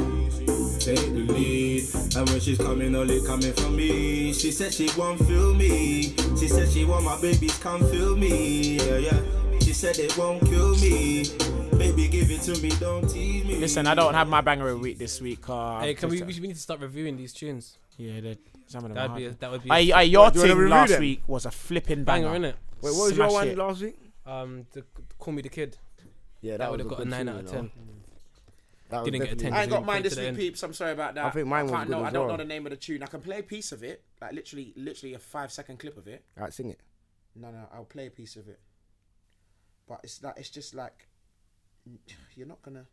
J: take the lead. And when she's coming, only coming for me. She said she won't feel me. She said she want my babies come feel me. Yeah, yeah. She said it won't kill me. Baby, give it to me, don't tease me.
C: Listen, I don't have my banger of the week this week. Uh,
E: Hey, can we,
C: just-
E: we should- we need to start reviewing these tunes.
C: yeah, they're- some of them.
E: That'd
C: are
E: be a,
C: hard.
E: that would be a
C: Aye, aye, your
D: Do you wanna
C: thing
D: review
C: last
D: them?
C: week was a flipping banger.
E: banger, innit?
D: Wait, what was your
C: Smash
D: one
C: it.
D: last week?
E: Um, the, call me the kid.
D: Yeah, was
E: That would have got a
D: good
E: nine
D: tune,
E: out
D: you
E: of
D: know.
E: ten.
D: That was
E: Didn't get a
D: definitely-
E: 10.
C: I ain't got
E: Play
C: mine
E: to
C: this
E: the
C: week,
E: end.
C: peeps. I'm sorry about that.
D: I think mine was
C: can't
D: good
C: know.
D: as
C: I don't
D: well.
C: know the name of the tune. I can play a piece of it, like literally, literally a five second clip of it.
D: Alright, sing it.
C: No, no, I'll play a piece of it. But it's like it's just like you're not gonna.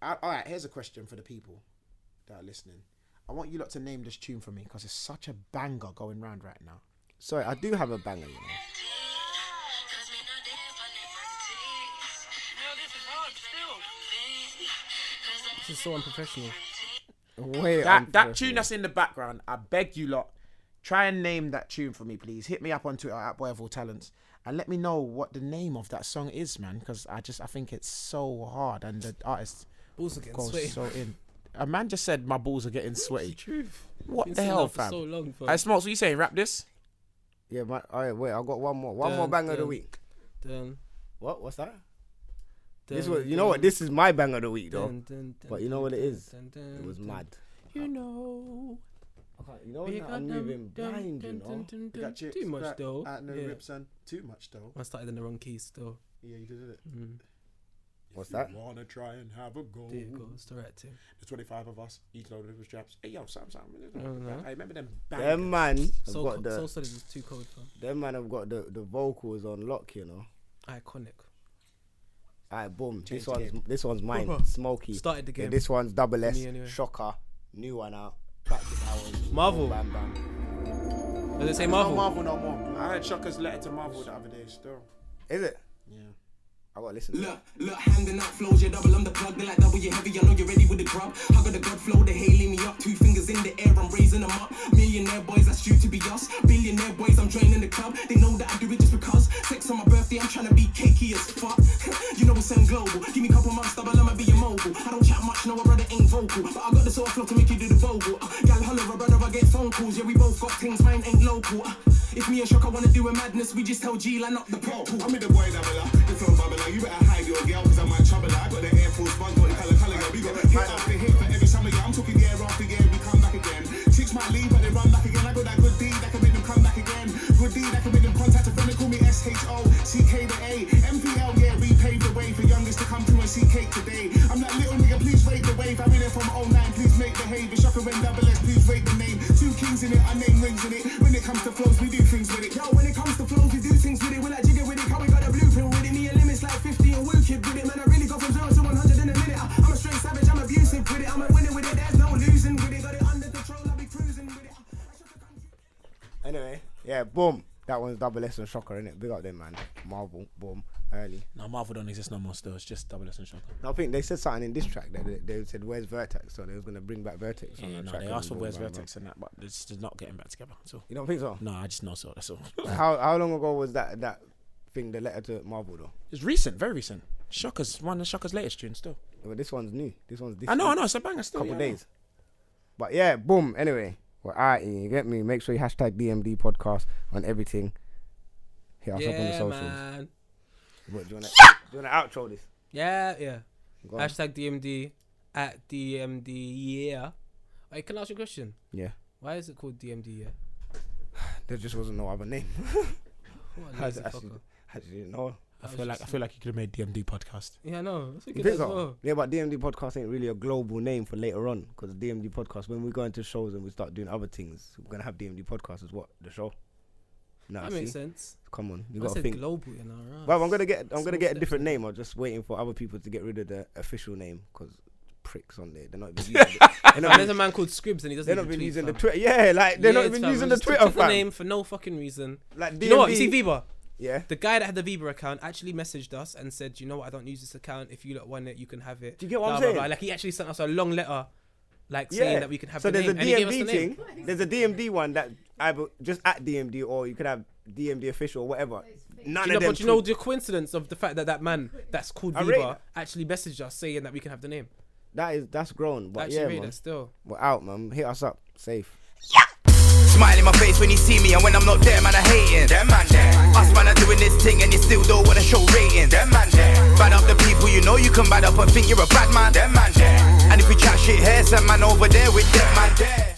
C: I, all right, here's a question for the people that are listening. I want you lot to name this tune for me because it's such a banger going round right now.
D: Sorry, I do have a banger, you know.
E: This is so unprofessional.
D: Wait,
C: That that tune that's in the background. I beg you lot, try and name that tune for me, please. Hit me up on Twitter at Boy of All Talents and let me know what the name of that song is, man. Because I just I think it's so hard and the artist
E: Balls are getting
C: goes
E: sweaty.
C: so in. A man just said my balls are getting sweaty.
E: Truth.
C: What
E: Been
C: the
E: saying
C: hell,
E: that for
C: fam?
E: so long, fam.
C: Hey, Smokes, what you saying? Rap this?
D: Yeah, my, all right, wait, I got one more. One more
E: Dun,
D: banger of the
E: dun.
D: week.
E: Dun,
D: What? What's that?
E: dun,
D: this was, you know what? This is my banger of the week, though. But you know what it is? It was mad.
E: You know.
D: I can't- You
C: Oh,
D: know
E: we
D: what? I'm
E: dum,
D: moving
E: dum,
D: blind, you
E: dun, dun,
D: know.
E: dun,
C: We
E: dun.
C: got chips.
E: Too much
C: Right.
E: though.
C: Uh, no
E: Yeah.
C: rip, son. Too much though.
E: I started in the wrong keys though.
C: Yeah, you did it.
E: Mm.
D: What's that?
C: Wanna try and have a go?
E: There it goes. Directive.
C: The twenty-five of us, each loaded with straps. Hey yo, Sam, Sam.
E: no.
C: I remember them.
D: Them man have
E: So
D: got
E: co- so
D: the
E: solid is too cold, fam.
D: them man have got the, the vocals on lock, you know.
E: Iconic.
D: Alright, boom.
C: Change
D: This
C: the
D: one's this one's mine. Smokey.
E: Started the
D: Yeah,
E: game.
D: this one's double S.
E: me anyway.
D: Shocker. New one out. Practice hours.
E: Marvel.
D: Bam bam.
E: Does it say
C: Marvel.
E: Marvel?
C: Marvel no more. I had Shocker's letter to Marvel the other day. Still.
D: Is it?
C: Yeah.
D: I gotta listen. To it.
J: Look, look, handing out flows, yeah, double, I'm the plug, they like double, you heavy, I know you're ready with the grub. I got the god flow, they hailing me up, two fingers in the air, I'm raising them up. Millionaire boys, that's due to be us. Billionaire boys, I'm joining the club, they know that I do it just because. Sex on my birthday, I'm trying to be cakey as fuck. you know it's in global, give me a couple months, double, I'ma be immobile. I don't chat much, no, my brother ain't vocal, but I got the sort of flow to make you do the vocal. Uh, gal, holler, my brother, I get phone calls, yeah, we both got things, mine ain't local. Uh, if me and Shocker wanna do a madness, we just tell G, line up the pole.
K: I'm in the boy Dabala, the flow Babala. You better hide your girl, cause I might trouble her. I got the Air Force One, got the color color, yeah. We got hit after hit for every summer, yeah. I'm talking year after year, we come back again. Chicks might leave, but they run back again. I got that good deed that can make them come back again. Good deed that can make them contact a friend, they call me SHO, CK the A. MPL, yeah, we paved the way for youngest to come through and see cake today. I'm that little nigga, please rate the wave. I'm in it from 09, please make behave. It's shocker and double S, please rate the name. Two kings in it, I name rings in it. When it comes to flows, we do things with it. Yo, when it comes to flows, we do things with it. We're like jigger with it, come we got a blueprint with it. Me and limits like 50 and woo kid with it. Man, I really go from 0 to 100 in a minute. I- I'm a straight savage, I'm abusive with it. I'm a winner with it, there's no losing with it. Got it under control, I'll be cruising with it. I- I shook the country.
D: Anyway, yeah, boom. That one's double S and shocker, innit? Big up them, man. Marvel, boom. early.
C: No, Marvel don't exist no more. Still, it's just Double S and Shocker.
D: I think they said something in this track that they, they said, "Where's Vertex?" So they was gonna bring back Vertex. on
C: Yeah,
D: the
C: no,
D: track
C: they
D: and
C: asked for
D: blah,
C: Where's
D: blah, blah.
C: Vertex and that, but it's just not getting back together. So
D: You don't think so?
C: no, I just know so. That's all.
D: How how long ago was that that thing? The letter to Marvel though.
C: it's recent, very recent. Shocker's one of Shocker's latest tunes still.
D: But this one's new. This one's this.
C: I know, I
D: week.
C: know. It's a banger still.
D: couple
C: yeah, I know.
D: days. But yeah, boom. Anyway, we're out here. You get me? Make sure you hashtag DMD podcast on everything. Hit us up on the
E: Yeah,
D: socials.
E: man.
D: What, do you want to outro this?
E: Yeah, yeah.
D: Go on.
E: Hashtag DMD at DMD yeah. I can I ask you a question.
D: Yeah.
E: Why is it called DMD yeah?
D: There just wasn't no other name.
E: What a
D: I
E: lazy
D: just- I just-
E: fucker.
D: I just didn't know.
C: I feel like I feel like you could have made DMD podcast.
E: Yeah, I know. That's a
D: You
E: good
D: think
E: as
D: so?
E: well.
D: Yeah, but DMD podcast ain't really a global name for later on because DMD podcast. When we go into shows and we start doing other things, we're gonna have DMD podcast as what the show. No,
E: That
D: see,
E: makes sense.
D: come on, you
E: I
D: gotta
E: said
D: think.
E: global, you know. Right.
D: Well, I'm gonna get I'm
E: Small
D: gonna get a
E: steps,
D: different name. I'm just waiting for other people to get rid of the official name because pricks on there. They're not even using. it. They're
E: And
D: not,
E: there's a
D: even-
E: man called Scribs and he doesn't.
D: they're not
E: even
D: even
E: tweet,
D: using the
E: fam.
D: Twitter. Yeah, like they're not
E: Yeah,
D: even
E: fam.
D: using the
E: Just took-
D: Twitter.
E: took
D: Fam.
E: The name for no fucking reason.
D: Like DMD.
E: You know what? You see, Viva,
D: yeah.
E: the guy that had the Viva account, actually messaged us and said, "You know what? I don't use this account. If you lot want it, you can have it."
D: Do you get what I'm
E: Blah, blah,
D: saying?
E: blah. Like he actually sent us a long letter, like
D: Yeah.
E: saying that we can have.
D: so
E: the
D: there's
E: name,
D: a
E: and he gave us
D: DMD
E: the name.
D: thing. There's a DMD one that either just at DMD or you could have DMD official or whatever. None
E: Do you
D: of
E: know,
D: them.
E: but you know
D: tweet.
E: the coincidence of the fact that that man that's called
D: I rate
E: Viva
D: that.
E: actually messaged us saying that we can have the name.
D: that is that's grown. But
E: actually,
D: yeah,
E: rate
D: man.
E: that still.
D: We're out, man. Hit us up. Safe.
A: Smile in my face when you see me, and when I'm not there, man, I hating. Them man there. Us man are doing this thing, and you still don't wanna show ratings. Them man there. Bad up the people you know you can bad up and think you're a bad man. Them man there. And if we chat shit here, some man over there with them man there.